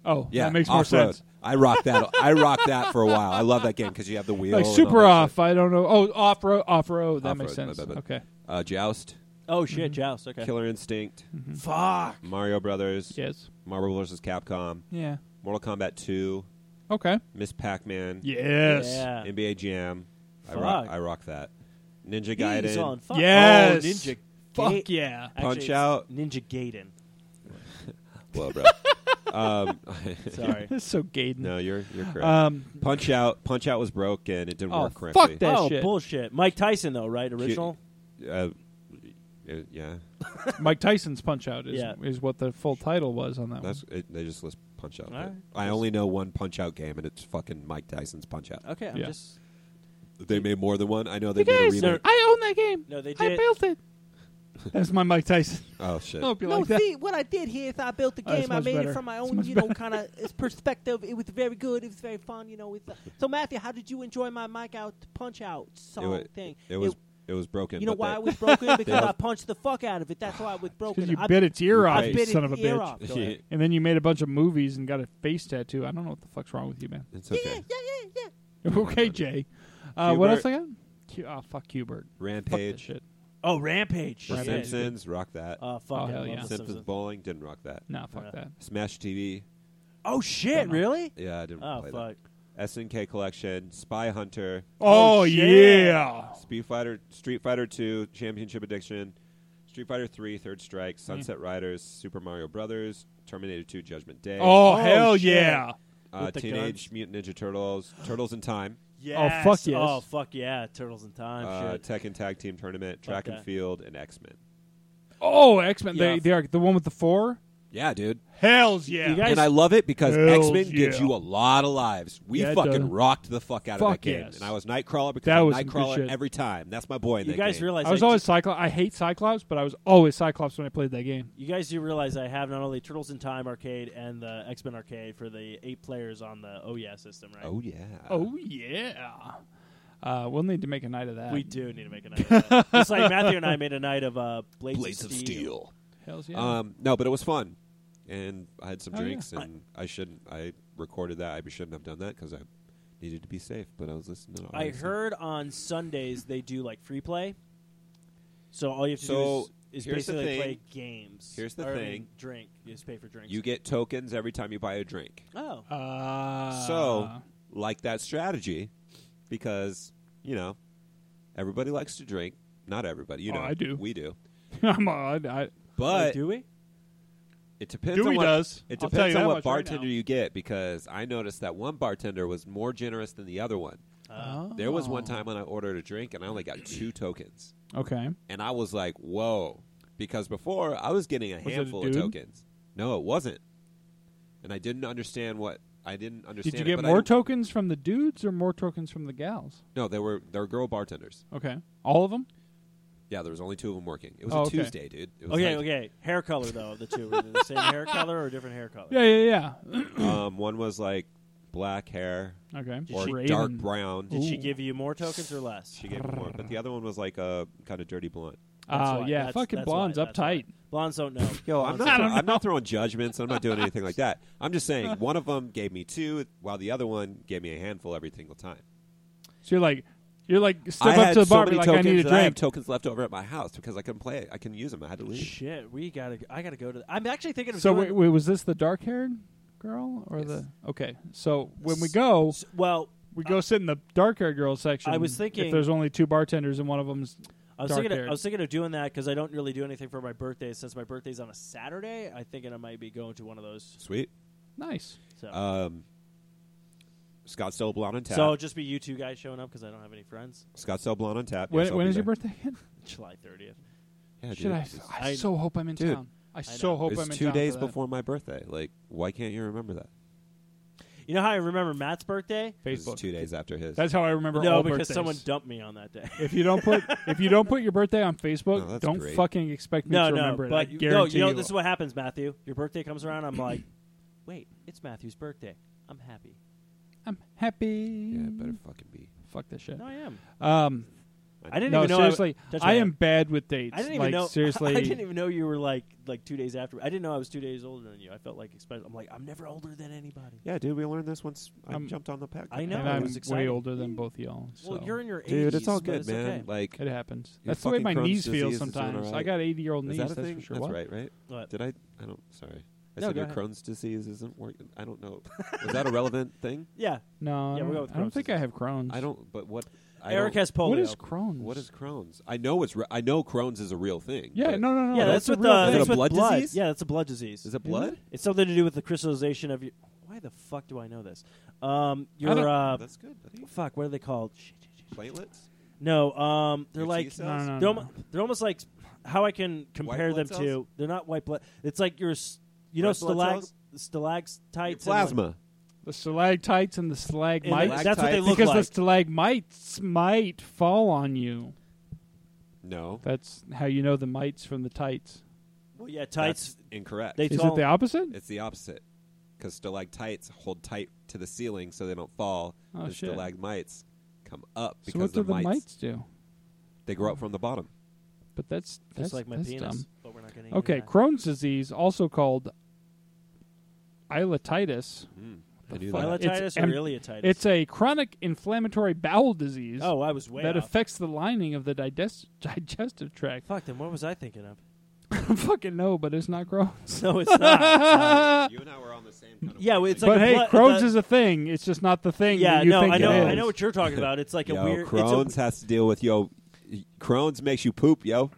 Oh, Yeah, that makes more Off-Road. sense. I rocked that. I rocked that for a while. I love that game because you have the wheel. Like and all super that off. shit. I don't know. Oh, off road. Off road. That makes Off-Road, sense. my bad, bad. Okay. Uh, Joust, Oh Mm-hmm. shit, Joust. Okay. Killer Instinct, Fuck. Mario Brothers, Yes. Marvel vs. Capcom, Yeah. Mortal Kombat 2, Okay. Miss Pac-Man, Yes. Yeah. NBA Jam. I rock. Fuck. I rock that. Ninja He's on Gaiden, fuck. Yes. Oh, Ninja. Fuck Gate- yeah. Actually, Punch it's Out. Ninja Gaiden. Whoa, bro. um, Sorry. It's so Gaiden. no, you're you're correct. Um. Punch out. Punch out was broke and it didn't Oh, work correctly. fuck that oh shit. bullshit. Mike Tyson though, right? Original. Uh, uh, yeah, Mike Tyson's Punch Out is Yeah. is what the full title was on that that's it, they just list punch out. Alright. I only know one punch out game, and it's fucking Mike Tyson's punch out. Okay. I'm Yeah. just. They made more than one. I know they one. You made a guys, remake. I own that game. No, they I did. built it. That's my Mike Tyson. Oh shit! I hope you like that. what I did here is I built the Oh, that's game. I much made better. it from my That's own, much you know, kind of perspective. It was very good. It was very fun, you know. It's, uh, so, Matthew, how did you enjoy my mic out punch out song it, wa- thing? it was it, was broken. you know but why they- it was broken because have- I punched the fuck out of it. That's why it was broken. Because you I bit its ear off, I you bit son of its a ear bitch. off. Go ahead. And then you made a bunch of movies and got a face tattoo. I don't know what the fuck's wrong with you, man. it's okay. okay, Jay. Uh, what Hubert. else I got? Q- oh, fuck Hubert. Fuck that Rampage, shit. Oh, Rampage. The Rampage. Shit. Simpsons, rock that. Oh fuck. Oh, I hell love yeah. The Simpsons Simpsons. bowling didn't rock that. Nah, fuck Yeah. that. Smash TV, Oh shit! Don't know. Really? yeah, I didn't Oh play fuck. that. SNK collection, Spy Hunter, Oh, shit. yeah. Speed Fighter, Street Fighter Two, Championship Addiction, Street Fighter Three, Third Strike, Hmm. Sunset Riders, Super Mario Brothers, Terminator Two, Judgment Day. Oh, Oh, hell shit. yeah. uh, Oh, With the Teenage Mutant Ninja Turtles, Turtles in Time, Yes. fuck yes. Oh fuck yeah! Turtles in Time. uh, Oh, shit. Tekken Tag Team Tournament, Track and that. Field, and X Men. Oh, X Men. Yeah. They, they are the one with the four. Yeah, dude. Hells yeah. You guys- And I love it because X Hells Men gives yeah. you a lot of lives. We Yeah, it fucking does. rocked the fuck out of that Fuck game. yes. And I was Nightcrawler because That I'm was some good Nightcrawler shit. every time. That's my boy in you that guys game. realize I was I always Cyclops. I hate Cyclops, but I was always Cyclops when I played that game. You guys do realize I have not only Turtles in Time arcade and the X Men arcade for the eight players on the Oh Yeah system, right? Oh yeah. Oh yeah. Uh, we'll need to make a night of that. We do need to make a night of that. Just like Matthew and I made a night of uh, Blades, Blades of Steel. Hells yeah. Um, no, but it was fun, and I had some Oh, yeah. drinks, and I shouldn't. I recorded that. I shouldn't have done that because I needed to be safe. But I was listening. to I RSM. heard on Sundays they do like free play. So all you have to So, do is, is here's the basically thing. play games. Here's the Or, I mean, thing. drink. You just pay for drinks. you get tokens every time you buy a drink. oh. Uh, so like that strategy because you know everybody likes to drink. Not everybody, you Oh, know. I do. We do. I'm on. Uh, I, Wait, But do we? It depends. Dewey on what, does. It I'll tell you depends on that what much right bartender now. you get because I noticed that one bartender was more generous than the other one. uh, There was Oh. one time when I ordered a drink and I only got two tokens, Okay. and I was like, "Whoa!" Because before I was getting a it a handful of dude? tokens. No, it wasn't, and I didn't understand what I didn't understand. Did you it, get but I more didn't- tokens from the dudes or more tokens from the gals? No, they were they were girl bartenders. Okay. All of them? Yeah, there was only two of them working. It was Oh, a okay. Tuesday, dude. It was Okay, like- okay. Hair color though of the two. Were they the same hair color or different hair color? Yeah, yeah, Um, one was like black hair yeah. Okay. or Raven. dark brown. Did she Ooh. give you more tokens or less? She gave me more, but the other one was like a kind of dirty blunt. That's Oh, why. yeah. That's- fucking that's blondes why. That's why. uptight. Blondes don't know. Yo, I'm Blondes not, don't I'm not throwing judgments. I'm not doing anything like that. I'm just saying one of them gave me two, while the other one gave me a handful every single time. So you're like, you're like, step I up had to the so bar, many be like, I tokens need a that I have drink. tokens left over at my house because I couldn't play it. I couldn't use them. I had to leave. Shit, we gotta. I gotta go to. The, I'm actually thinking of. so doing, wait, wait, was this the dark haired girl or the? Okay. So when we go, s- well, we go sit in the dark haired girl section. I was thinking- if there's only two bartenders and one of them's I was dark thinking. Of, haired. I was thinking of doing that because I don't really do anything for my birthday. Since my birthday's on a Saturday, I thinking I might be going to one of those. Sweet. nice. So, Um, Scottsdale Blonde on tap. so it'll just be you two guys showing up because I don't have any friends. Scottsdale Blonde on tap. When, Yes, I'll when be is your there. birthday again? July 30th. Yeah, dude. Should I? It's- I, I- so hope I'm in Dude, town. I, so know. hope It's I'm in two town days for that. before my birthday. Like, why can't you remember that? You know how I remember Matt's birthday? It's Facebook. two days after his. That's how I remember no, all because birthdays. someone dumped me on that day. If you don't put if you don't put your birthday on No, Facebook, that's don't great. fucking expect me no, to no, remember it. I but guarantee no, you know this is what happens, Matthew. Your birthday comes around, I'm like, wait, it's Matthew's birthday. I'm happy. I'm happy. yeah, it better fucking be. Fuck this shit. No, I am. Um, I didn't no, even know. seriously, I, I am bad with dates. I didn't even like, know. Seriously, I didn't even know you were like like two days after. I didn't know I was two days older than you. I felt like especially. I'm like I'm never older than anybody. Yeah, dude, we learned this once I Um, jumped on the pack. I know. and I I'm was way excited. older than both y'all. Well, so. you're in your 80s, Dude, it's all but good, it's man. okay. Like, It happens. Your that's the way fucking my Crohn's knees feel disease is doing sometimes. alright. I got 80 year old is knees. that a that's thing? for sure. That's What? right, right? What? Did I? I don't. Sorry, I No, said go your ahead. Crohn's disease isn't working. I don't know. Was that a relevant thing? yeah, No, Yeah, I we'll don't, go with I don't Crohn's think I have Crohn's. I don't. But what? I Eric don't- has polio. What is Crohn's? What is Crohn's? I know it's. Re- I know Crohn's is a real thing. Yeah, but no, no, no. yeah, that's, a what real the thing. that's Is it a what blood disease? Yeah, that's a blood disease. Is it blood? It's something to do with the crystallization of your. Why the fuck do I know this? Um, don't- your uh, That's good. buddy. fuck. What are they called? Shit, shit, shit. Platelets. No, um, they're Your T like cells? No, no, no, they're, no. almo- they're almost like how I can compare blood them cells? to. They're not white blood. It's like your s- you know Red blood stalag stalactites and, like- Plasma. The stalactites and the and like- stalagmites. that's what they Stalactites. look because the like. stalagmites might fall on you. No, That's how you know the mites from the tights. well, yeah, tights. that's incorrect. They Is tall- it the opposite? It's the opposite. Because stalactites hold tight to the ceiling so they don't fall. Oh, and shit. stalagmites come up so because what do the the mites, mites do? they grow up from the bottom. But that's that's just like my that's penis. dumb. But we're not gonna get Okay, into that. Crohn's disease, also called isletitis. Mm-hmm. I knew fuck? that. It's Pilatitis em- or ileotitis? It's a chronic inflammatory bowel disease oh, I was way that off. affects the lining of the digest- digestive tract. fuck. Then what was I thinking of? Fucking no, but it's not Crohn's. No, it's not. you and I were on the same kind of yeah, well, it's like but a hey, blood- Crohn's the- is a thing. It's just not the thing yeah. that you no, think I know. it is. I know what you're talking about. It's like yo, a weird. Crohn's It's a, has to deal with yo. Crohn's makes you poop, yo.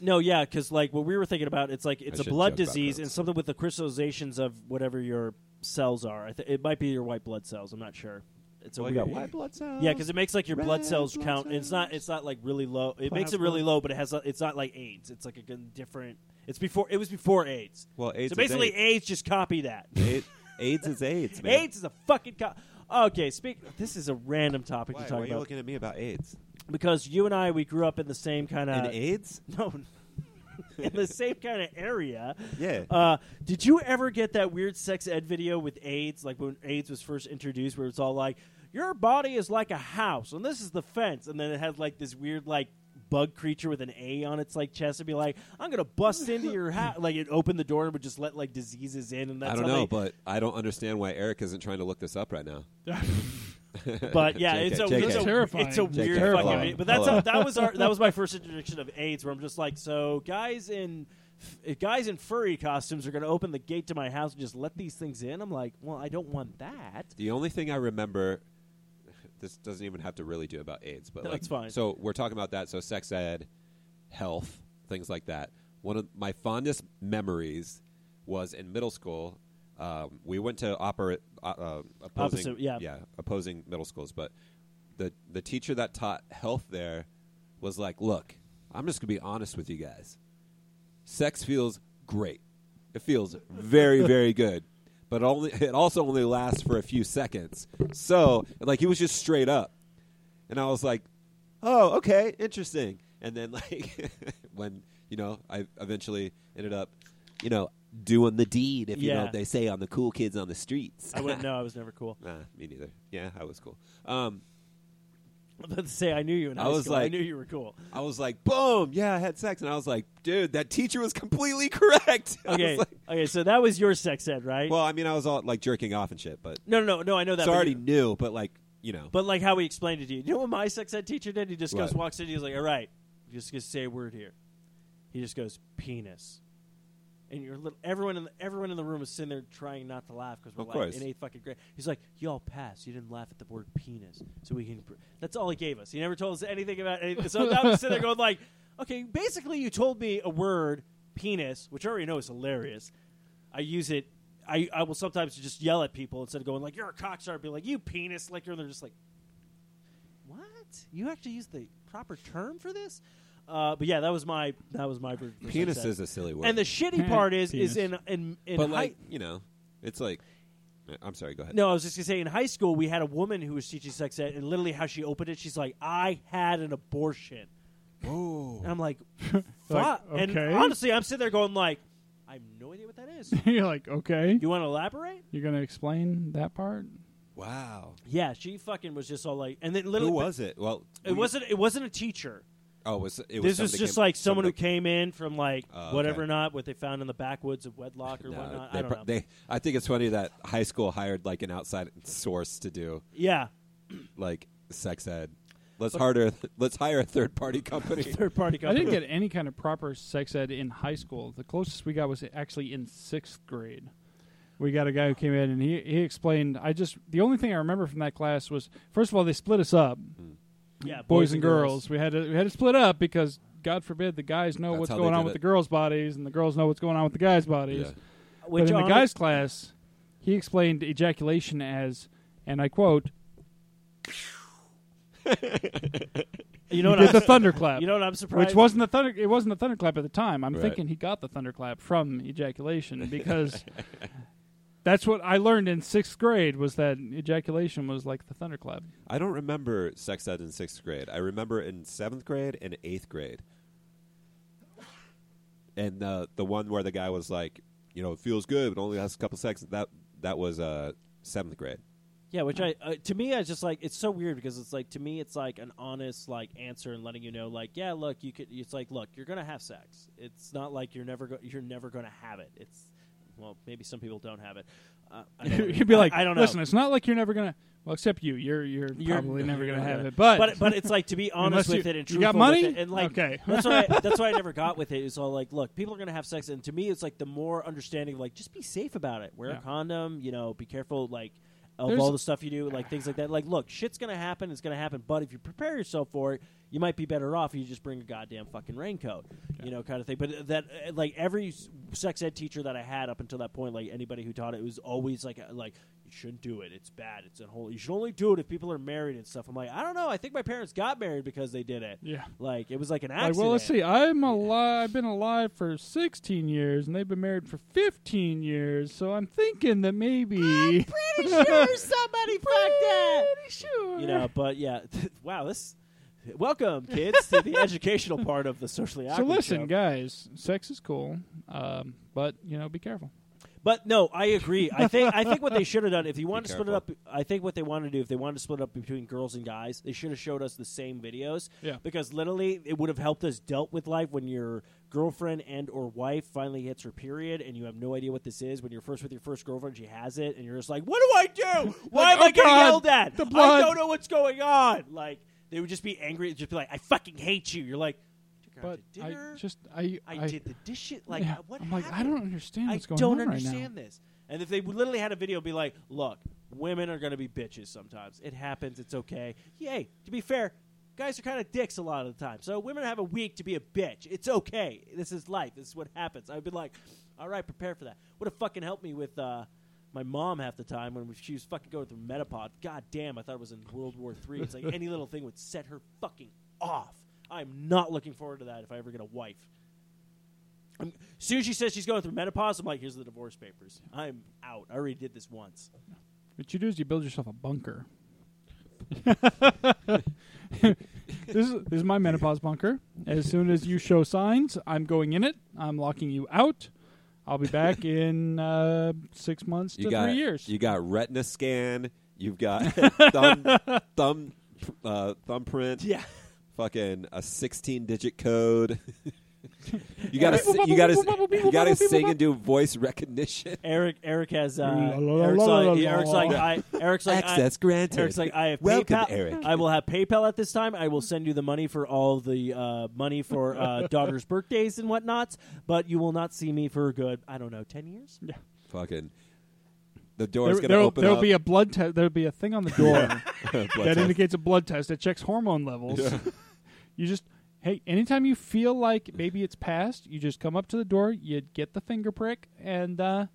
no, yeah, because like what we were thinking about, it's like it's a shouldn't blood joke about disease Crohn's. and something with the crystallizations of whatever your cells are. I th- it might be your white blood cells. I'm not sure. It's a Well, you weird. got white blood cells. Yeah, because it makes like your blood Red cells blood count. It's not. cells. It's not like really low. It makes Plasma. it really low, but it has. a- It's not like AIDS. It's like a g- different. It's before. It was before AIDS. Well, AIDS So is basically, AIDS. AIDS just copy that. AIDS, AIDS is AIDS, man. AIDS is a fucking. Co- okay, speak. This is a random topic Why, to why talk are you about looking at me about AIDS? because you and I we grew up in the same kind and of AIDS? no, in the same kind of area. Yeah. Uh, did you ever get that weird sex ed video with AIDS, like when AIDS was first introduced, where it's all like, "Your body is like a house, and this is the fence," and then it had like this weird like bug creature with an A on its like chest and be like, "I'm gonna bust into your house," like it opened the door and would just let like diseases in, and that's I don't how know, they- but I don't understand why Eric isn't trying to look this up right now. But yeah, it's a, JK. it's a Terrifying. it's a JK, weird hello. fucking. video. But that's Hello. a, that was our that was my first introduction of AIDS, where I'm just like, so guys in f- guys in furry costumes are going to open the gate to my house and just let these things in. I'm like, well, I don't want that. The only thing I remember, this doesn't even have to really do about AIDS, but No, like, it's fine. So we're talking about that. So sex ed, health, things like that. One of my fondest memories was in middle school. Um, we went to opera, uh, uh, opposing, Opposite, yeah. opposing middle schools. But the the teacher that taught health there was like, "Look, I'm just gonna be honest with you guys. Sex feels great. It feels very, very good. But only it also only lasts for a few seconds. So like he was just straight up. And I was like, Oh, okay, interesting. And then like when, you know, I eventually ended up, you know, doing the deed, if you know Yeah. what they say on the cool kids on the streets. I wouldn't know. I was never cool. Nah, me neither. Yeah, I was cool. Um, I'm about to say I knew you. In I high was school. I like- knew you were cool. I was like, boom, yeah, I had sex. And I was like, dude, that teacher was completely correct. I was Okay, like- okay. So that was your sex ed, right? well, I mean, I was all like jerking off and shit, but no, no, no, no. I know that. so I but already you- knew, but like, you know. But like how he explained it to you. You know what my sex ed teacher did? He just goes, What? walks in, he's like, All right, you just gonna say a word here. He just goes, penis. And you're little, everyone in the, everyone in the room is sitting there trying not to laugh because we're Of like course. in eighth fucking grade. He's like, "Y'all passed. You didn't laugh at the word penis, so we can." Pr-. That's all he gave us. He never told us anything about anything. So now I'm just sitting there going like, "Okay, basically, you told me a word, penis, which I already know is hilarious. I use it. I, I will sometimes just yell at people instead of going like, "You're a cockstar," be like, "You penis," like you're. And they're just like, what? You actually used the proper term for this? Uh, but yeah, that was my that was my version. of penis sex is a silly word. And the shitty part is is in Penis. in in but high, like, you know, it's like, I'm sorry, go ahead. no, I was just gonna say in high school we had a woman who was teaching sex ed, and literally how she opened it, she's like, "I had an abortion." Oh, and I'm like, Like, "Fuck!" And okay. honestly, I'm sitting there going like, "I have no idea what that is." You're like, okay, you want to elaborate? you're gonna explain that part? Wow. Yeah, she fucking was just all like, and then Who literally, was it? Well, It we- wasn't. It wasn't a teacher. Oh, it was it was This was somebody just came- like someone who somebody- came in from like Oh, okay. whatever or not what they found in the backwoods of wedlock or No, whatnot. they, I don't pro- know. they- I think it's funny that high school hired like an outside source to do yeah, like sex ed. Let's harder. Let's hire a third party company. third party. I Company. didn't get any kind of proper sex ed in high school. The closest we got was actually in sixth grade. We got a guy who came in and he, he explained. I just the only thing I remember from that class was first of all they split us up, yeah, boys, and girls. We had to, we had to split up because God forbid the guys know That's what's how they going on did with it. the girls' bodies and the girls know what's going on with the guys' bodies. Yeah. Which but in hon- the guys' class, he explained ejaculation as, and I quote, you know "He what? did I'm, the thunderclap." you know what? I'm surprised. which wasn't the thunder. It wasn't the thunderclap at the time. I'm Right. thinking he got the thunderclap from ejaculation because that's what I learned in sixth grade was that ejaculation was like the thunderclap. I don't remember sex ed in sixth grade. I remember in seventh grade and eighth grade, and the the one where the guy was like, you know, it feels good, but only has a couple sex. That that was uh, seventh grade. Yeah, which I uh, to me I just like it's so weird because it's like to me it's like an honest like answer and letting you know like yeah look you could it's like look you're gonna have sex it's not like you're never go- you're never gonna have it it's well maybe some people don't have it uh, I don't know. You'd be like, I, I don't know Listen, it's not like you're never gonna. Well, except you, you're you're, probably never gonna have it. but it's like to be Unless honest you- with it and you truthful got money? with it, and like Okay. that's why I, that's why I never got with it. It's all like, look, people are gonna have sex, and to me, it's like the more understanding, like just be safe about it. Wear Yeah. a condom, you know, be careful, like of There's- all the stuff you do, like things like that. Like, look, shit's gonna happen. It's gonna happen, but if you prepare yourself for it, you might be better off. if You just bring a goddamn fucking raincoat, you know, kind of thing. But that, uh, like, every s- sex ed teacher that I had up until that point, like anybody who taught it, was always like, uh, like you shouldn't do it. It's bad. It's unholy. You should only do it if people are married and stuff. I'm like, I don't know. I think my parents got married because they did it. Yeah. Like it was like an Like, accident. well, let's see. I'm alive. I've been alive for 16 years, and they've been married for 15 years. So I'm thinking that maybe Pretty sure somebody fucked that. sure. You know, but yeah. wow. This. Welcome, kids, to the educational part of the socially so awkward. listen, show. guys. Sex is cool, um, but you know, be careful. But no, I agree. I think I think what they should have done if you wanted Be to split it up, careful. I think what they wanted to do if they wanted to split it up between girls and guys, they should have showed us the same videos. Yeah. Because literally, it would have helped us dealt with life when your girlfriend and or wife finally hits her period and you have no idea what this is. When you're first with your first girlfriend, she has it, and you're just like, "What do I do? Like, Why am oh I getting God, yelled at? the I blood." don't know what's going on." Like they would just be angry, and just be like, "I fucking hate you." You're like, I took her But out to dinner. I just I I, did the dishes. Like, yeah, what I'm like I happened? don't understand I what's going don't on understand right now. this. And if they would literally had a video, be like, look, women are going to be bitches sometimes. It happens. It's okay. Yay. To be fair, guys are kind of dicks a lot of the time. So women have a week to be a bitch. It's okay. This is life. This is what happens. I'd be like, all right, prepare for that. Would have fucking helped me with. Uh, my mom half the time when she was fucking going through Metapod, god damn, I thought it was in World War Three. It's like any little thing would set her fucking off. I'm not looking forward to that if I ever get a wife. I'm, as soon as she says she's going through menopause, I'm like, here's the divorce papers. I'm out. I already did this once. What you do is you build yourself a bunker. this is this is my menopause bunker. As soon as you show signs, I'm going in it. I'm locking you out. I'll be back in uh, six months to You got three years. You got retina scan. You've got thumb thumb uh, thumbprint. Yeah. fucking a 16 digit code. you gotta si- you gotta you gotta sing and do voice recognition. Eric Eric has uh, La, la, la, Eric's, la, la, like, la. Eric's like I Eric's like I, Access granted. Eric's like I have Welcome, PayPal. Eric. I will have PayPal at this time. I will send you the money for all the uh, money for uh, daughter's birthdays and whatnots. But you will not see me for a good I don't know ten years. Yeah. fucking the door's There, gonna there'll open there'll up. be a blood test. There'll be a thing on the door Blood that test. indicates a blood test that checks hormone levels. you just hey, anytime you feel like maybe it's passed, you just come up to the door, you get the finger prick, and uh,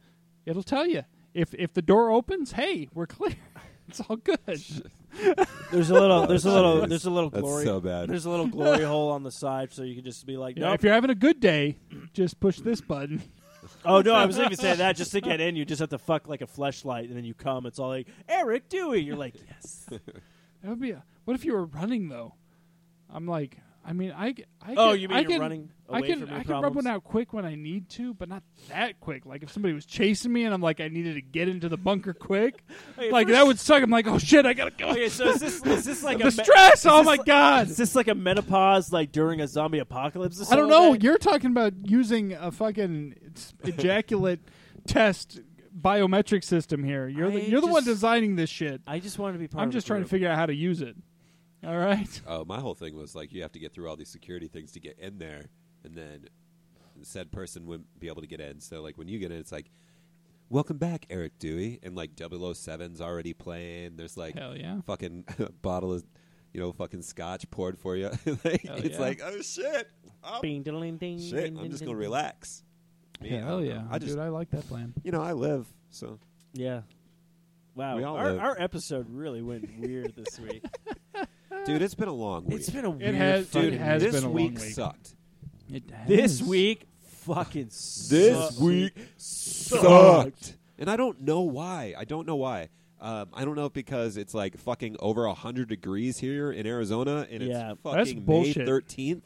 it'll tell you if if the door opens. Hey, we're clear. It's all good. There's a little there's a little Jeez. there's a little That's glory so bad. there's a little glory hole on the side so you can just be like Yeah, no If you're having a good day, just push this button. Oh no, I was not even saying that. Just to get in, you just have to fuck like a fleshlight, and then you come. It's all like Eric Dewey. You're like, yes. That would be. A, what if you were running though? I'm like, I mean, I g- I Oh, can- you mean I you're can- running I away can from your I can rub problems? one out quick when I need to, but not that quick. Like if somebody was chasing me and I'm like I needed to get into the bunker quick, Okay, like first- that would suck. I'm like, oh shit, I gotta go. Okay, so is this is this like the a me- stress. is Oh this my like- god. Is this like a menopause, like during a zombie apocalypse? Or I don't know. something? You're talking about using a fucking s- ejaculate test biometric system here. You're the, I you're the one just- designing this shit. I just wanted to be part. I'm of just the trying to group. figure out how to use it. All right. Oh, my whole thing was like you have to get through all these security things to get in there, and then said person wouldn't be able to get in. So like when you get in, it's like, "Welcome back, Eric Dewey," and like 007's already playing. There's like Hell yeah. fucking bottle of you know fucking scotch poured for you. like, Hell it's yeah. like oh shit, oh, Bing, diddling, ding, shit. ding, I'm just ding, gonna ding. relax. Me, I Hell don't know. yeah. I just Dude, I like that plan. you know I live so. Yeah. Wow, We all our, live. our episode really went weird this week. Dude, it's been a long week. It's been a weird has- it fucking Dude, has this been a long week week. sucked. This week fucking sucks. sucked. And I don't know why. I don't know why. Um, I don't know if because it's like fucking over 100 degrees here in Arizona and Yeah. it's That's fucking May bullshit. 13th.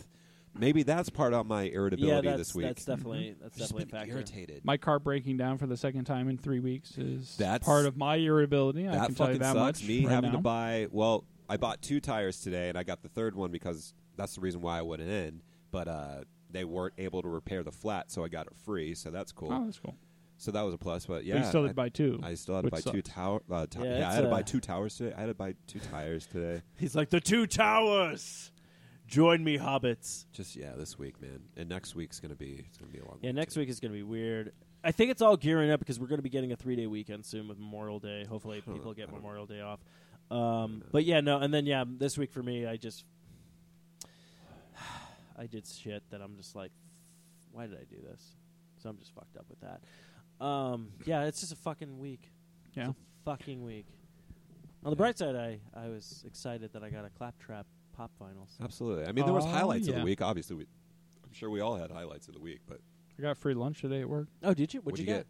Maybe that's part of my irritability Yeah, that's, this week. that's definitely that's I've just definitely a been factor. irritated. My car breaking down for the second time in three weeks is That's- part of my irritability. I that can tell you fucking that sucks. much. Me right having now. to buy. Well, I bought two tires today, and I got the third one because that's the reason why I went in. But uh, they weren't able to repair the flat, so I got it free. So that's cool. Oh, that's cool. So that was a plus. But But yeah, you still had I- to buy two. I still had to which buy two sucks. tower. Uh, ti- Yeah, yeah, I it's, had to uh, buy two towers today. I had to buy two tires today. He's like the two towers. Join me, hobbits. Just yeah, this week, man, and next week's gonna be it's gonna be a long. Yeah, one, next too. week is going to be weird. I think it's all gearing up because we're going to be getting a three day weekend soon with Memorial Day. Hopefully, people get Memorial Day off. Um, but yeah, no, and then yeah, this week for me, I just I did shit that I'm just like, why did I do this? So I'm just fucked up with that. Um, yeah, it's just a fucking week. Yeah. It's a fucking week. On the bright side, I I was excited that I got a claptrap pop vinyls. Absolutely. I mean, there was Oh, highlights of yeah. the week. Obviously, we, I'm sure we all had highlights of the week. But I got free lunch today at work. Oh, did you? What'd, you, get?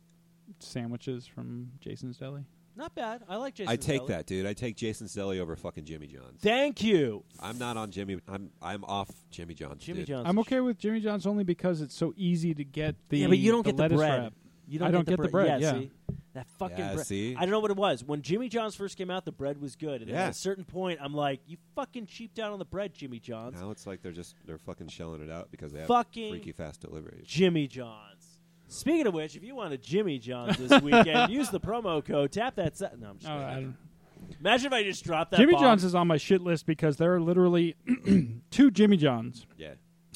Sandwiches from Jason's Deli. Not bad. I like Jason. I take that, dude. I take Jason's Deli over fucking Jimmy John's. Thank you. I'm not on Jimmy. I'm I'm off Jimmy John's. Jimmy dude. John's. I'm okay with Jimmy John's only because it's so easy to get the yeah, but you don't get the lettuce bread. wrap. You I don't get the bread, Yeah, yeah. see? that fucking Yeah, bread. see? I don't know what it was. When Jimmy John's first came out, the bread was good. And then Yeah. at a certain point, I'm like, you fucking cheaped out on the bread, Jimmy John's. Now it's like they're just they're fucking shelling it out because they have Fucking freaky fast delivery. Jimmy John's. Speaking of which, if you want a Jimmy John's this weekend, use the promo code. Tap that. Se- no, I'm just Oh, kidding. I don't- Imagine if I just dropped that. Jimmy bomb. John's is on my shit list because there are literally two Jimmy John's Yeah.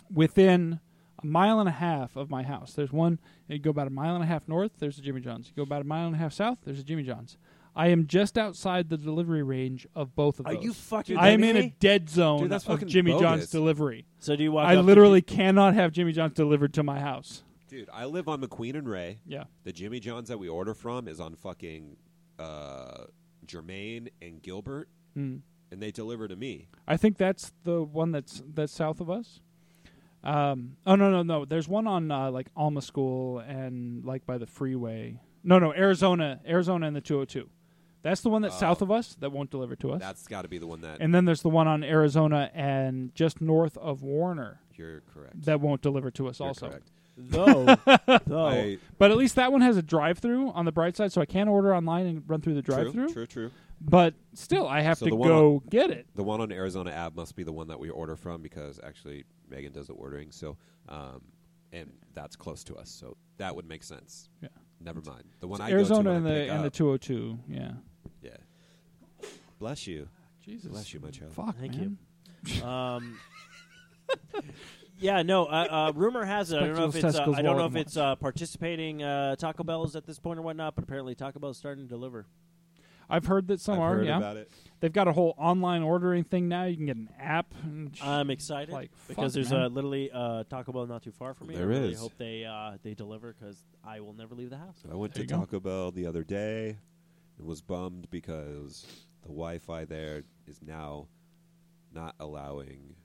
within a mile and a half of my house. There's one, you go about a mile and a half north, there's a Jimmy John's. You go about a mile and a half south, there's a Jimmy John's. I am just outside the delivery range of both of Are those. you fucking I am kidding in a me? dead zone Dude, that's of fucking Jimmy bogus. John's delivery. So do you walk? I up to literally cannot have Jimmy John's delivered to my house. Dude, I live on McQueen and Ray. Yeah. The Jimmy John's that we order from is on fucking uh, Germaine and Gilbert, Hmm. and they deliver to me. I think that's the one that's that's south of us. Um, oh no no no! There's one on uh, like Alma School and like by the freeway. No no Arizona Arizona and the 202. That's the one that's south of us that won't deliver to us. That's got to be the one Oh. that and then there's the one on Arizona and just north of Warner you're correct. that won't deliver to us You're also. Oh, correct. though, though I- But at least that one has a drive-through on the bright side, so I can order online and run through the true, drive-through. true, true. But still, I have So to the one go get it. The one on Arizona Ave must be the one that we order from because actually Megan does the ordering, so um, and that's close to us, so that would make sense. Yeah. Never mind. The one I Arizona go to and when I the pick and the up- 202. Yeah. Yeah. Bless you. Jesus. Bless you, my child. Fuck, Thank man. you. Um, yeah, no. Uh, uh, rumor has it. I don't know if Spectacles, it's. Uh, testicles, I don't know wallet, if and it's uh, participating uh, Taco Bell's at this point or whatnot, but apparently Taco Bell's starting to deliver. I've heard that some I've are. heard yeah, about it. they've got a whole online ordering thing now. You can get an app. And sh- Uh, I'm excited Like, fuck, because there's man. uh, literally uh, Taco Bell not too far from me. I There really is. hope they uh, they deliver because I will never leave the house. I went There to you go. Taco Bell the other day and was bummed because the Wi-Fi there is now not allowing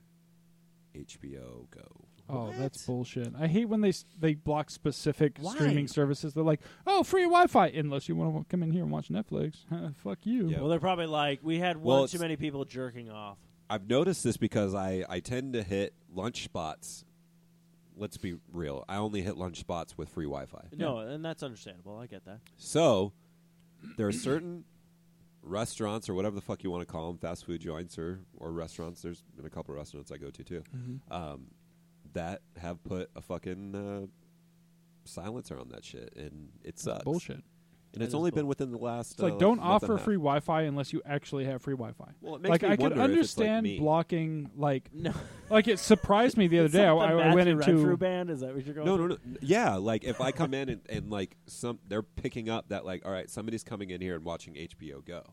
HBO Go. oh, that's bullshit. I hate when they s- they block specific Why? streaming services. They're like, oh, free Wi-Fi, unless you want to come in here and watch Netflix. Fuck you. Yeah. Well, they're probably like, we had one Well, too it's- many people jerking off. I've noticed this because I, I tend to hit lunch spots. Let's be real. I only hit lunch spots with free Wi Fi. No, and that's understandable. I get that. So there are certain restaurants or whatever the fuck you want to call them, fast food joints or, or restaurants. There's been a couple of restaurants I go to too Mm-hmm. um, that have put a fucking uh, silencer on that shit, and it sucks. Bullshit. And it's That is only bull- been within the last. It's uh, like don't month and a offer half. free Wi-Fi unless you actually have free Wi-Fi. Well, it makes like me I could wonder if it's like understand me. blocking like No. like it surprised me the other day. I, I went into Renfrew band. Is that what you're going? No, for? no, no. Yeah, like if I come in and, and like some, they're picking up that like, all right, somebody's coming in here and watching HBO Go.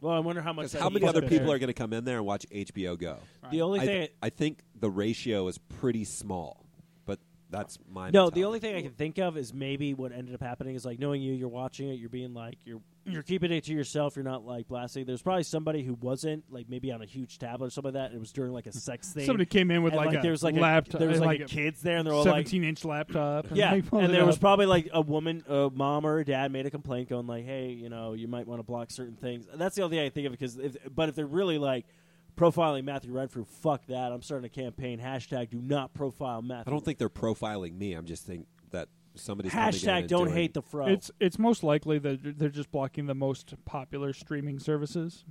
Well, I wonder how much. 'Cause that how many eats other up people there. are going to come in there and watch HBO Go? The only I, thing. I think the ratio is pretty small, but that's my no, the only mentality. thing I can think of is maybe what ended up happening is like knowing you, you're watching it, you're being like you're you're keeping it to yourself. You're not like blasting. There's probably somebody who wasn't like maybe on a huge tablet or something like that. And it was during like a sex thing. somebody came in with and, like, a there was like laptop. A, there was like, a a kids there, and they're all like seventeen-inch laptop. And Yeah, they pulled and it there was up. probably like a woman, a mom or a dad made a complaint going like, "Hey, you know, you might want to block certain things." That's the only thing I can think of because, if, but if they're really like profiling Matthew Renfrew, fuck that. I'm starting a campaign hashtag Do not profile Matthew. I don't think they're profiling me. I'm just think that somebody's coming in hashtag and Don't doing- hate the fro. it's it's most likely that they're- they're just blocking the most popular streaming services.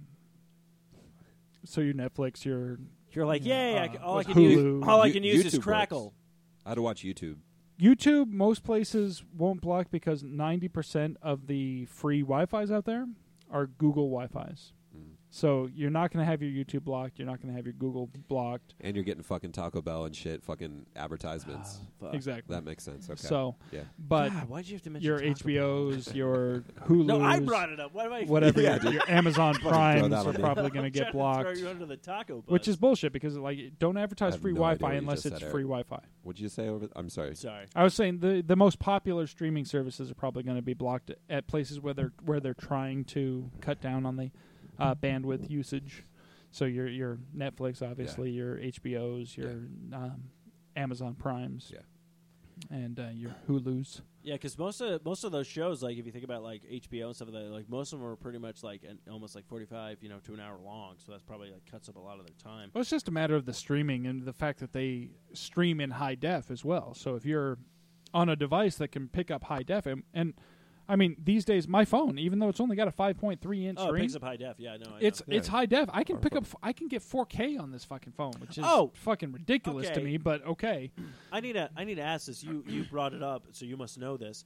So your Netflix, your You're like, yay! I uh, c all I what's can Hulu. use, all I You- can use YouTube is works. Crackle. I had to watch YouTube. YouTube, most places won't block because ninety percent of the free Wi-Fi's out there are Google Wi-Fi's. Hmm. So you're not going to have your YouTube blocked. You're not going to have your Google blocked. And you're getting fucking Taco Bell and shit, fucking advertisements. Ah. exactly. that makes sense. Okay. So, yeah, but God, Ah, why'd you have to mention your Taco HBOs, your Hulu, Bell? No, I brought it up. What am I? whatever Yeah, your, your Amazon Primes that are on me. probably going to I'm get trying throw blocked, you under the taco bus. which is bullshit because like don't I advertise have free no idea Wi-Fi what you unless just it's said, free Eric. Wi-Fi. what'd you say over? th- I'm sorry. sorry. I was saying the the most popular streaming services are probably going to be blocked at places where they're where they're trying to cut down on the uh, bandwidth usage. So your your Netflix, obviously, your HBOs, your um, Amazon Primes, Yeah. and uh, your Hulu's. Yeah, because most of most of those shows, like if you think about like HBO and stuff like that, like most of them are pretty much like an, almost like forty five, you know, to an hour long. So that's probably like cuts up a lot of their time. Well, it's just a matter of the streaming and the fact that they stream in high def as well. So if you're on a device that can pick up high def, and, and I mean these days, my phone, even though it's only got a 5.3 inch Oh, it screen, picks up high def. Yeah, no, I know. It's Yeah. it's high def. I can pick up. I can get 4K on this fucking phone, which is Oh. fucking ridiculous to Okay. me. But okay, I need to I need to ask this. You you brought it up, so you must know this.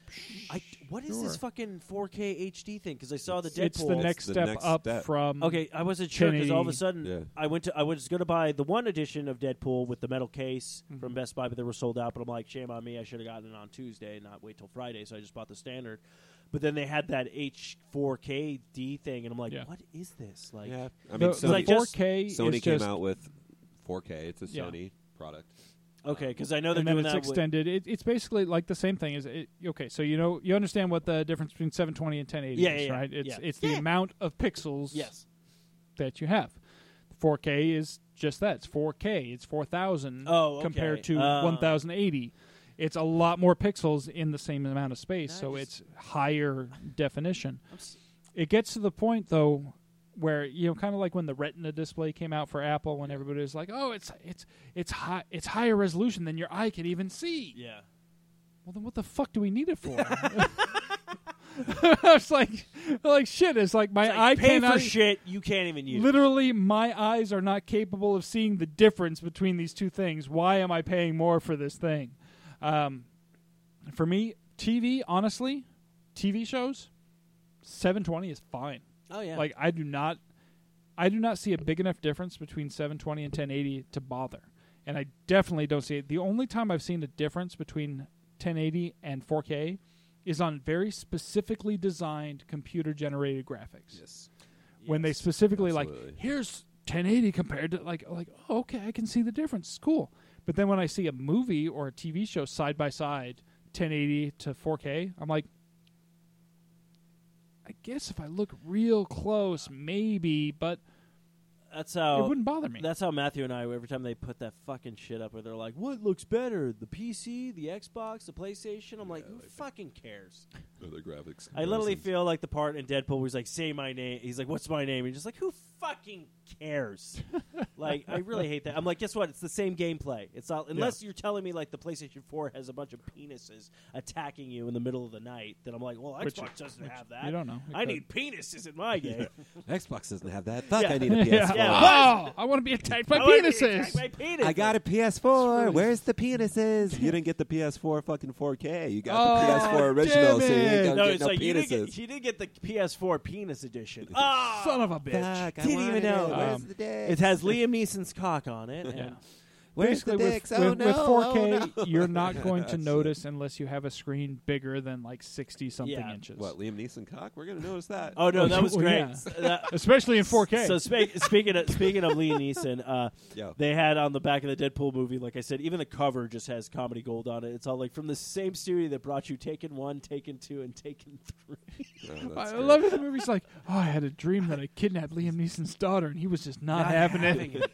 I what is this Sure. fucking four K HD thing? Because I saw the Deadpool. it's the next the step next up step. from Okay, I wasn't sure because all of a 1080. sudden Yeah. I went to I was going to buy the one edition of Deadpool with the metal case Mm-hmm. from Best Buy, but they were sold out. But I'm like, shame on me! I should have gotten it on Tuesday, and not wait till Friday. So I just bought the standard. But then they had that H4KD thing, and I'm like, Yeah. what is this? Like, Yeah, I the, mean, the Sony, like just- 4K Sony is came just, out with 4K. It's a Yeah. Sony product. okay, because I know they're and then doing it's that. extended. It, it's basically like the same thing. Is it, okay, so you know you understand what the difference between 720 and 1080 Yeah, is, yeah, yeah. right? It's Yeah. it's the amount of pixels With, yes, that you have. 4K is just that. It's 4K. It's 4,000 Oh, okay. compared to Uh. 1,080. It's a lot more pixels in the same amount of space, so Nice. it's higher definition. I'm s- It gets to the point though where you know kind of like when the retina display came out for Apple when everybody was like, "Oh, it's it's it's high it's higher resolution than your eye can even see." yeah. Well, then what the fuck do we need it for? I was like like shit, it's like my It's like, eye pay cannot for shit you can't even use. Literally, my eyes are not capable of seeing the difference between these two things. Why am I paying more for this thing? Um, for me, TV, honestly, TV shows, 720 is fine. oh yeah, Like I do not, I do not see a big enough difference between 720 and 1080 to bother, and I definitely don't see it. The only time I've seen a difference between 1080 and 4K is on very specifically designed computer generated graphics Yes. when they specifically like absolutely. here's 1080 compared to like like oh, okay I can see the difference it's cool but then when I see a movie or a TV show side by side 1080 to 4K I'm like I guess if I look real close maybe but that's how it wouldn't bother me That's how Matthew and I, every time they put that fucking shit up, where they're like, "What looks better, the PC, the Xbox, the PlayStation?" I'm like, "Who fucking cares?" Other graphics. I literally comparisons. feel like the part in Deadpool where he's like, "Say my name." He's like, "What's my name?" And he's just like, "Who fucking cares? like, I really hate that. I'm like, guess what? It's the same gameplay. It's not unless you're telling me like the PlayStation 4 has a bunch of penises attacking you in the middle of the night. Then I'm like, well, Which- Xbox doesn't have that. you don't know. It I could. need penises in my game. Xbox doesn't have that. Fuck, Yeah. I need a PS4. Yeah. Oh, I want to be attacked by I wanna be attacked penises. by penises. I got a PS4. Where's the penises? You didn't get the PS4 fucking 4K. You Oh, got the PS4 original, damn so you it. ain't gonna No, get it's no like you didn't, get, penises. you didn't get the PS4 penis edition. Ah, Son of a bitch. Fuck, I Didn't wanted even know. It. Where's Um, the dick? it has Liam Neeson's cock on it. and- Where's the Basically, with, dicks? with, oh, no, with 4K, oh, no. you're not going to That's- notice unless you have a screen bigger than like 60 something Yeah. inches. What, Liam Neeson cock? We're gonna notice that. Oh no, Oh, that was well, great. yeah. S- that- Especially in 4K. So spe- speaking of, speaking of Liam Neeson, uh, Yo. they had on the back of the Deadpool movie, like I said, even the cover just has comedy gold on it. It's all like from the same studio that brought you Taken One, Taken Two, and Taken Three. Oh, that's I great. love it. The movie's like, oh, I had a dream that I kidnapped Liam Neeson's daughter, and he was just not, having, it.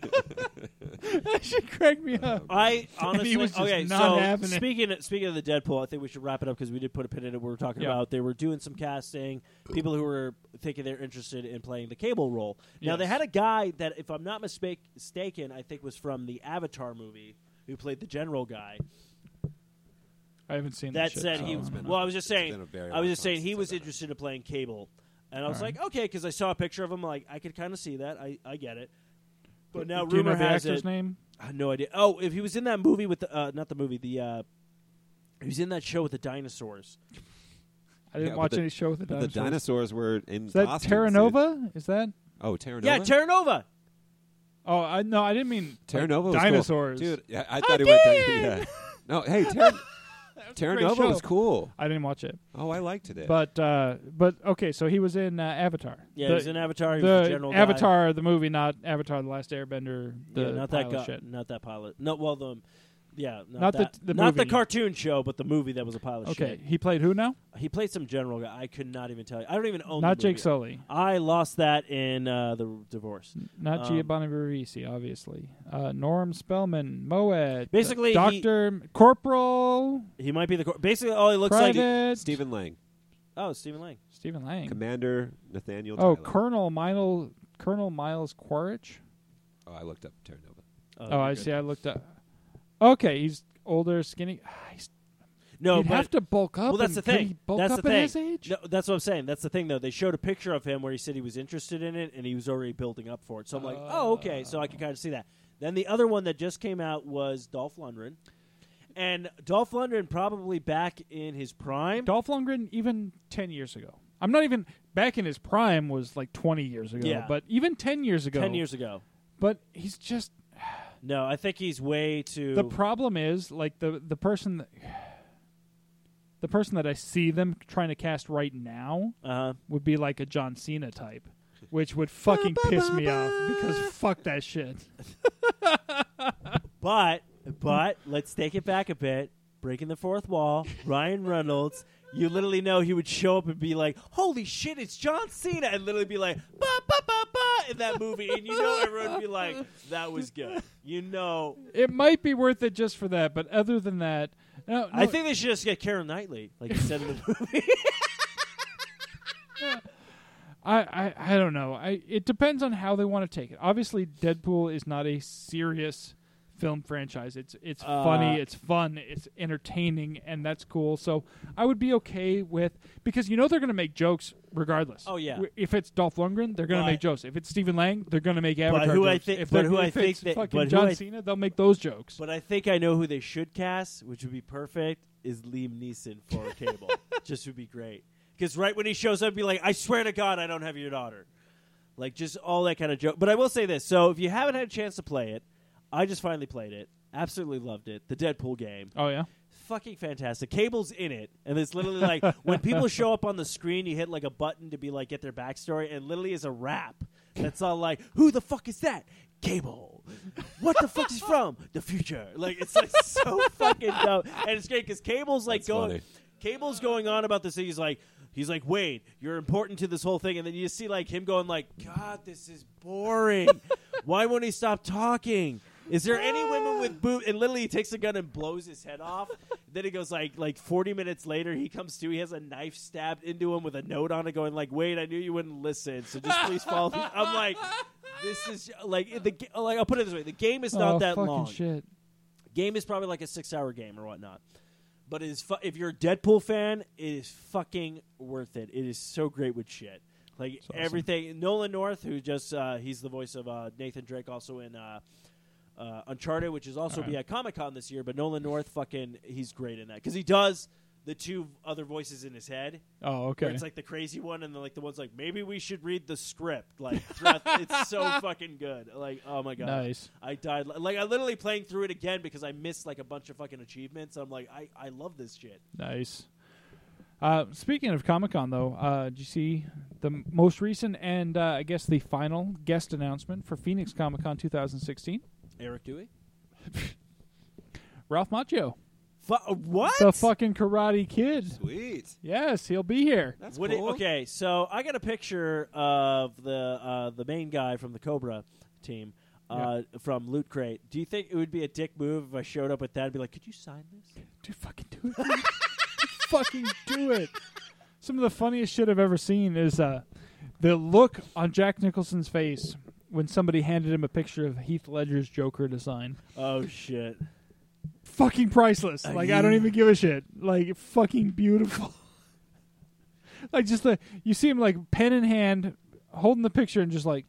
that should crack me up. I And honestly he was just okay. not so having it. speaking of, speaking of the Deadpool, I think we should wrap it up because we did put a pin in it. We were talking Yeah. about they were doing some casting, people who were thinking they're interested in playing the Cable role. Now they Yes. had a guy that, if I'm not mistake- mistaken, I think was from the Avatar movie who played the general guy. I haven't seen That that. shit, said, so he I was. don't know. Well, I was just Oh, it's saying. been a very I was long just time saying he since was I've done interested in playing Cable, and I was Alright. like, okay, because I saw a picture of him. Like, I could kind of see that. I, I get it. But now Do you rumor know the has actor's it. name? I have no idea. Oh, if he was in that movie with the uh, not the movie, the uh, he was in that show with the dinosaurs. I didn't Yeah, but watch the- any show with the But the dinosaurs. dinosaurs were in is that costumes, dude. Terra Nova? Is that? Oh, Terra Nova. Yeah, Terra Nova. Oh, I, no, I didn't mean Terra like, Nova was dinosaurs. cool. dude. I, I thought it went. Yeah. No, hey, Terra, Terra great Nova show. was cool. I didn't watch it. Oh, I liked it. But uh, but okay, so he was in uh, Avatar. Yeah, the, he was in Avatar. He was the the general guy. Avatar the movie, not Avatar the Last Airbender. The Yeah, not that pilot guy. shit. Not that pilot. No, well the. Yeah, not, Not the- that, the not the movie. cartoon show, but the movie that was a pile of Okay, shit. he played who now? He played some general guy. I could not even tell you. I don't even own. Not the movie. Jake Sully. I lost that in uh, the divorce. Not Um, Giovanni Ribisi, obviously. Uh, Norm Spellman, Moed. Basically, he- Doctor Corporal He might be the cor- basically all he looks like. Private Stephen Lang, Oh, Stephen Lang. Stephen Lang. Commander Nathaniel. oh, Tyler. Colonel Miles Colonel Miles Quaritch. Oh, I looked up Terra Nova. Oh, I see. I looked up. Okay, he's older, skinny. He's, No, he'd but have to bulk up. well, and that's the could thing. he bulk that's up the at thing. his age. No, that's what I'm saying. That's the thing, though. They showed a picture of him where he said he was interested in it, and he was already building up for it. So I'm like, oh, okay. So I can kind of see that. Then the other one that just came out was Dolph Lundgren, and Dolph Lundgren probably back in his prime. Dolph Lundgren, even ten years ago. I'm not even back in his prime was like 20 years ago, Yeah. but even 10 years ago. Ten years ago. But he's just No, I think he's way too. The problem is like the the person that, the person that I see them trying to cast right now uh, would be like a John Cena type, which would fucking piss me off because fuck that shit. But but let's take it back a bit. Breaking the fourth wall, Ryan Reynolds. You literally know he would show up and be like, "Holy shit, it's John Cena!" and literally be like, "Ba ba ba ba" in that movie, and you know everyone would be like, "That was good." You know, It might be worth it just for that, but other than that, no, no, I think they should just get Karen Knightley, like you said in the movie. I, I I don't know. I it depends on how they want to take it. Obviously, Deadpool is not a serious film franchise. It's it's Uh, funny, it's fun, it's entertaining, and that's cool. So I would be okay with because you know they're going to make jokes regardless. Oh, yeah. W- If it's Dolph Lundgren, they're going to But- make jokes. If it's Stephen Lang, they're going to make Avatar who I jokes. thi- if but they- who I if think it's that- fucking but who John I- Cena, they'll make those jokes. but I think I know who they should cast, which would be perfect, is Liam Neeson for Cable. just would be great. Because right when he shows up, be like, I swear to God, I don't have your daughter. Like, just all that kind of joke. But I will say this. So if you haven't had a chance to play it, I just finally played it. Absolutely loved it. The Deadpool game. oh yeah. Fucking fantastic. Cable's in it. And it's literally like when people show up on the screen, you hit like a button to be like, get their backstory. And literally is a rap that's all like, who the fuck is that? Cable. What the fuck is he from? The future. Like, it's like so fucking dumb. And it's great because Cable's like That's going. funny. Cable's going on about this. And he's like, he's like, Wade, you're important to this whole thing. And then you see like him going like, God, this is boring. Why won't he stop talking? Is there any women with boobs? And literally, he takes a gun and blows his head off. then he goes like like forty minutes later, he comes to. He has a knife stabbed into him with a note on it, going like, "Wait, I knew you wouldn't listen, so just please follow." me." I'm like, this is like the ga- like I'll put it this way: the game is not oh, that fucking long. shit. Game is probably like a six-hour game or whatnot. But it is fu- if you're a Deadpool fan, it is fucking worth it. It is so great with shit. Like everything. Nolan North, who just uh, he's the voice of uh, Nathan Drake, also in uh, uh, Uncharted, which is also be at Comic Con this year. But Nolan North, fucking, he's great in that because he does the two other voices in his head. Oh, where okay. it's like the crazy one and then like the one's like maybe we should read the script. Like throughout, it's so fucking good. Like oh my god, Nice. I died. Like I literally playing through it again because I missed like a bunch of fucking achievements. I'm like I I love this shit. Nice. Uh, speaking of Comic Con, though, uh, did you see the m- most recent and uh, I guess the final guest announcement for Phoenix Comic Con 2016? Eric Dewey. Ralph Macchio, Fu- uh, what the fucking Karate Kid. Sweet. Yes, he'll be here. That's What it- cool. okay, so I got a picture of the uh, the main guy from the Cobra team uh, from Loot Crate. Do you think it would be a dick move if I showed up with that and be like, "Could you sign this?" Dude, fucking do it. dude. fucking do it. Some of the funniest shit I've ever seen is uh, the look on Jack Nicholson's face when somebody handed him a picture of Heath Ledger's Joker to sign. Oh shit! Fucking priceless. Uh, Like I don't even give a shit. Like fucking beautiful. like just the you see him like pen in hand holding the picture and just like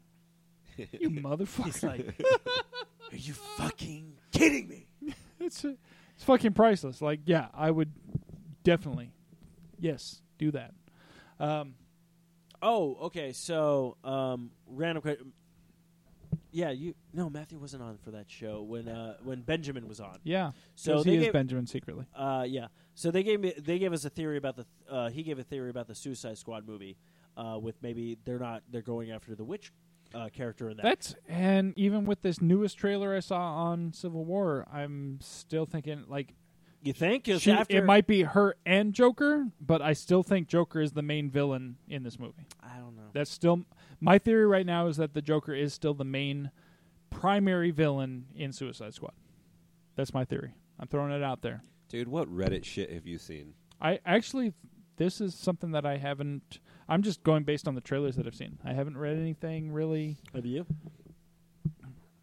you motherfucker. Are you fucking kidding me? it's uh, it's fucking priceless. Like, yeah, I would definitely, yes, do that. Um, Oh, okay. So, um, random question. Yeah, you no Matthew wasn't on for that show when uh, when Benjamin was on. yeah. So 'Cause they he is gave- Benjamin secretly. Uh, yeah. So they gave me they gave us a theory about the uh, he gave a theory about the Suicide Squad movie uh, with maybe they're not they're going after the witch uh, character in that. That's and even with this newest trailer I saw on Civil War, I'm still thinking like you think 'Cause she, after it might be her and Joker, but I still think Joker is the main villain in this movie. I don't know. That's still my theory right now is that the Joker is still the main primary villain in Suicide Squad. That's my theory. I'm throwing it out there. Dude, what Reddit shit have you seen? I actually, this is something that I haven't. I'm just going based on the trailers that I've seen. I haven't read anything really. Have you?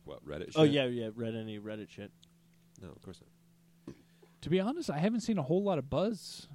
What Reddit shit? Oh yeah, yeah. Read any Reddit shit? No, of course not. To be honest, I haven't seen a whole lot of buzz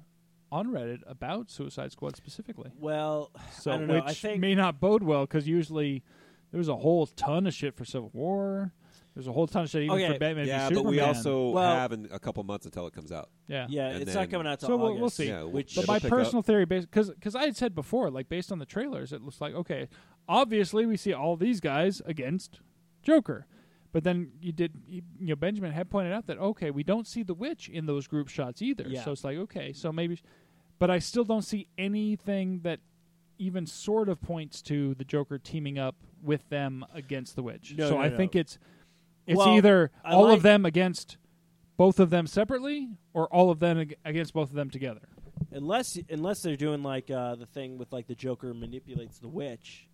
on Reddit about Suicide Squad specifically. Well, So, I don't know. which I think may not bode well because usually there was a whole ton of shit for Civil War. There's a whole ton of shit even Okay. for Batman. v yeah, but Superman. we also Well- have in a couple months until it comes out. yeah. yeah, and it's then- not coming out till So we'll- August. we'll see. Yeah, which But It'll my pick up. personal theory, because because I had said before, like based on the trailers, it looks like okay, obviously we see all these guys against Joker, but then you did you you know Benjamin had pointed out that okay, we don't see the witch in those group shots either, Yeah. so it's like okay, so maybe, but I still don't see anything that even sort of points to the Joker teaming up with them against the witch. No, so no, I no. think it's it's Well, either I all like- of them against both of them separately or all of them ag- against both of them together. unless unless they're doing like uh, the thing with like the Joker manipulates the witch,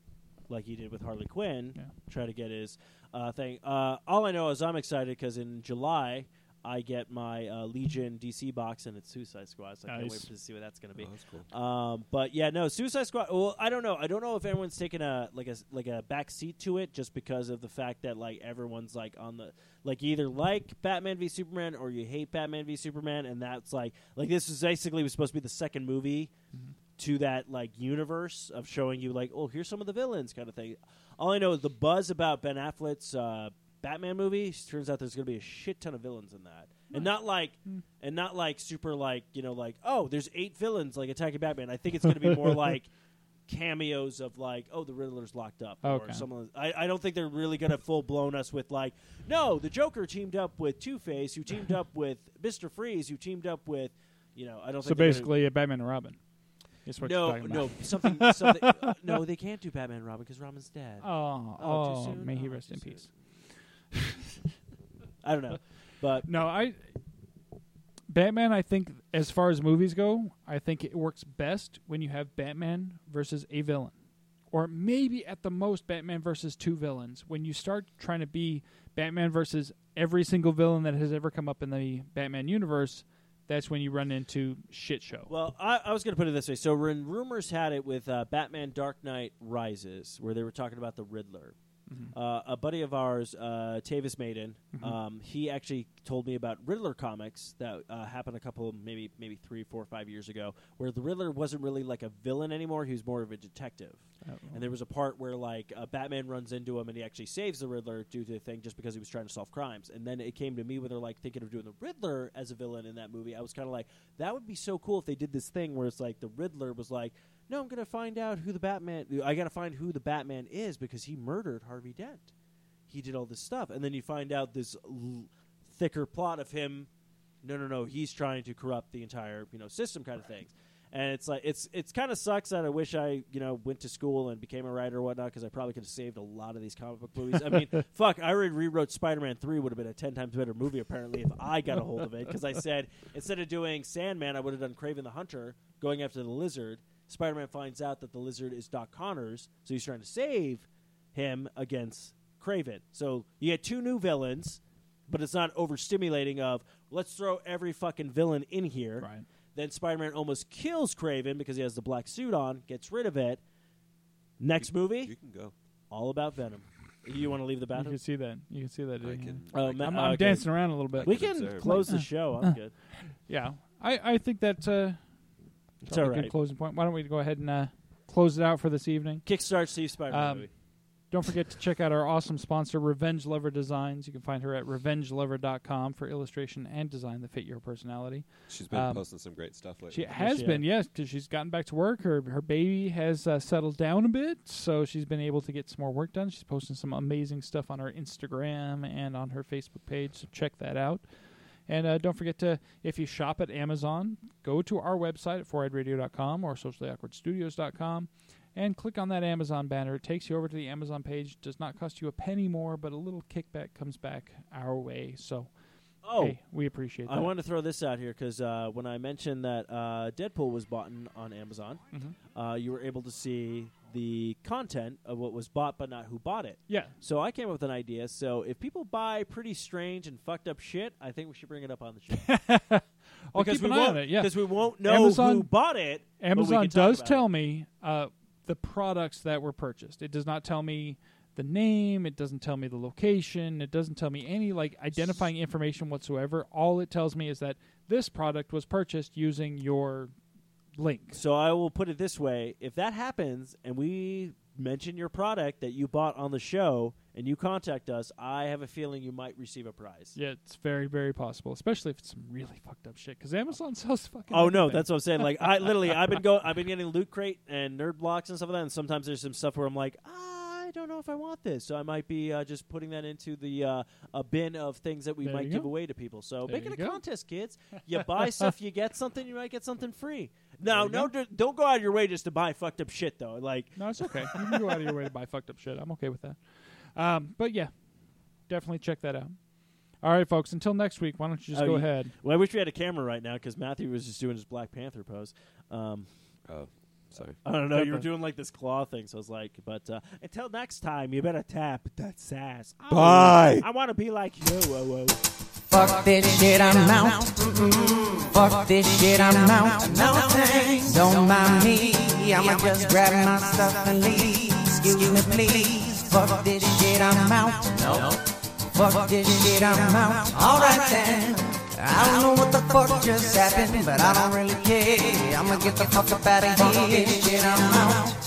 like he did with Harley Quinn, Yeah. try to get his uh, thing. Uh, all I know is I'm excited because in July I get my uh, Legion DC box and it's Suicide Squad, so I can't wait Nice. to see what that's going to be. Oh, that's cool. Um, but yeah, no, Suicide Squad. Well, I don't know. I don't know if everyone's taking a like a like a back seat to it just because of the fact that like everyone's like on the like you either like Batman v Superman or you hate Batman v Superman, and that's like like this is basically was supposed to be the second movie to that like universe of showing you like oh here's some of the villains kind of thing. All I know is the buzz about Ben Affleck's uh, Batman movie. Turns out there's going to be a shit ton of villains in that, and not like Hmm. and not like super like you know like oh there's eight villains like attacking Batman. I think it's going to be more like cameos of like oh the Riddler's locked up or Okay. someone. I, I don't think they're really going to full blown us with like no the Joker teamed up with Two Face who teamed up with Mister Freeze who teamed up with. You know, I don't. So think they're gonna- basically, a Batman and Robin. Is what no, you're talking no, about. something, something. uh, no, they can't do Batman and Robin because Robin's dead. Oh, Oh, oh, too soon? may he Oh, rest too in soon. peace. I don't know, but No, I. Batman, I think, as far as movies go, I think it works best when you have Batman versus a villain. or maybe at the most Batman versus two villains. When you start trying to be Batman versus every single villain that has ever come up in the Batman universe, that's when you run into shit show. Well, I, I was going to put it this way. So, when rumors had it with uh, Batman Dark Knight Rises, where they were talking about the Riddler, uh, a buddy of ours, uh, Tavis Maiden, um, he actually told me about Riddler comics that uh, happened a couple, maybe maybe three, four, five years ago, where the Riddler wasn't really like a villain anymore. He was more of a detective. And there was a part where like uh, Batman runs into him and he actually saves the Riddler due to the thing just because he was trying to solve crimes. And then it came to me where they're like thinking of doing the Riddler as a villain in that movie. I was kind of like, that would be so cool if they did this thing where it's like the Riddler was like, no, I'm gonna find out who the Batman. I gotta find who the Batman is because he murdered Harvey Dent. He did all this stuff, and then you find out this l- thicker plot of him. No, no, no. He's trying to corrupt the entire you know system, kind of things. And it's like it's it's kind of sucks that I wish I you know went to school and became a writer or whatnot because I probably could have saved a lot of these comic book movies. I mean, fuck, I already rewrote Spider-Man Three would have been a ten times better movie apparently if I got a hold of it because I said instead of doing Sandman, I would have done Craven the Hunter going after the lizard. Spider-Man finds out that the lizard is Doc Connors, so he's trying to save him against Craven. So you get two new villains, but it's not overstimulating of let's throw every fucking villain in here. Right. Then Spider-Man almost kills Craven because he has the black suit on, gets rid of it. Next You movie, can go. all about Venom. You want to leave the you bathroom? can see that. You can see that. I in here. can. Oh, I can- ma- I'm, uh, I'm okay. dancing around a little bit. We can can observe. close the show. I'm good. yeah, I, I think that uh, It's probably all a good right. closing point. Why don't we go ahead and uh, close it out for this evening? Kickstart Steve Spider-Man Um, movie. Don't forget to check out our awesome sponsor, Revenge Lover Designs. You can find her at revengelover.com for illustration and design that fit your personality. She's been um, posting some great stuff lately. She has she been, had- yes, because she's gotten back to work. Her her baby has uh, settled down a bit, so she's been able to get some more work done. She's posting some amazing stuff on her Instagram and on her Facebook page, so check that out. And uh, don't forget to, if you shop at Amazon, go to our website at foureyedradio.com or sociallyawkwardstudios.com and click on that Amazon banner. It takes you over to the Amazon page. Does not cost you a penny more, but a little kickback comes back our way. So, Oh, hey, we appreciate that. I wanted to throw this out here because uh, when I mentioned that uh, Deadpool was bought in- on Amazon, Mm-hmm. uh, you were able to see the content of what was bought, but not who bought it. yeah, So I came up with an idea. So if people buy pretty strange and fucked up shit, I think we should bring it up on the show I'll because keep we an eye won't on it. Yeah. because we won't know Amazon- who bought it. but we Amazon can talk does about tell it. me uh, the products that were purchased. It does not tell me the name. It doesn't tell me the location. It doesn't tell me any like identifying information whatsoever. All it tells me is that this product was purchased using your link. So I will put it this way: if that happens and we mention your product that you bought on the show and you contact us, I have a feeling you might receive a prize. Yeah, it's very very possible, especially if it's some really fucked up shit. Because Amazon sells fucking. Oh no, everything. that's what I'm saying. Like I literally, I've been going, I've been getting loot crate and nerd blocks and stuff like that. And sometimes there's some stuff where I'm like, "Ah, I don't know if I want this, so I might be uh, just putting that into the uh, a bin of things that we There might you give go. away to people. So There make it you a go. contest, kids. You buy stuff, you get something. You might get something free. Now, you no, d- don't go out of your way just to buy fucked up shit though. Like No, it's okay. You can go out of your way to buy fucked up shit. I'm okay with that. Um, but yeah, definitely check that out. All right, folks. Until next week, why don't you just Oh, go you- ahead? Well, I wish we had a camera right now because Matthew was just doing his Black Panther pose. Um, Oh, sorry. I don't know. You were doing like this claw thing, so I was like, but uh, until next time, you better tap that sass. I Bye. wanna- I want to be like you. oh, Whoa, whoa. Fuck this shit, I'm out. Fuck this shit, I'm out. Don't mind me, I'ma just grab my stuff and leave. Excuse me, please. Fuck this shit, I'm out. Fuck this shit, I'm out. Alright then. I don't know what the fuck just happened, but I don't really care. I'ma get the fuck up out of here. Fuck this shit, I'm out.